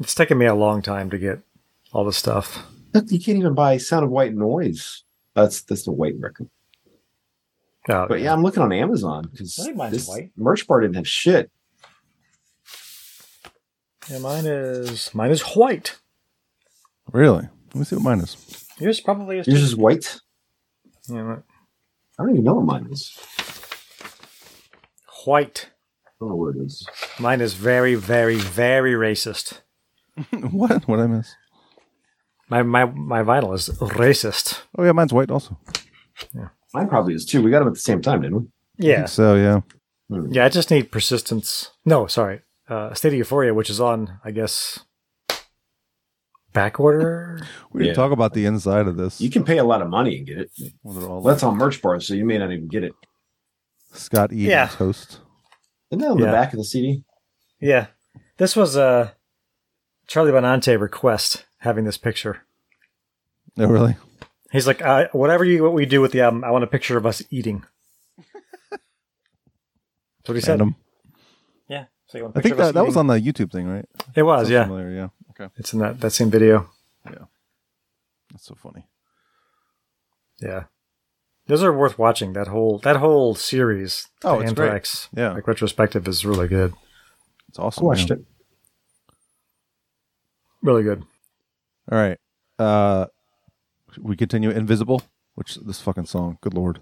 It's taken me a long time to get all the stuff.
Look, you can't even buy Sound of White Noise. That's that's the white record.
Oh,
But yeah, I'm looking on Amazon because
I think mine's
this
white.
merch bar didn't have shit.
yeah, mine is mine is white.
Really? Let me see what mine is.
Yours probably is.
Yours is white.
Yeah, right.
I don't even know what mine is.
White.
I don't know where it is.
Mine is very, very, very racist.
what? What did I miss?
My my my vinyl is racist.
Oh yeah, mine's white also.
Mine probably is too. We got them at the same time, didn't we?
Yeah,
So yeah.
yeah. I just need persistence. No, sorry. Uh, State of Euphoria, which is on, I guess, back order.
We didn't
Yeah.
talk about the inside of this.
You can pay a lot of money and get it.
Well, they're all
Well, that's on merch bars, so you may not even get it.
Scott E.
Yeah.
Toast.
Isn't that on
Yeah.
the back of the CD?
Yeah, this was uh, Charlie Bonante request having this picture.
No, Oh, really?
He's like, uh, whatever you what we do with the album, I want a picture of us eating. That's what he said.
Random.
Yeah. So you want a
I
picture
think
of us
that, that was
eating?
on the YouTube thing, right?
It was,
Sounds
yeah.
Familiar, yeah. Okay.
It's in that that same video.
That's so funny.
Yeah. Those are worth watching. That whole that whole series,
Oh,
the
it's great.
Anthrax,
Yeah.
like retrospective, is really good.
It's awesome.
Watched
man.
it.
Really good.
All right. Uh we continue Invisible, which this fucking song, good lord.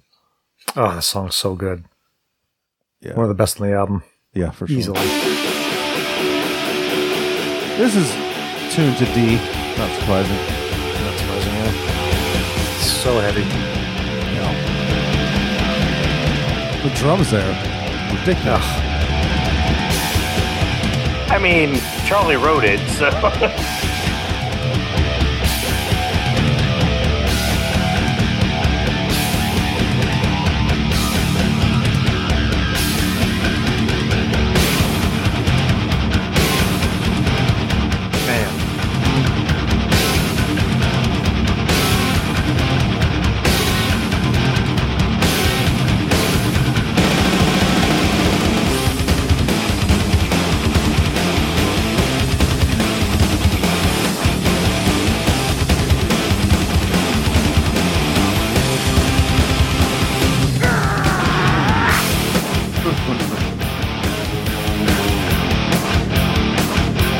Oh, that song's so good.
Yeah.
One of the best on the album.
Yeah, for sure.
Easily.
This is tuned to D. Not surprising. Not surprising.
So heavy.
The drums there, ridiculous.
I mean, Charlie wrote it, so
Man.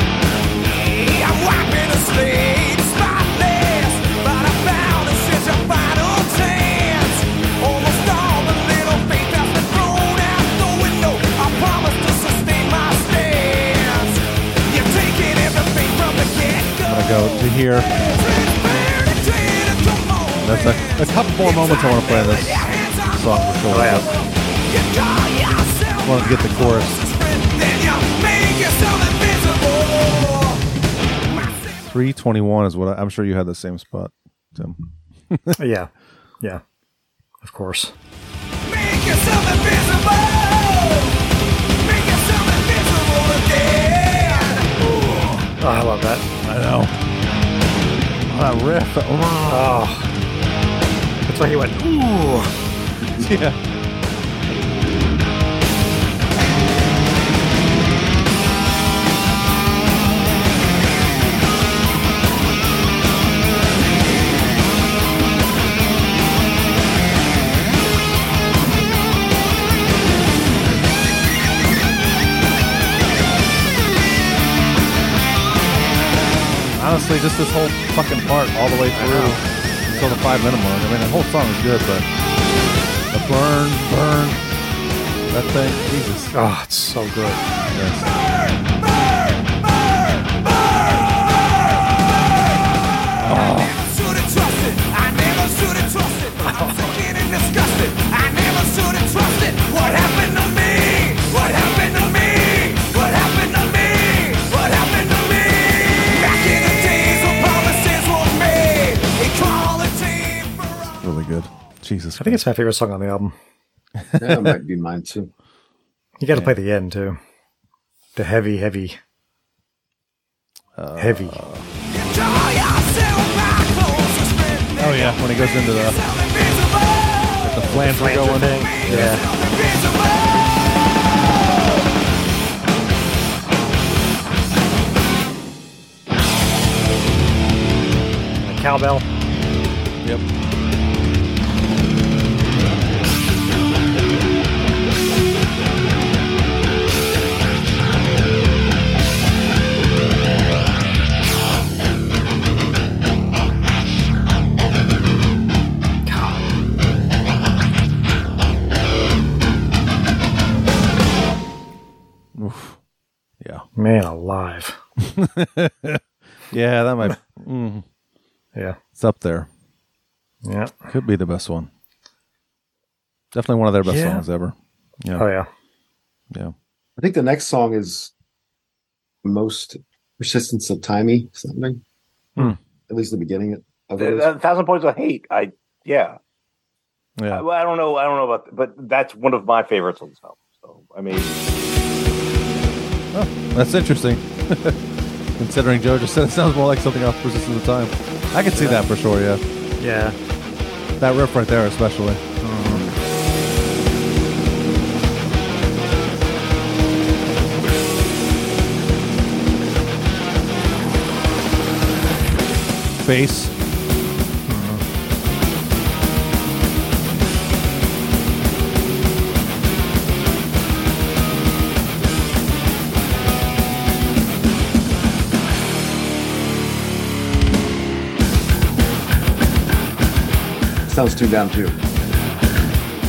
I'm wiping the slate spotless, but I found this is your final chance. Almost all the little faith that's been thrown out the window. I promise to sustain my stance. You're taking everything from the get-go.
I'm gonna go to here. That's a, a couple more moments I want to play this song for sure. I want to get the chorus.
Then you make yourself invisible.
Three twenty-one is what I, I'm sure you had the same spot, Tim.
yeah. Yeah. Of course.
Make yourself invisible. Make yourself invisible again.
Oh, I love that.
I know. That riff.
Oh. That's why Oh. he went, ooh.
yeah. Honestly, just this whole fucking part all the way through until the five minute mark. I mean, the whole song is good, but the burn, burn, that thing, Jesus.
Oh, it's so good.
Yes.
Should have trusted. I never should have trusted. I'm thinking and disgusted. I never should have trusted. What happened to me? What happened to me? What happened to me? What happened to me? Back in the days when promises were made, equality for all.
Really good. Jesus.
I think it's my favorite song on the album.
that might be mine too.
You got to play the end, too. The heavy, heavy.
Uh,
heavy.
Draw yourself back closer, spin
Oh yeah, when it goes into the
yourself invisible.
the flames are going.
thing. Yeah. The cowbell.
Yep. Oof. Yeah.
Man alive.
Yeah, that might. mm,
Yeah.
it's up there.
Yeah.
Could be the best one. Definitely one of their best
Yeah.
songs ever. Yeah.
Oh, yeah.
Yeah.
I think the next song is most persistence of timey something.
Hmm.
At least the beginning of it.
a thousand points of hate. I yeah.
Yeah.
I, well, I don't know. I don't know about, but that's one of my favorites on this album. So I mean,
That's interesting. Considering Joe just said it sounds more like something off Persistence of Time. I could see that for sure, yeah.
Yeah.
That riff right there, especially. Uh-huh. Bass.
Sounds too down too.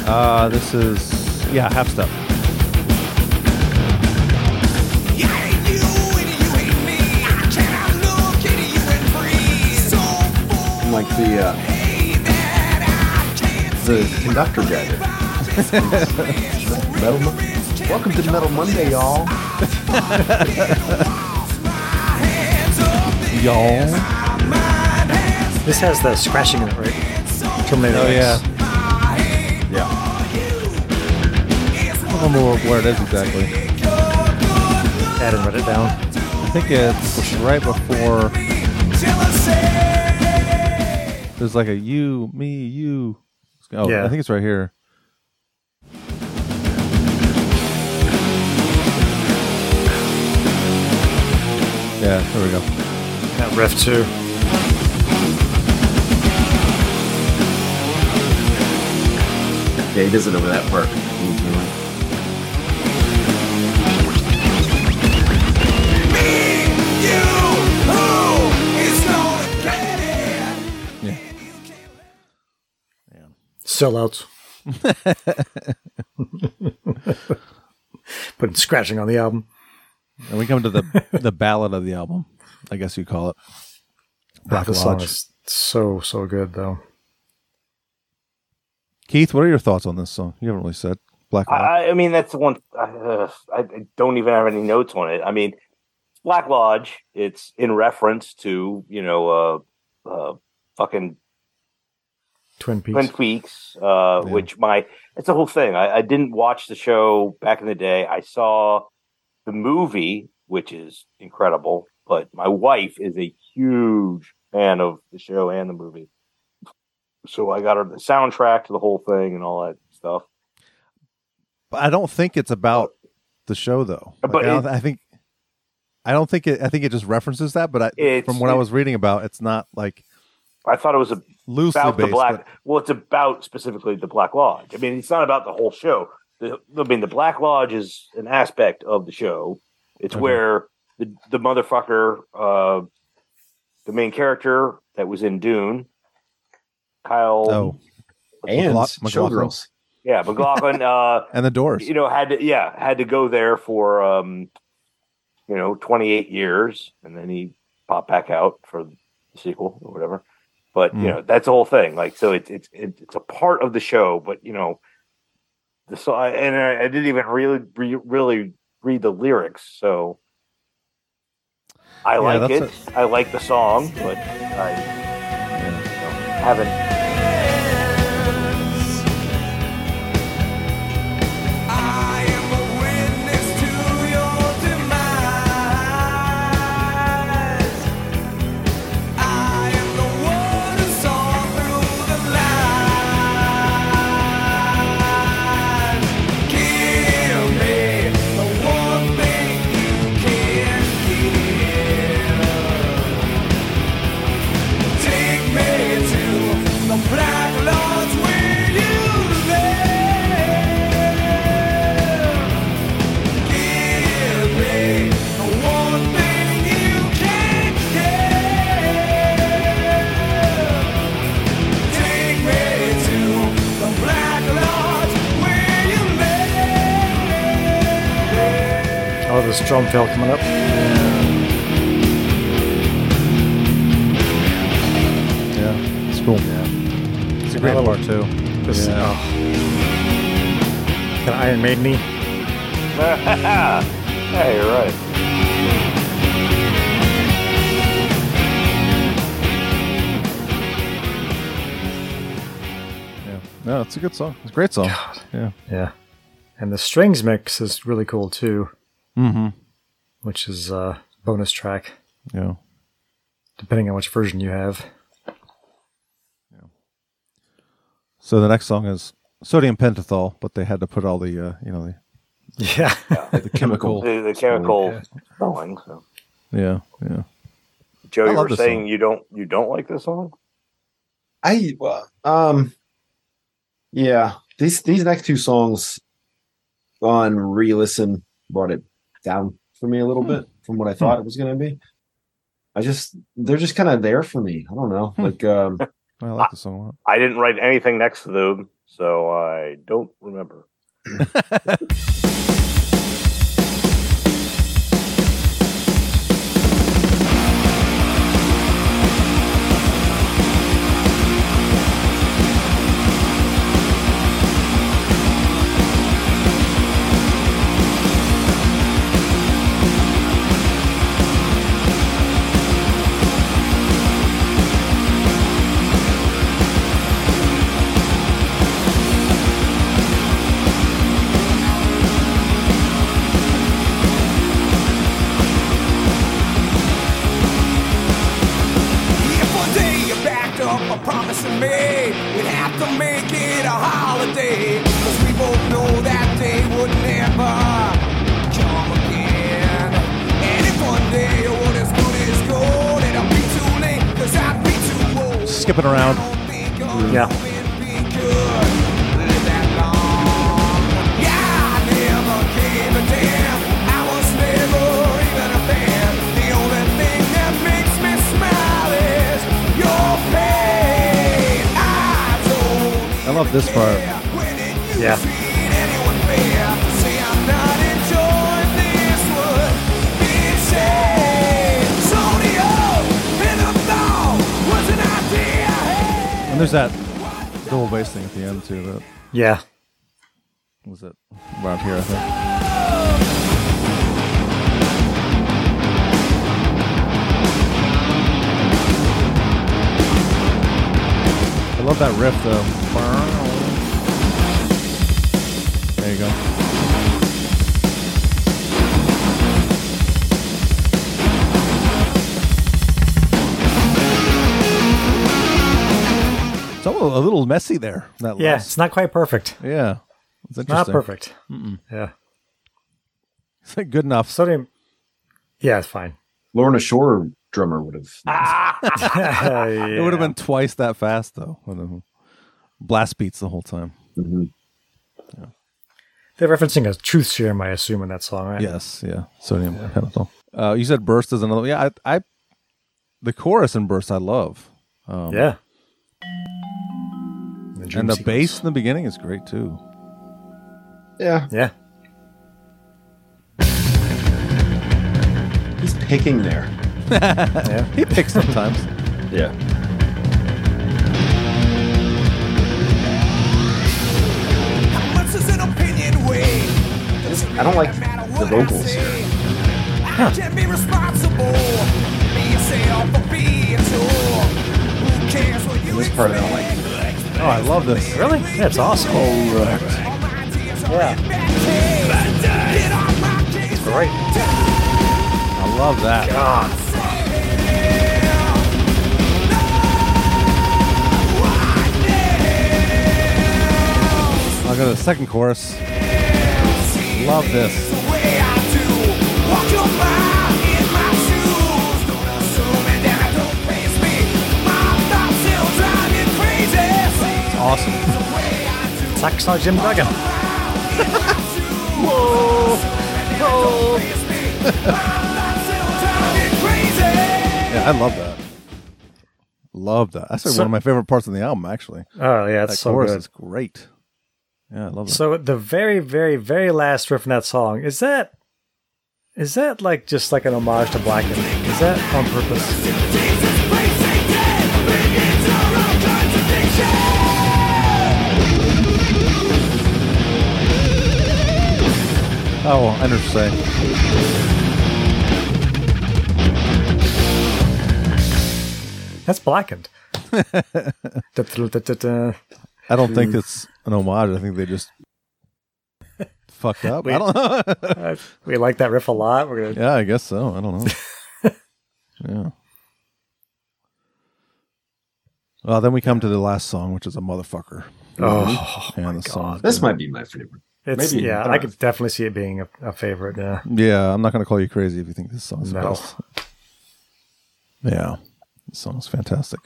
Uh, this is, yeah, half step.
like the uh, the conductor guy there. Metal Mon- Welcome to Metal Monday, y'all.
Y'all.
This has the scratching in it, right? Terminator.
Oh,
X.
Yeah.
I don't remember where it is exactly.
I didn't write it down.
I think it's right before. There's like a you, me, you. Oh,
Yeah.
I think it's right here. Yeah, there we go.
That riff too.
Yeah, he does it over that part. Mhm.
Sellouts. Putting scratching on the album.
And we come to the the ballad of the album, I guess you call it. Black
the song
Lodge.
is so so good though.
Keith, what are your thoughts on this song? You haven't really said Black Lodge.
I, I mean, that's the one. Uh, I I don't even have any notes on it. I mean, Black Lodge. It's in reference to you know, uh, uh, fucking
Twin Peaks.
Twin Peaks, uh,
Yeah.
which my it's a whole thing. I, I didn't watch the show back in the day. I saw the movie, which is incredible. But my wife is a huge fan of the show and the movie, so I got her the soundtrack to the whole thing and all that stuff.
But I don't think it's about the show though. Like,
But
I, don't-
it-
I think I don't think it. I think it just references that. But I,
It's-
from what I was reading about, it's not like
I thought it was a
loosely
about
based.
the black.
but-
Well, it's about specifically the Black Lodge. I mean, it's not about the whole show. The, I mean, the Black Lodge is an aspect of the show. It's
Okay.
where the the motherfucker, uh, the main character that was in Dune, Kyle,
oh,
And
McLaugh-
showgirls.
yeah, McLaughlin, uh,
and the Doors.
you know, had to, yeah, had to go there for um, you know, twenty eight years, and then he popped back out for the sequel or whatever. But
Hmm.
you know, that's the whole thing. Like, so it's it's it, it's a part of the show, but you know, the so I, and I, I didn't even really re, really read the lyrics, so I like it.
that's
I like the song, but I you know, haven't.
Take me to the black lords where you live. Give me the one thing you can't give. Take me to the black lords where you live.
Oh, this drum fill coming up.
yeah, it's cool. It's a great
Another
part
one.
too.
This
Yeah.
kind of Iron Maiden.
yeah, you're right.
Yeah, no, it's a good song. It's a great song. Yeah.
Yeah, and the strings mix is really cool too,
Mm-hmm.
which is a bonus track
Yeah.
depending on which version you have.
So the next song is sodium pentothal, but they had to put all the uh, you know the
Yeah,
The chemical.
The, the chemical spelling. So.
yeah yeah.
Joe,
I
you
love
were
this
saying
song.
you don't you don't like this song.
I well, um, yeah. These these next two songs on re-listen brought it down for me a little bit from what I thought it was going to be. I just they're just kind of there for me. I don't know. Like um
I like the song a lot.
I didn't write anything next to them, so I don't remember.
Take to make it a holiday. Cause we both know that day would never come again. And if one day it would as good as gold, it'll be too late. Cause I'd be too old.
Skipping around.
Yeah.
I love this part.
Yeah.
And there's that double bass thing at the end too. That
Yeah.
was it around here, I think. I love that riff though. There you go. It's almost a little messy there. That
Yeah.
last-
It's not quite perfect.
yeah. It's interesting.
Not perfect. Yeah.
It's like good enough.
Sodium. Yeah, it's fine.
Lorna Shore drummer would have.
It would have been twice that fast though. with the Blast beats the whole time.
They're referencing a truth serum, I assume, in that song, right?
Yes, yeah. Sodium pentothal. Uh, you said burst is another. Yeah, I, I the chorus in burst I love, um,
Yeah. dream
and the
sequence.
bass in the beginning is great too.
Yeah,
Yeah.
he's picking there.
He picks sometimes.
Yeah. I don't like the vocals here.
I can be responsible. Me say all for being tool. Who cares what you
This part I don't like.
Oh, I love this.
Really? Yeah, it's awesome.
Oh,
uh,
uh,
Right.
I love that.
Ah,
I'll go to the second chorus. Love this. Awesome.
Saxon Jim Duggan.
Yeah, I love that. Love that. That's like
So-
one of my favorite parts of the album, actually.
Oh, yeah,
That
it's so
chorus
good.
is great. Yeah, I love that.
So the very, very, very last riff in that song is that is that like just like an homage to Blacken? Is that on purpose?
Oh, I understand.
That's blackened. Da-da-da-da-da.
I don't think it's an homage. I think they just fucked up. I don't know.
Uh, we like that riff a lot. We're gonna
yeah, I guess so. I don't know. yeah. Well, then we come to the last song, which is a motherfucker.
oh,
and the song.
This might be my favorite.
it's
Maybe-
yeah.
I don't
I
know.
could definitely see it being a, a favorite. Yeah,
Yeah, I'm not going to call you crazy if you think this song's the
No.
best. Yeah, this song's fantastic.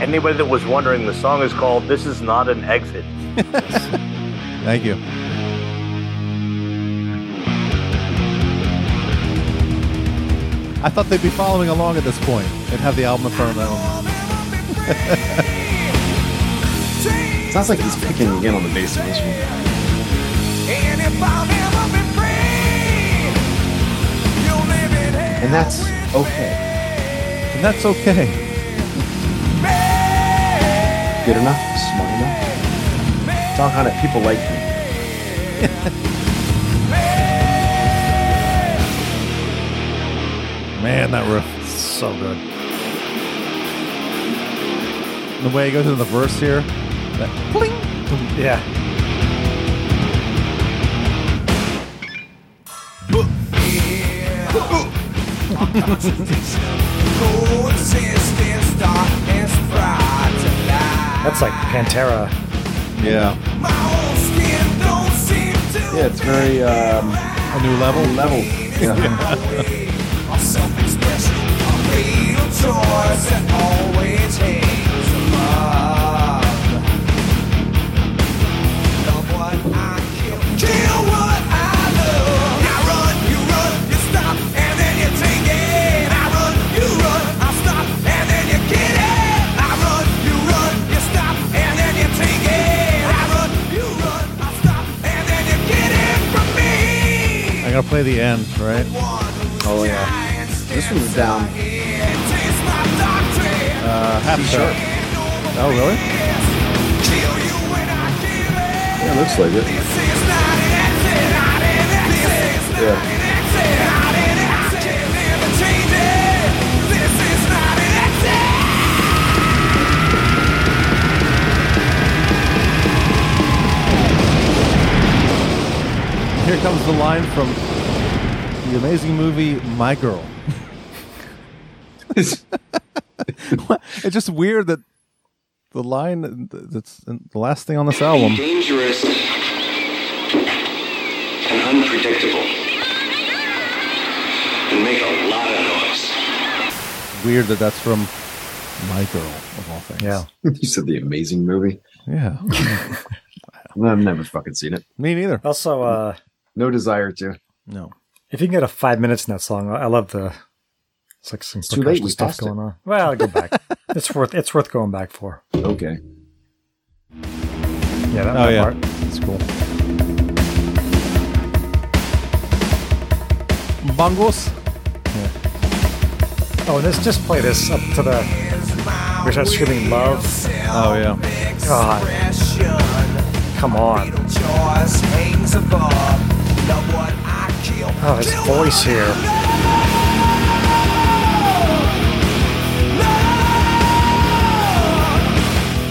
Anybody that was wondering, the song is called "This Is Not an Exit."
Thank you. I thought they'd be following along at this point and have the album in front of them.
Sounds like he's picking again on the bass in this one.
And if I'll never be free, you'll live in hell
And that's
with
okay.
And that's okay.
me.
Good enough, smart enough. Doggone it, people like me.
Man, that riff.
so good.
The way it goes into the verse here. That pling.
Yeah,
Cold Existence, dark and bright to light.
That's like Pantera.
Yeah.
My old skin don't seem to
Yeah, it's very um,
A new level.
level.
away. Our self-expression, a real choice that always hangs above. Love what I kill, kill what I love. I run, you run, you stop, and then you take it. I run, you run, I stop, and then you get it. I run, you run, you stop, and then you take it. I run, you run, I stop, and then you get it from me.
I gotta play the end, right?
Oh yeah.
This one's down.
Uh, half
sharp.
Oh, really?
Yeah, it looks like it. Yeah.
Here comes the line from the amazing movie My Girl. it's just weird that the line th- that's in the last thing on this album.
Dangerous and unpredictable. And make a lot of noise.
Weird that that's from My Girl of all things.
Yeah.
you said the amazing movie.
Yeah.
I've never fucking seen it.
Me neither.
Also, uh,
No desire to.
No.
if you can get a five minutes in that song, I I love the. It's like some
It's too late,
percussion
we
stuff
passed it.
going on. Well, go back. it's worth it's worth going back for.
Okay.
Yeah, that,
Oh,
that
yeah.
part. It's cool.
Bongos.
Oh, and this just play this up to the. We start screaming love.
Oh yeah.
God, come on.
Choice hangs above. Love what I kill.
Oh, his
kill
voice
what I
here.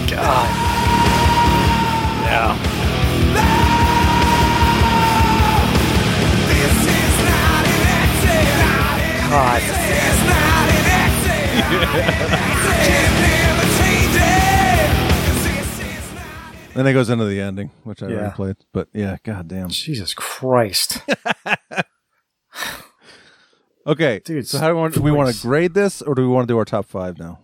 God.
This is not an accident.
God.
This is not an accident.
Then it goes into the ending, which I
Yeah.
already played. But yeah, goddamn.
Jesus Christ.
Okay,
Dude,
So how do we want, do we want to
voice.
grade this, or do we want to do our top five now?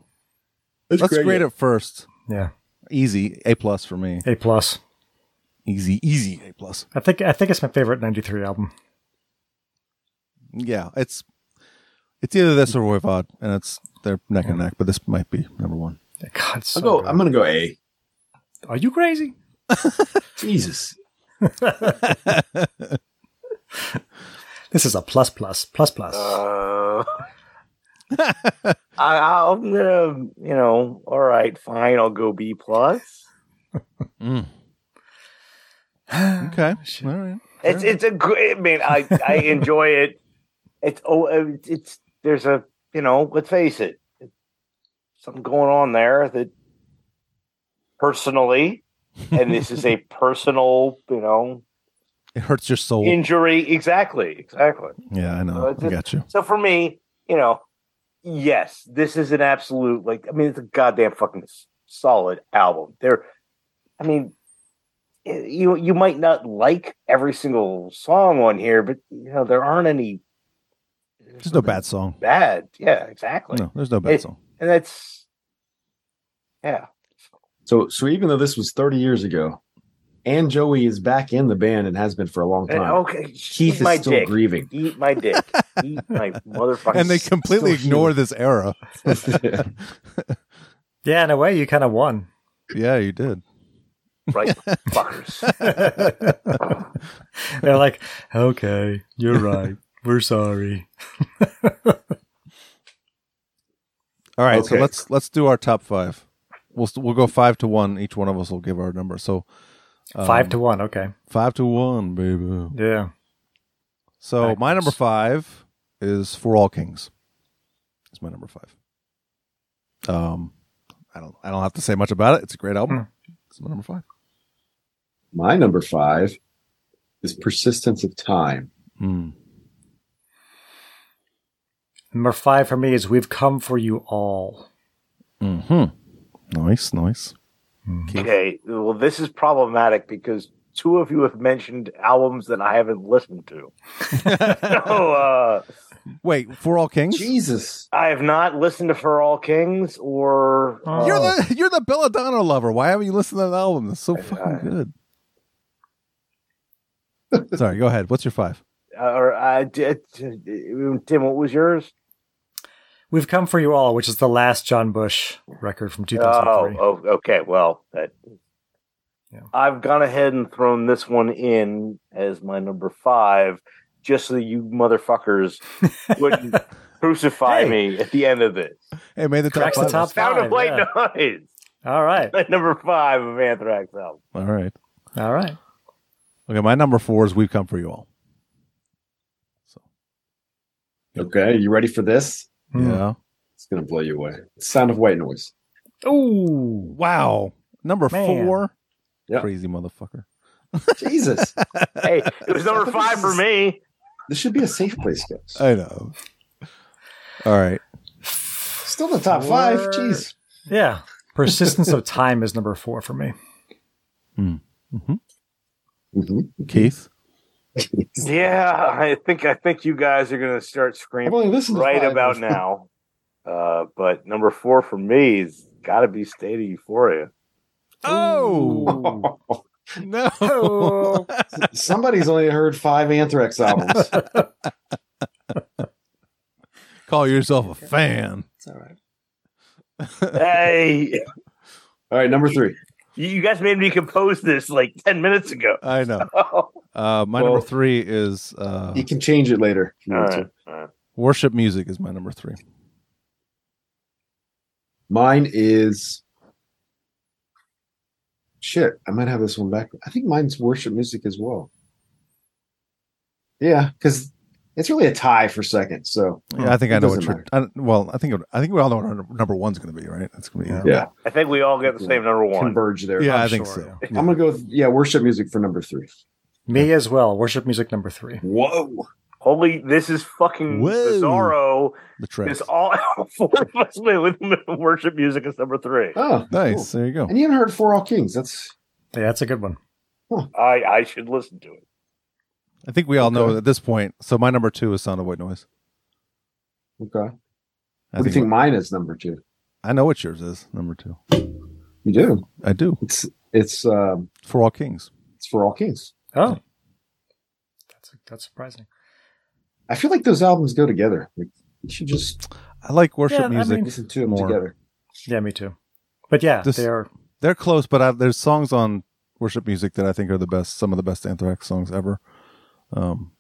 Let's grade, it first.
Yeah.
Easy, A plus for me.
A plus.
Easy, easy, A plus.
I think I think it's my favorite '93 album.
Yeah, it's it's either this or Voivod, and it's they're neck and neck, but this might be number one.
God, it's so
I'll go,
good.
I'm gonna go A.
Are you crazy?
Jesus.
This is a plus plus plus plus.
Uh, I, I'm gonna, you know, all right, fine. I'll go B plus.
Okay, all right.
It's it's a great. I mean, I I enjoy it. It's oh, uh, it's there's a you know, let's face it, something going on there that personally, and this is a personal, you know,
It hurts your soul.
injury. Exactly, exactly.
yeah, I
So
know.
it's
I
a-
got you.
So for me, you know, yes, this is an absolute like. I mean, it's a goddamn fucking s- solid album. There, I mean, y- you you might not like every single song on here, but you know there aren't any
There's no bad song.
bad. Yeah, exactly.
No, there's no bad
It-
song.
And that's yeah.
So so even though this was 30 years ago, and Joey is back in the band and has been for a long
And,
time.
Eh, okay,
Keith
oh, eat
is
my
still
dick.
grieving.
Eat my dick. Eat my motherfucking.
And they completely
still
ignore this era.
Yeah, in a way, you kind of won.
Yeah, you did.
right fuckers.
They're like, okay, you're right. We're sorry.
All right, so
Okay.
let's let's do our top five. We'll st- we'll go five to one. Each one of us will give our number. So um,
Five to one. Okay.
five to one, baby.
Yeah.
So my
Backwards.
number five is For All Kings. It's my number five. Um, I don't I don't have to say much about it. It's a great album.
Hmm.
It's my number five.
My number five
Hmm.
is persistence of time.
Mm.
Number five for me is We've Come For You All.
hmm Nice, nice.
Okay, well, this is problematic because two of you have mentioned albums that I haven't listened to. so, uh,
Wait, For All Kings?
Jesus.
I have not listened to For All Kings or.
Oh.
um,
You're the you're the Belladonna lover. Why haven't you listened to that album? It's so fucking good. Sorry, go ahead. What's your five?
or uh, d- d- d- Tim, what was yours?
We've Come For You All, which is the last John Bush record from 2003.
Oh, oh, okay. Well, that, I've gone ahead and thrown this one in as my number five, just so you motherfuckers wouldn't crucify me at the end of this.
Hey, made the top
Cracks the
five.
top Sound of White
yeah.
Noise.
All right.
number five of Anthrax album.
All right.
All right.
Okay, my number four is We've Come For You All.
Okay, you ready for this?
Hmm.
Yeah.
It's gonna blow you away. Sound of white noise.
Oh
wow. Number
Man.
four.
Yeah.
Crazy motherfucker.
Jesus.
hey, it was number five for me.
This should be a safe place, guys.
I know. All right.
Still the top five. Jeez.
Yeah. Persistence of Time is number four for me.
Keith.
Yeah, I think I think you guys are going to start screaming right about now. Uh, but number four for me has got to be State of Euphoria.
Oh no!
Somebody's only heard five Anthrax albums.
Call yourself a fan.
It's all right.
hey,
All right, number three.
you you guys made me compose this like ten minutes ago.
I know. Uh, my
Well-
number three is uh,
You can change it later. if you
All
want
right,
to.
worship music. Is my number three.
Mine is shit. I might have this one back. I think mine's worship music as well. Yeah, because it's really a tie for second. So
Yeah, I think
Hmm. it
I know what
doesn't
you're. I, don't- well, I think I think we all know what our number one's going to be, right? That's going to be
Yeah.
I think we all get the same number one.
Converge there.
Yeah,
I'm
I think
sure.
so.
I'm gonna go with yeah, worship music for number three.
Me as well. Worship music number three.
Whoa!
Holy, this is fucking
Whoa.
bizarro.
The track.
Because all four of us went with worship music is number three.
Oh,
nice. There you go.
And you haven't heard For All Kings. That's
Yeah, that's a good one.
I I should listen to it.
I think we all know at this point. So my number two is Sound of White Noise.
okay. What
I
do you think mine is number two?
I know what yours is. Number two.
You do.
I do.
It's it's um
For all kings.
it's for all kings.
Oh. That's that's surprising.
I feel like those albums go together. Like, you should just
I like worship
Yeah, I
music.
mean-
listen to them
more.
together.
Yeah, me too. But yeah,
This-
they are.
They're close, but I, there's songs on worship music that I think are the best, some of the best Anthrax songs ever. Um,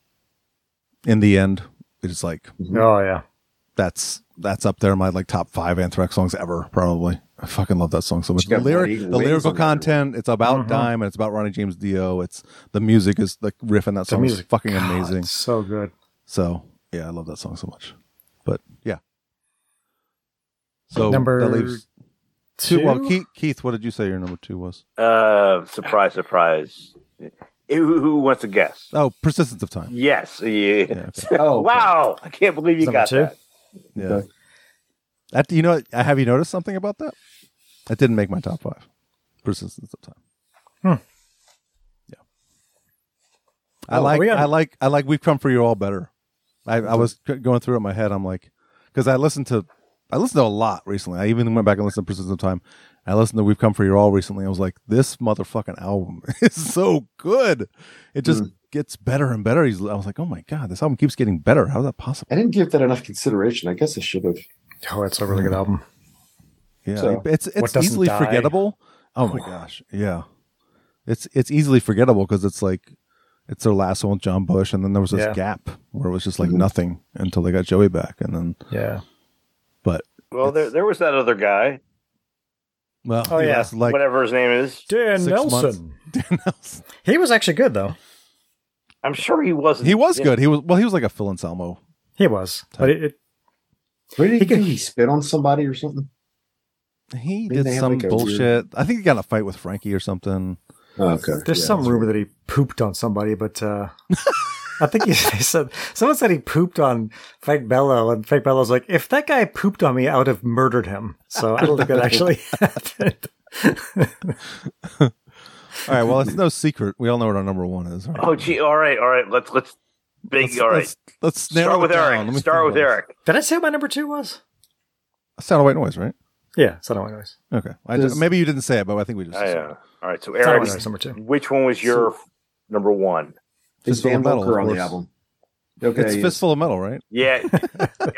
in the end, it's like
Oh yeah.
that's that's up there in my like top five Anthrax songs ever, probably. I fucking love that song so much.
got
The, lyric,
Bloody
the
Eagle Wings
lyrical
on that one.
content, it's about
Mhm.
Dime and it's about Ronnie James Dio. It's the music is like riffing that
The
song is
music.
fucking
God,
amazing.
it's so good.
So yeah, I love that song so much. But yeah. So
Number
that leaves two. Well,
two?
Keith, Keith, what did you say your number two was?
Uh, surprise, surprise. Who, who wants to guess?
Oh, persistence of time.
Yes. Yeah.
Oh, okay.
wow! I can't believe you
Number
got
two?
that.
Yeah.
Okay.
That you know, have you noticed something about that? That didn't make my top five. Persistence of time.
Hmm.
Yeah. I
Oh,
like.
we have-
I like. I like. We've come for you all better. I, I was g- going through it in my head. I'm like, because I listened to, I listened to a lot recently. I even went back and listened to Persistence of Time. I listened to We've Come for You All recently. I was like, this motherfucking album is so good. It
Hmm.
just gets better and better. He's, I was like, oh my god, this album keeps getting better. How is that possible?
I didn't give that enough consideration. I guess I should have.
Oh, it's a really good album.
Yeah,
So,
it's
what
it's
doesn't
easily
die?
forgettable. Oh my gosh, yeah, it's it's easily forgettable because it's like it's their last one with John Bush, and then there was this
Yeah.
gap where it was just like nothing until they got Joey back, and then
Yeah.
but
Well, there there was that other guy,
well,
Oh,
he
yeah.
lasted like
whatever his name is.
Dan
Six
Nelson. He was actually good though.
I'm sure he wasn't.
he was good. He was well, he was like a Phil Anselmo.
He was, but it, it
Where did he,
He could-
did he spit on somebody or something?
He
Didn't
did
they have,
some
like, a weird-
bullshit. I think he got in a fight with Frankie or something.
Oh, okay.
there's
Yeah,
some
that's
rumor that he pooped on somebody, but uh, I think he said someone said he pooped on Frank Bello, and Frank Bello's like, if that guy pooped on me, I would have murdered him. So I don't think that actually happened.
All right. Well, it's no secret. We all know what our number one is. All right.
Oh, gee. All right. All right. Let's let's big.
Let's-
all right.
let's- let's narrow
start
it
with
down. Let
Eric.
me
Start
think
with
about this.
Eric.
Did I say my number two was?
Sound of white noise, right?
Yeah, sound of white noise.
Okay. I,
Does-
maybe you didn't say it, but I think we just.
I, uh, all right. So
Sound of
Eric,
White Noise, number two.
which one was your f- number one?
It's Fistful
Van
of Metal,
Wilker
of
on the
course.
album. Okay,
it's
yes.
fistful of metal, right?
Yeah.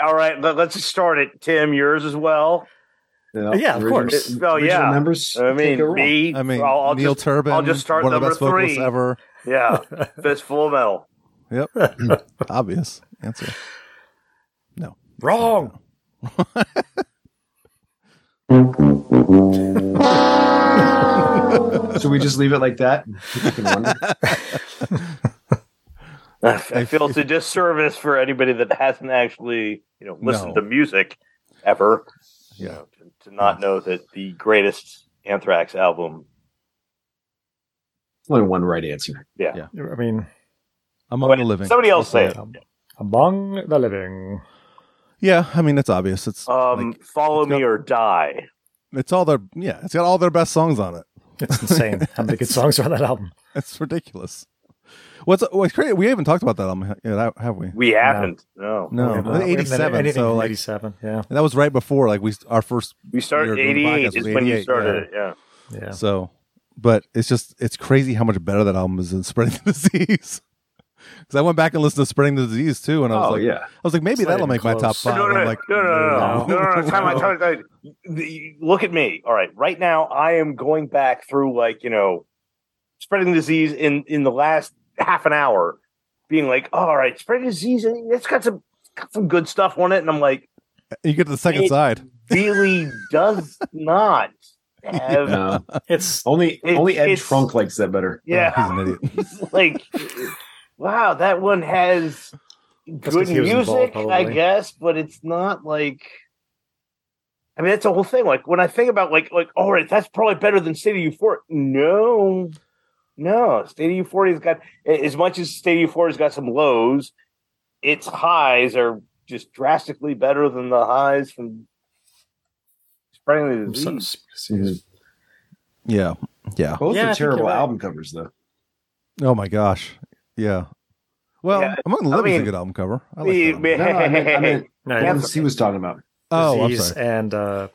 all right. Let, us start it. Tim, yours as well.
Yeah, of
original-
course.
it-
Oh
original
yeah.
members.
I mean,
can't go wrong.
me.
I mean,
I'll, I'll
Neil
just,
Turbin.
I'll just start
one of the
number
best vocalists
three.
ever.
Yeah. Fistful of metal.
Yep. Obvious answer.
Wrong.
Should we just leave it like that? You can wonder.
I feel it's a disservice for anybody that hasn't actually, you know, listened
No.
to music ever.
Yeah.
You know, to, to not know that the greatest Anthrax album.
Only one right answer.
Yeah.
Yeah.
I mean, um,
Among the living.
Somebody else
We'll
say it.
it.
among the living.
Yeah, I mean, it's obvious. It's
Um,
like,
follow
it's got-
me or die.
it's all their yeah. It's got all their best songs on it.
It's insane how many good songs are on that album.
It's ridiculous. What's what's crazy? We haven't talked about that album yet, have we?
We haven't. No.
No,
We haven't- we haven't done
87.
anything
So
from
like
87. Yeah.
that was right before like we our first
We
We
started
were doing
88
podcasts
is
with
when you
88,
started
yeah.
it. Yeah.
Yeah.
So, but it's just it's crazy how much better that album is than Spreading the Disease. Because I went back and listened to Spreading the Disease too, and I was
Oh
like,
yeah.
I was like, maybe
It's not
that'll
even
make my
close.
top five.
No,
And
no,
I'm
no,
like,
no, no, no, no,
no.
no, no, time out, time out, time out. The- Look at me. All right, right now I am going back through like you know, spreading disease in in the last half an hour, being like, "Oh, all right, spreading disease. It's got some got some good stuff on it, and I'm like,
You get to the second
It-
side.
really does not have. Yeah.
No.
It's
Only
It-
only Ed
it's-
Trunk likes that better.
He's an idiot.
It's like, wow, that one has good
'cause he was
music,
involved,
I
probably.
guess, but it's not like. I mean, that's the whole thing. Like when I think about like like, all right, that's probably better than State of Euphoria. No, no, State of Euphoria's got a- as much as State of Euphoria's got some lows. Its highs are just drastically better than the highs from spreading the
I'm so-
disease.
Mhm.
Yeah, yeah.
Both
Yeah, I
are
think you're
terrible
right.
album covers though.
Oh my gosh. Yeah. Well,
Yeah,
Among the Living's a
mean,
good album cover. I like that
We-
album.
we-
No, I meant, I meant
no,
the
Yeah.
ones he was talking about.
oh, I'm
disease
sorry.
and uh,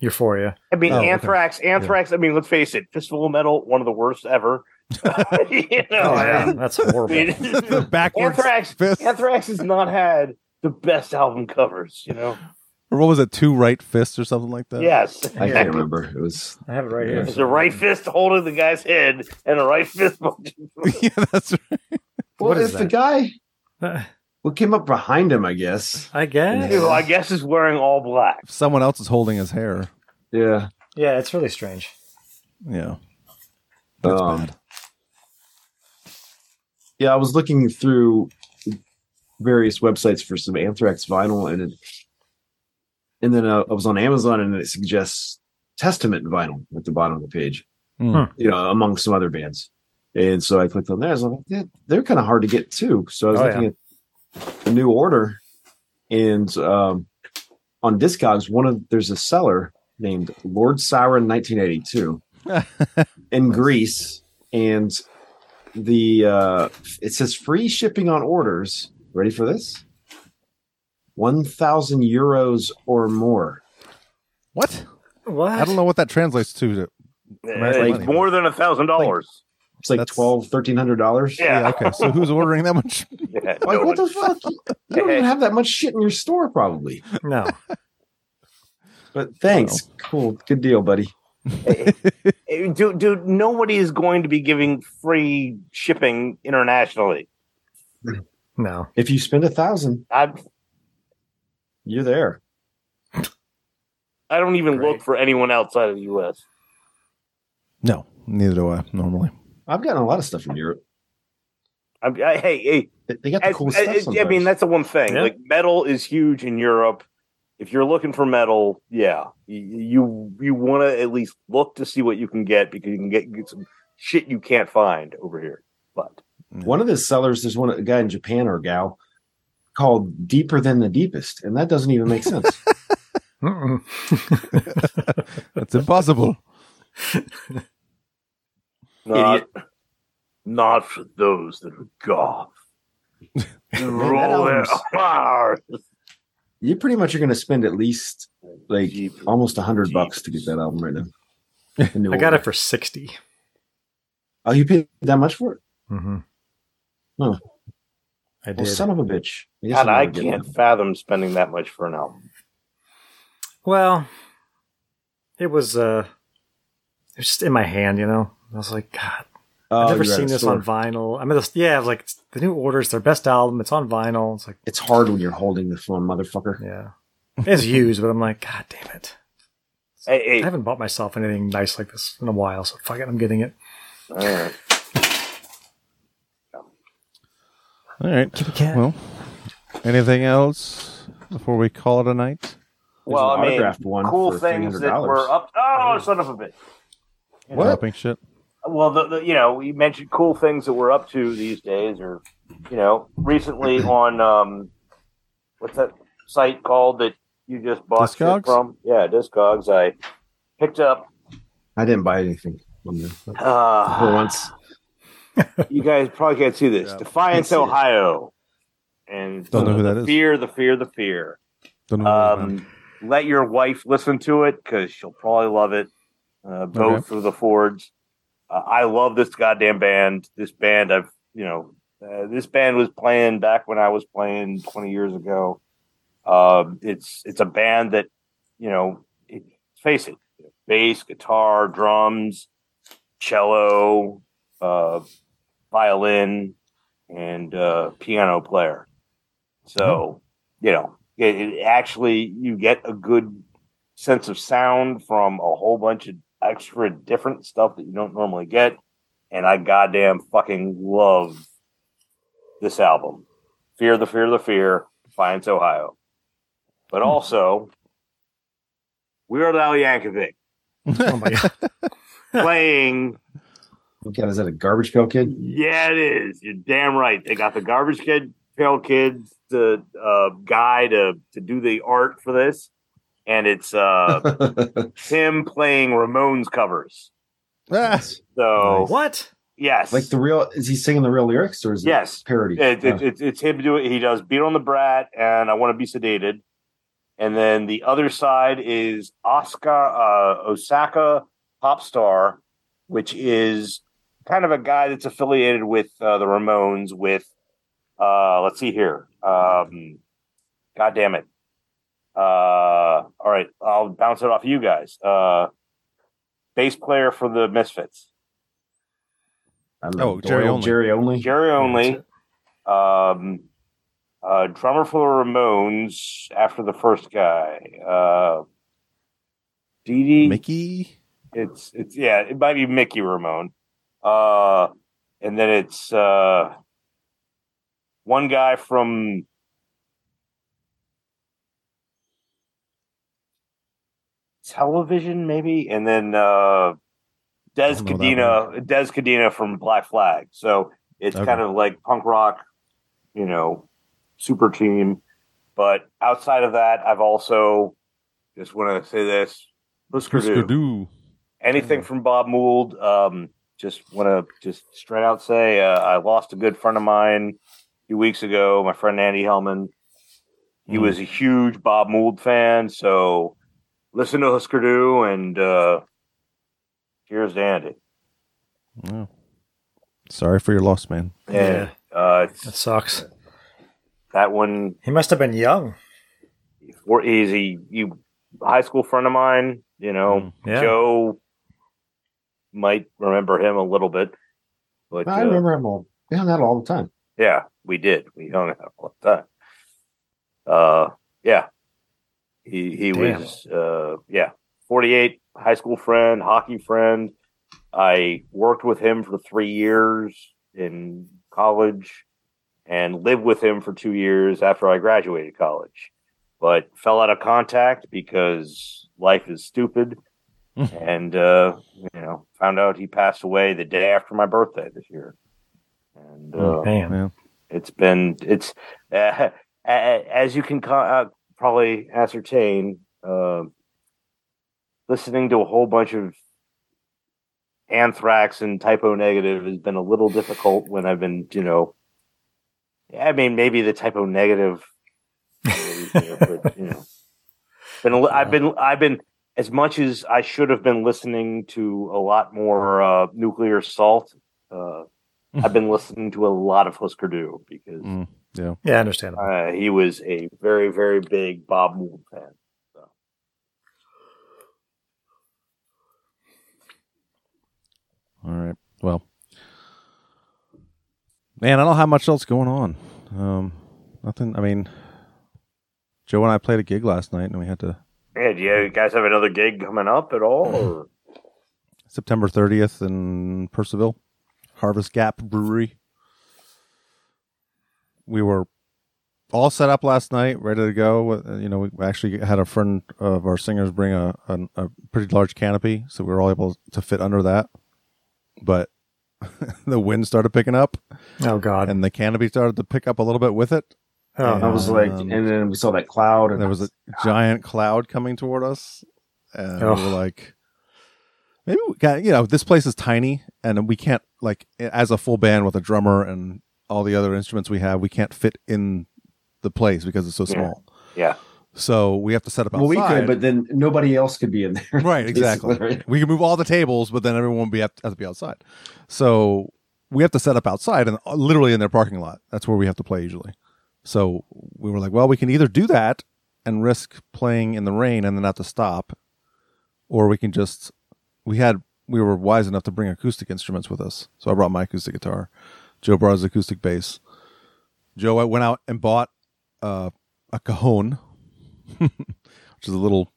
euphoria.
I mean,
Oh, okay.
Anthrax, Anthrax. I mean, let's face it, Fistful of Metal, one of the worst ever. you know,
Oh,
I
yeah,
mean,
that's horrible.
I mean,
the backwards
Anthrax,
fist.
Anthrax has not had the best album covers, you know.
Or what was it? Two right fists or something like that.
Yes,
I
Yeah.
can't remember. It was
I have it right here.
There's a right fist holding the guy's head, and a right fist.
yeah, that's right.
well,
What is
it's
that?
the guy
Uh,
what came up behind him, I guess.
I guess.
who I guess is wearing all black.
Someone else is holding his hair.
Yeah.
Yeah, it's really strange.
Yeah. That's
Um,
bad.
yeah, I was looking through various websites for some Anthrax vinyl, and it, and then uh, I was on Amazon, and it suggests Testament vinyl at the bottom of the page.
Hmm.
You know, among some other bands, and so I clicked on there. I was like, yeah, they're kind of hard to get too. So I was
Oh,
looking at the new order, and um, on Discogs, one of there's a seller named Lord Siren 1982 in Greece, and the uh, it says free shipping on orders. Ready for this? One thousand euros or more.
What?
What?
I don't know what that translates to. to-
It's
money.
more than a thousand dollars.
It's like
That's-
twelve, thirteen hundred dollars.
Yeah,
Yeah.
okay. So who's ordering that much?
Yeah,
Like
no
what the
one-
fuck? You you don't even have that much shit in your store, probably.
No.
But thanks, cool, good deal, buddy.
Eh, dude, dude, nobody is going to be giving free shipping internationally.
No.
If you spend a thousand,
I,
you're there.
I don't even
Great.
look for anyone outside of the U.S.
No, neither do I normally.
I've gotten a lot of stuff from Europe.
I, I, hey, hey,
They- They got the
I,
cool
I-
stuff.
uh, I- I mean,
sometimes.
that's the one thing.
Yeah.
Like metal is huge in Europe. If you're looking for metal, yeah, you you, you want to at least look to see what you can get because you can get, get some shit you can't find over here. But
One of the sellers, there's one a guy in Japan or a gal called "Deeper Than the Deepest," and that doesn't even make sense.
That's impossible.
Not, not for those that are goth. Roll
album
it
is-
hard.
You pretty much are going to spend at least like almost a hundred bucks to get that album right now.
I got it for sixty.
Oh, you paid that much for it?
Mm-hmm.
Huh.
Mm-hmm.
I
Well,
did.
son of a bitch. guess
God,
I'll
I
never get
can't
one.
fathom spending that much for an album.
Well, it was uh, it was just in my hand, you know. I was like, God,
Oh,
I've never
you were at
seen
a
this
store.
on vinyl. I mean, this, yeah, I was like, it's- the new order's their best album. It's on vinyl. It's like
It's hard when you're holding the phone, motherfucker.
Yeah. it's used, but I'm like, God damn it!
Hey, hey.
I haven't bought myself anything nice like this in a while, so fuck it, I'm getting it.
All right.
All right. Well, anything else before we call it a night?
Well,
an
I mean,
autographed one
cool
for
things that
$300.
were up. Oh, son of a bitch!
Dropping shit.
Well, the, the, you know, you mentioned cool things that we're up to these days, or you know, recently on um, what's that site called that you just bought shit
Discogs?
from? Yeah, Discogs. I picked up.
I didn't buy anything on there
Uh,
for once.
you guys probably can't see this. Defiance,
Can't see it.
Ohio, and
Don't know who that
the
is. Oh,
Fear, the fear, the fear.
Don't know.
Um, let your wife listen to it because she'll probably love it. Uh, both of the Fords. Uh, I love this goddamn band. This band, I've you know, uh, this band was playing back when I was playing twenty years ago. Um, it's it's a band that you know, it, face it, bass, guitar, drums, cello, uh, violin, and uh, piano player. So you know, it, it actually you get a good sense of sound from a whole bunch of extra different stuff that you don't normally get. And I goddamn fucking love this album, Fear the Fear the Fear, Defiance Ohio.
Hmm.
But also, Weird Al Yankovic
Oh my god!
playing
Look at is that a garbage pail kid?
Yeah, it is. You're damn right. They got the garbage kid, pale kids, the uh, guy to to do the art for this, and it's uh, him playing Ramones covers.
Ah,
So
Nice.
What?
yes,
Like the real? Is he singing the real lyrics or is it
Yes.
parody?
it, it,
Oh.
it's it's him doing. He does beat on the brat, and I want to be sedated. And then the other side is Oscar uh, Osaka pop star, which is kind of a guy that's affiliated with uh, the Ramones. With uh, let's see here, um, God damn it! Uh, all right, I'll bounce it off you guys. Uh, bass player for the Misfits.
I don't
Oh, Jerry
Doyle,
Only.
Jerry only.
Jerry only. Um, uh, drummer for the Ramones after the first guy. Uh, Dee Dee.
Mickey.
It's it's yeah. It might be Mickey Ramone. Uh, and then it's uh, one guy from. Television, maybe, and then uh, Des
don't know that
Cadena, Des Cadena from Black Flag. So it's
Okay.
kind of like punk rock, you know, super team. But outside of that, I've also just want to say this: Husker Du.
Skidoo.
Anything from Bob Mould? Um, just want to just straight out say uh, I lost a good friend of mine a few weeks ago. My friend Andy Hellman. He was a huge Bob Mould fan, so listen to Husker Du and uh, here's to Andy.
Oh. Sorry for your loss, man.
And, Uh,
That sucks.
that one
He must have been young.
or easy you high school friend of mine you know
Mm, yeah.
joe might remember him a little bit but
I
uh,
remember him all. We hung out all the time.
yeah we did we hung out all the time uh yeah he he
Damn.
was uh yeah 48 high school friend hockey friend i worked with him for three years in college and lived with him for two years after i graduated college but fell out of contact because life is stupid. and uh, you know, found out he passed away the day after my birthday this year. And
Oh,
uh,
man.
it's been it's uh, a- a- as you can co- uh, probably ascertain, uh, listening to a whole bunch of anthrax and typo negative has been a little difficult when I've been, you know, I mean, maybe the typo negative, but you know, been a li- I've been I've been as much as I should have been listening to a lot more uh, nuclear salt. Uh, I've been listening to a lot of Husker Du because
Mm, yeah.
Yeah, understandable.
uh, he was a very very big Bob Mould fan.
All right. Well, man, I don't have much else going on. Um, nothing. I mean, Joe and I played a gig last night, and we had to
Yeah, do you guys have another gig coming up at all? Or?
September 30th in Percival, Harvest Gap Brewery. We were all set up last night, ready to go. Uh, You know, we actually had a friend of our singers bring a, a, a pretty large canopy, so we were all able to fit under that. But the wind started picking up.
Oh God!
And the canopy started to pick up a little bit with it.
Oh.
I was like,
Um,
and then we saw that cloud, and
there was a giant cloud coming toward us, and we were
Ugh.
like, maybe we got you know this place is tiny, and we can't like as a full band with a drummer and all the other instruments we have, we can't fit in the place because it's so
Yeah.
small.
Yeah.
So we have to set up
well,
outside.
we could, but then nobody else could be in there.
right, exactly.
Basically, right?
We can move all the tables, but then everyone would be have to, have to be outside. So we have to set up outside and uh, literally in their parking lot. That's where we have to play usually. So we were like, well, we can either do that and risk playing in the rain and then have to stop, or we can just we had we were wise enough to bring acoustic instruments with us. So I brought my acoustic guitar. Joe brought his acoustic bass. Joe I went out and bought uh, a cajon, which is a little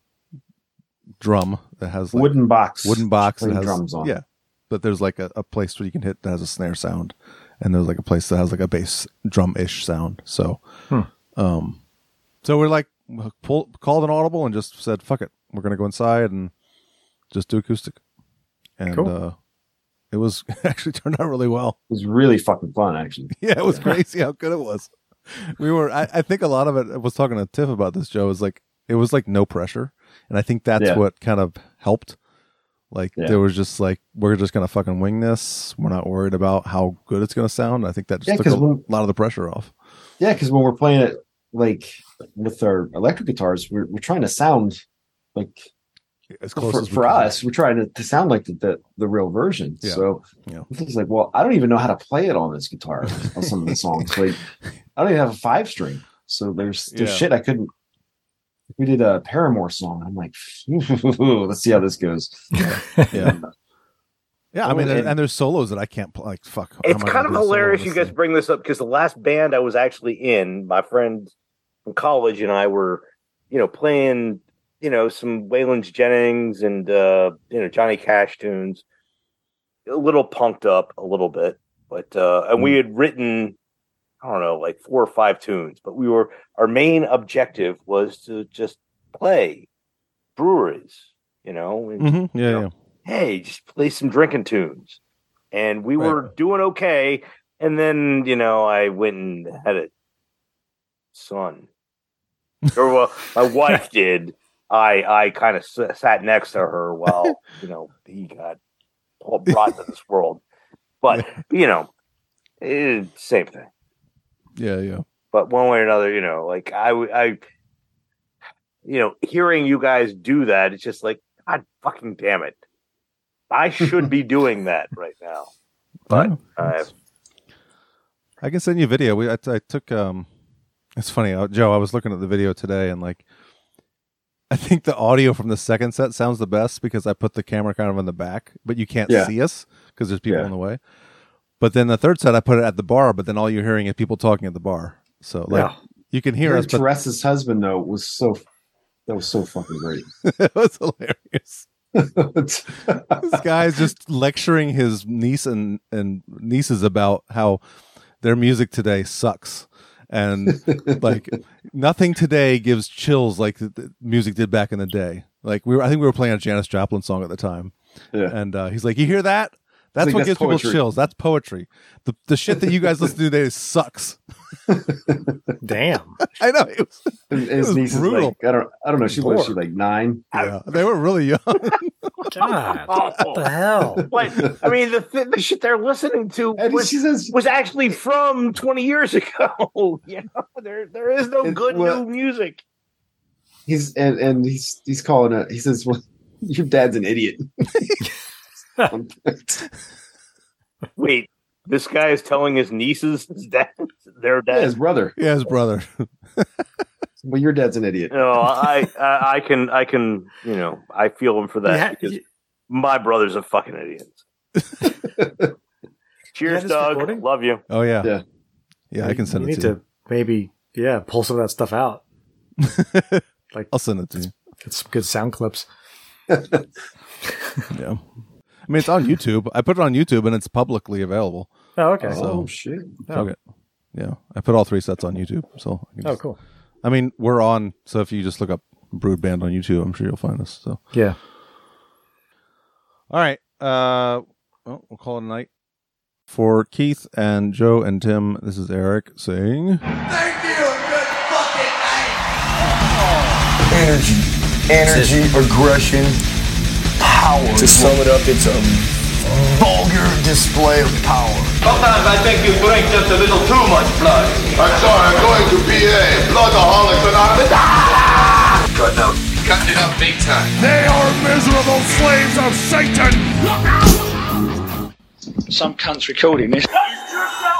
drum that has like
Wooden box.
wooden box that
Playing
has
drums on it.
yeah. But there's like a, a place where you can hit that has a snare sound, and there's like a place that has like a bass drum ish sound. So,
Hmm.
um, so we're like pull, called an audible and just said, "Fuck it, we're gonna go inside and just do acoustic." And
Cool.
uh, it was actually turned out really well.
It was really fucking fun, actually.
Yeah, it was crazy how good it was. We were, I, I think a lot of it, I was talking to Tiff about this, Joe, is like, it was like no pressure. And I think that's
Yeah.
what kind of helped. Like,
Yeah.
there was just like, we're just going to fucking wing this. We're not worried about how good it's going to sound. I think that just
Yeah,
took
'cause
a
when-
lot of the pressure off.
Yeah, because when we're playing it like with our electric guitars, we're, we're trying to sound like
As close
for,
as we
for
can.
us, we're trying to, to sound like the, the, the real version.
Yeah.
So
Yeah.
it's like, well, I don't even know how to play it on this guitar on some of the songs. Like, I don't even have a five string. So there's there's
Yeah.
shit I couldn't. We did a Paramore song. I'm like, let's see how this goes. uh,
Yeah. Yeah. I
Oh,
mean,
and-
and, there's solos that I can't play. Like, fuck. how
It's
am I
kind
gonna
of
do a solo
hilarious
on
you
this
guys bring this up because the last band I was actually in, my friend from college and I were, you know, playing, you know, some Waylon Jennings and uh, you know, Johnny Cash tunes. A little punked up a little bit, but uh and we
Mm.
had written I don't know, like four or five tunes, but we were our main objective was to just play breweries, you know, and
thing?" Mhm, Yeah. Yeah.
hey, just play some drinking tunes. And we were doing okay. And then, you know, I went and had a son. or well, my wife did. I I kind of s- sat next to her while, you know, he got all brought to this world. But, you know, it, same thing.
Yeah. Yeah.
But one way or another, you know, like I, w- I- you know, hearing you guys do that, it's just like, God fucking damn it. I should be doing that right now.
But
I
I can send you a video. We I, I took um, it's funny, uh, Joe. I was looking at the video today, and like, I think the audio from the second set sounds the best because I put the camera kind of in the back, but you can't
Yeah.
see us because there's people
Yeah.
in the way. But then the third set, I put it at the bar, but then all you're hearing is people talking at the bar. So like,
Yeah.
you can hear
Mary
us, but
Teresa's husband though was so that was so fucking great.
it was hilarious. this guy's just lecturing his niece and, and nieces about how their music today sucks and like nothing today gives chills like the, the music did back in the day like we were i think we were playing a janis joplin song at the time
Yeah.
and uh, he's like you hear that That's
like,
what
that's
gives
poetry.
people chills. That's poetry. The the shit that you guys listen to today sucks.
Damn.
I know. It was,
And, and
it
his
was
niece
brutal.
is like, I don't, I don't know. She was she
Lord.
like nine.
Yeah, they were really young.
God,
Awful.
what the hell?
Like, I mean, the, th- the shit they're listening to
And
was,
she says,
was actually from 20 years ago. You know, there there is no
And
good
what-
new music.
he's and and he's he's calling it. He says, "Well, your dad's an idiot."
Wait, this guy is telling his nieces his dad, their
yeah,
dad.
his brother.
yeah, his brother.
Well, your dad's an idiot.
No, I, I I can I can you know I feel him for that
Yeah,
because
you-
my brother's a fucking idiot. Cheers,
this
Doug.
recording?
Love you.
Oh yeah.
Yeah.
Yeah, I can send
you
it
need
to you.
to maybe, yeah, pull some of that stuff out.
I'll send it to you.
Get some good sound clips.
Yeah. I mean, it's on YouTube. I put it on YouTube and it's publicly available.
Oh, okay.
Oh shit!
Oh.
Okay. Yeah, I put all three sets on YouTube. So I, can
oh,
just-
cool.
I mean, we're on. So if you just look up Broodband on YouTube, I'm sure you'll find us. So
Yeah.
all right, uh, well, we'll call it a night for Keith and Joe and Tim. This is Eric saying.
Thank you. Good fucking night.
energy, energy, aggression, power. To sum it up, it's a vulgar display of power.
Sometimes I think you drink just a little too much blood. I'm sorry, I'm going to be a bloodaholics anonymous. Cutting out. Cutting it up big time.
They are miserable slaves of Satan.
Some cunt's recording this.
Look out!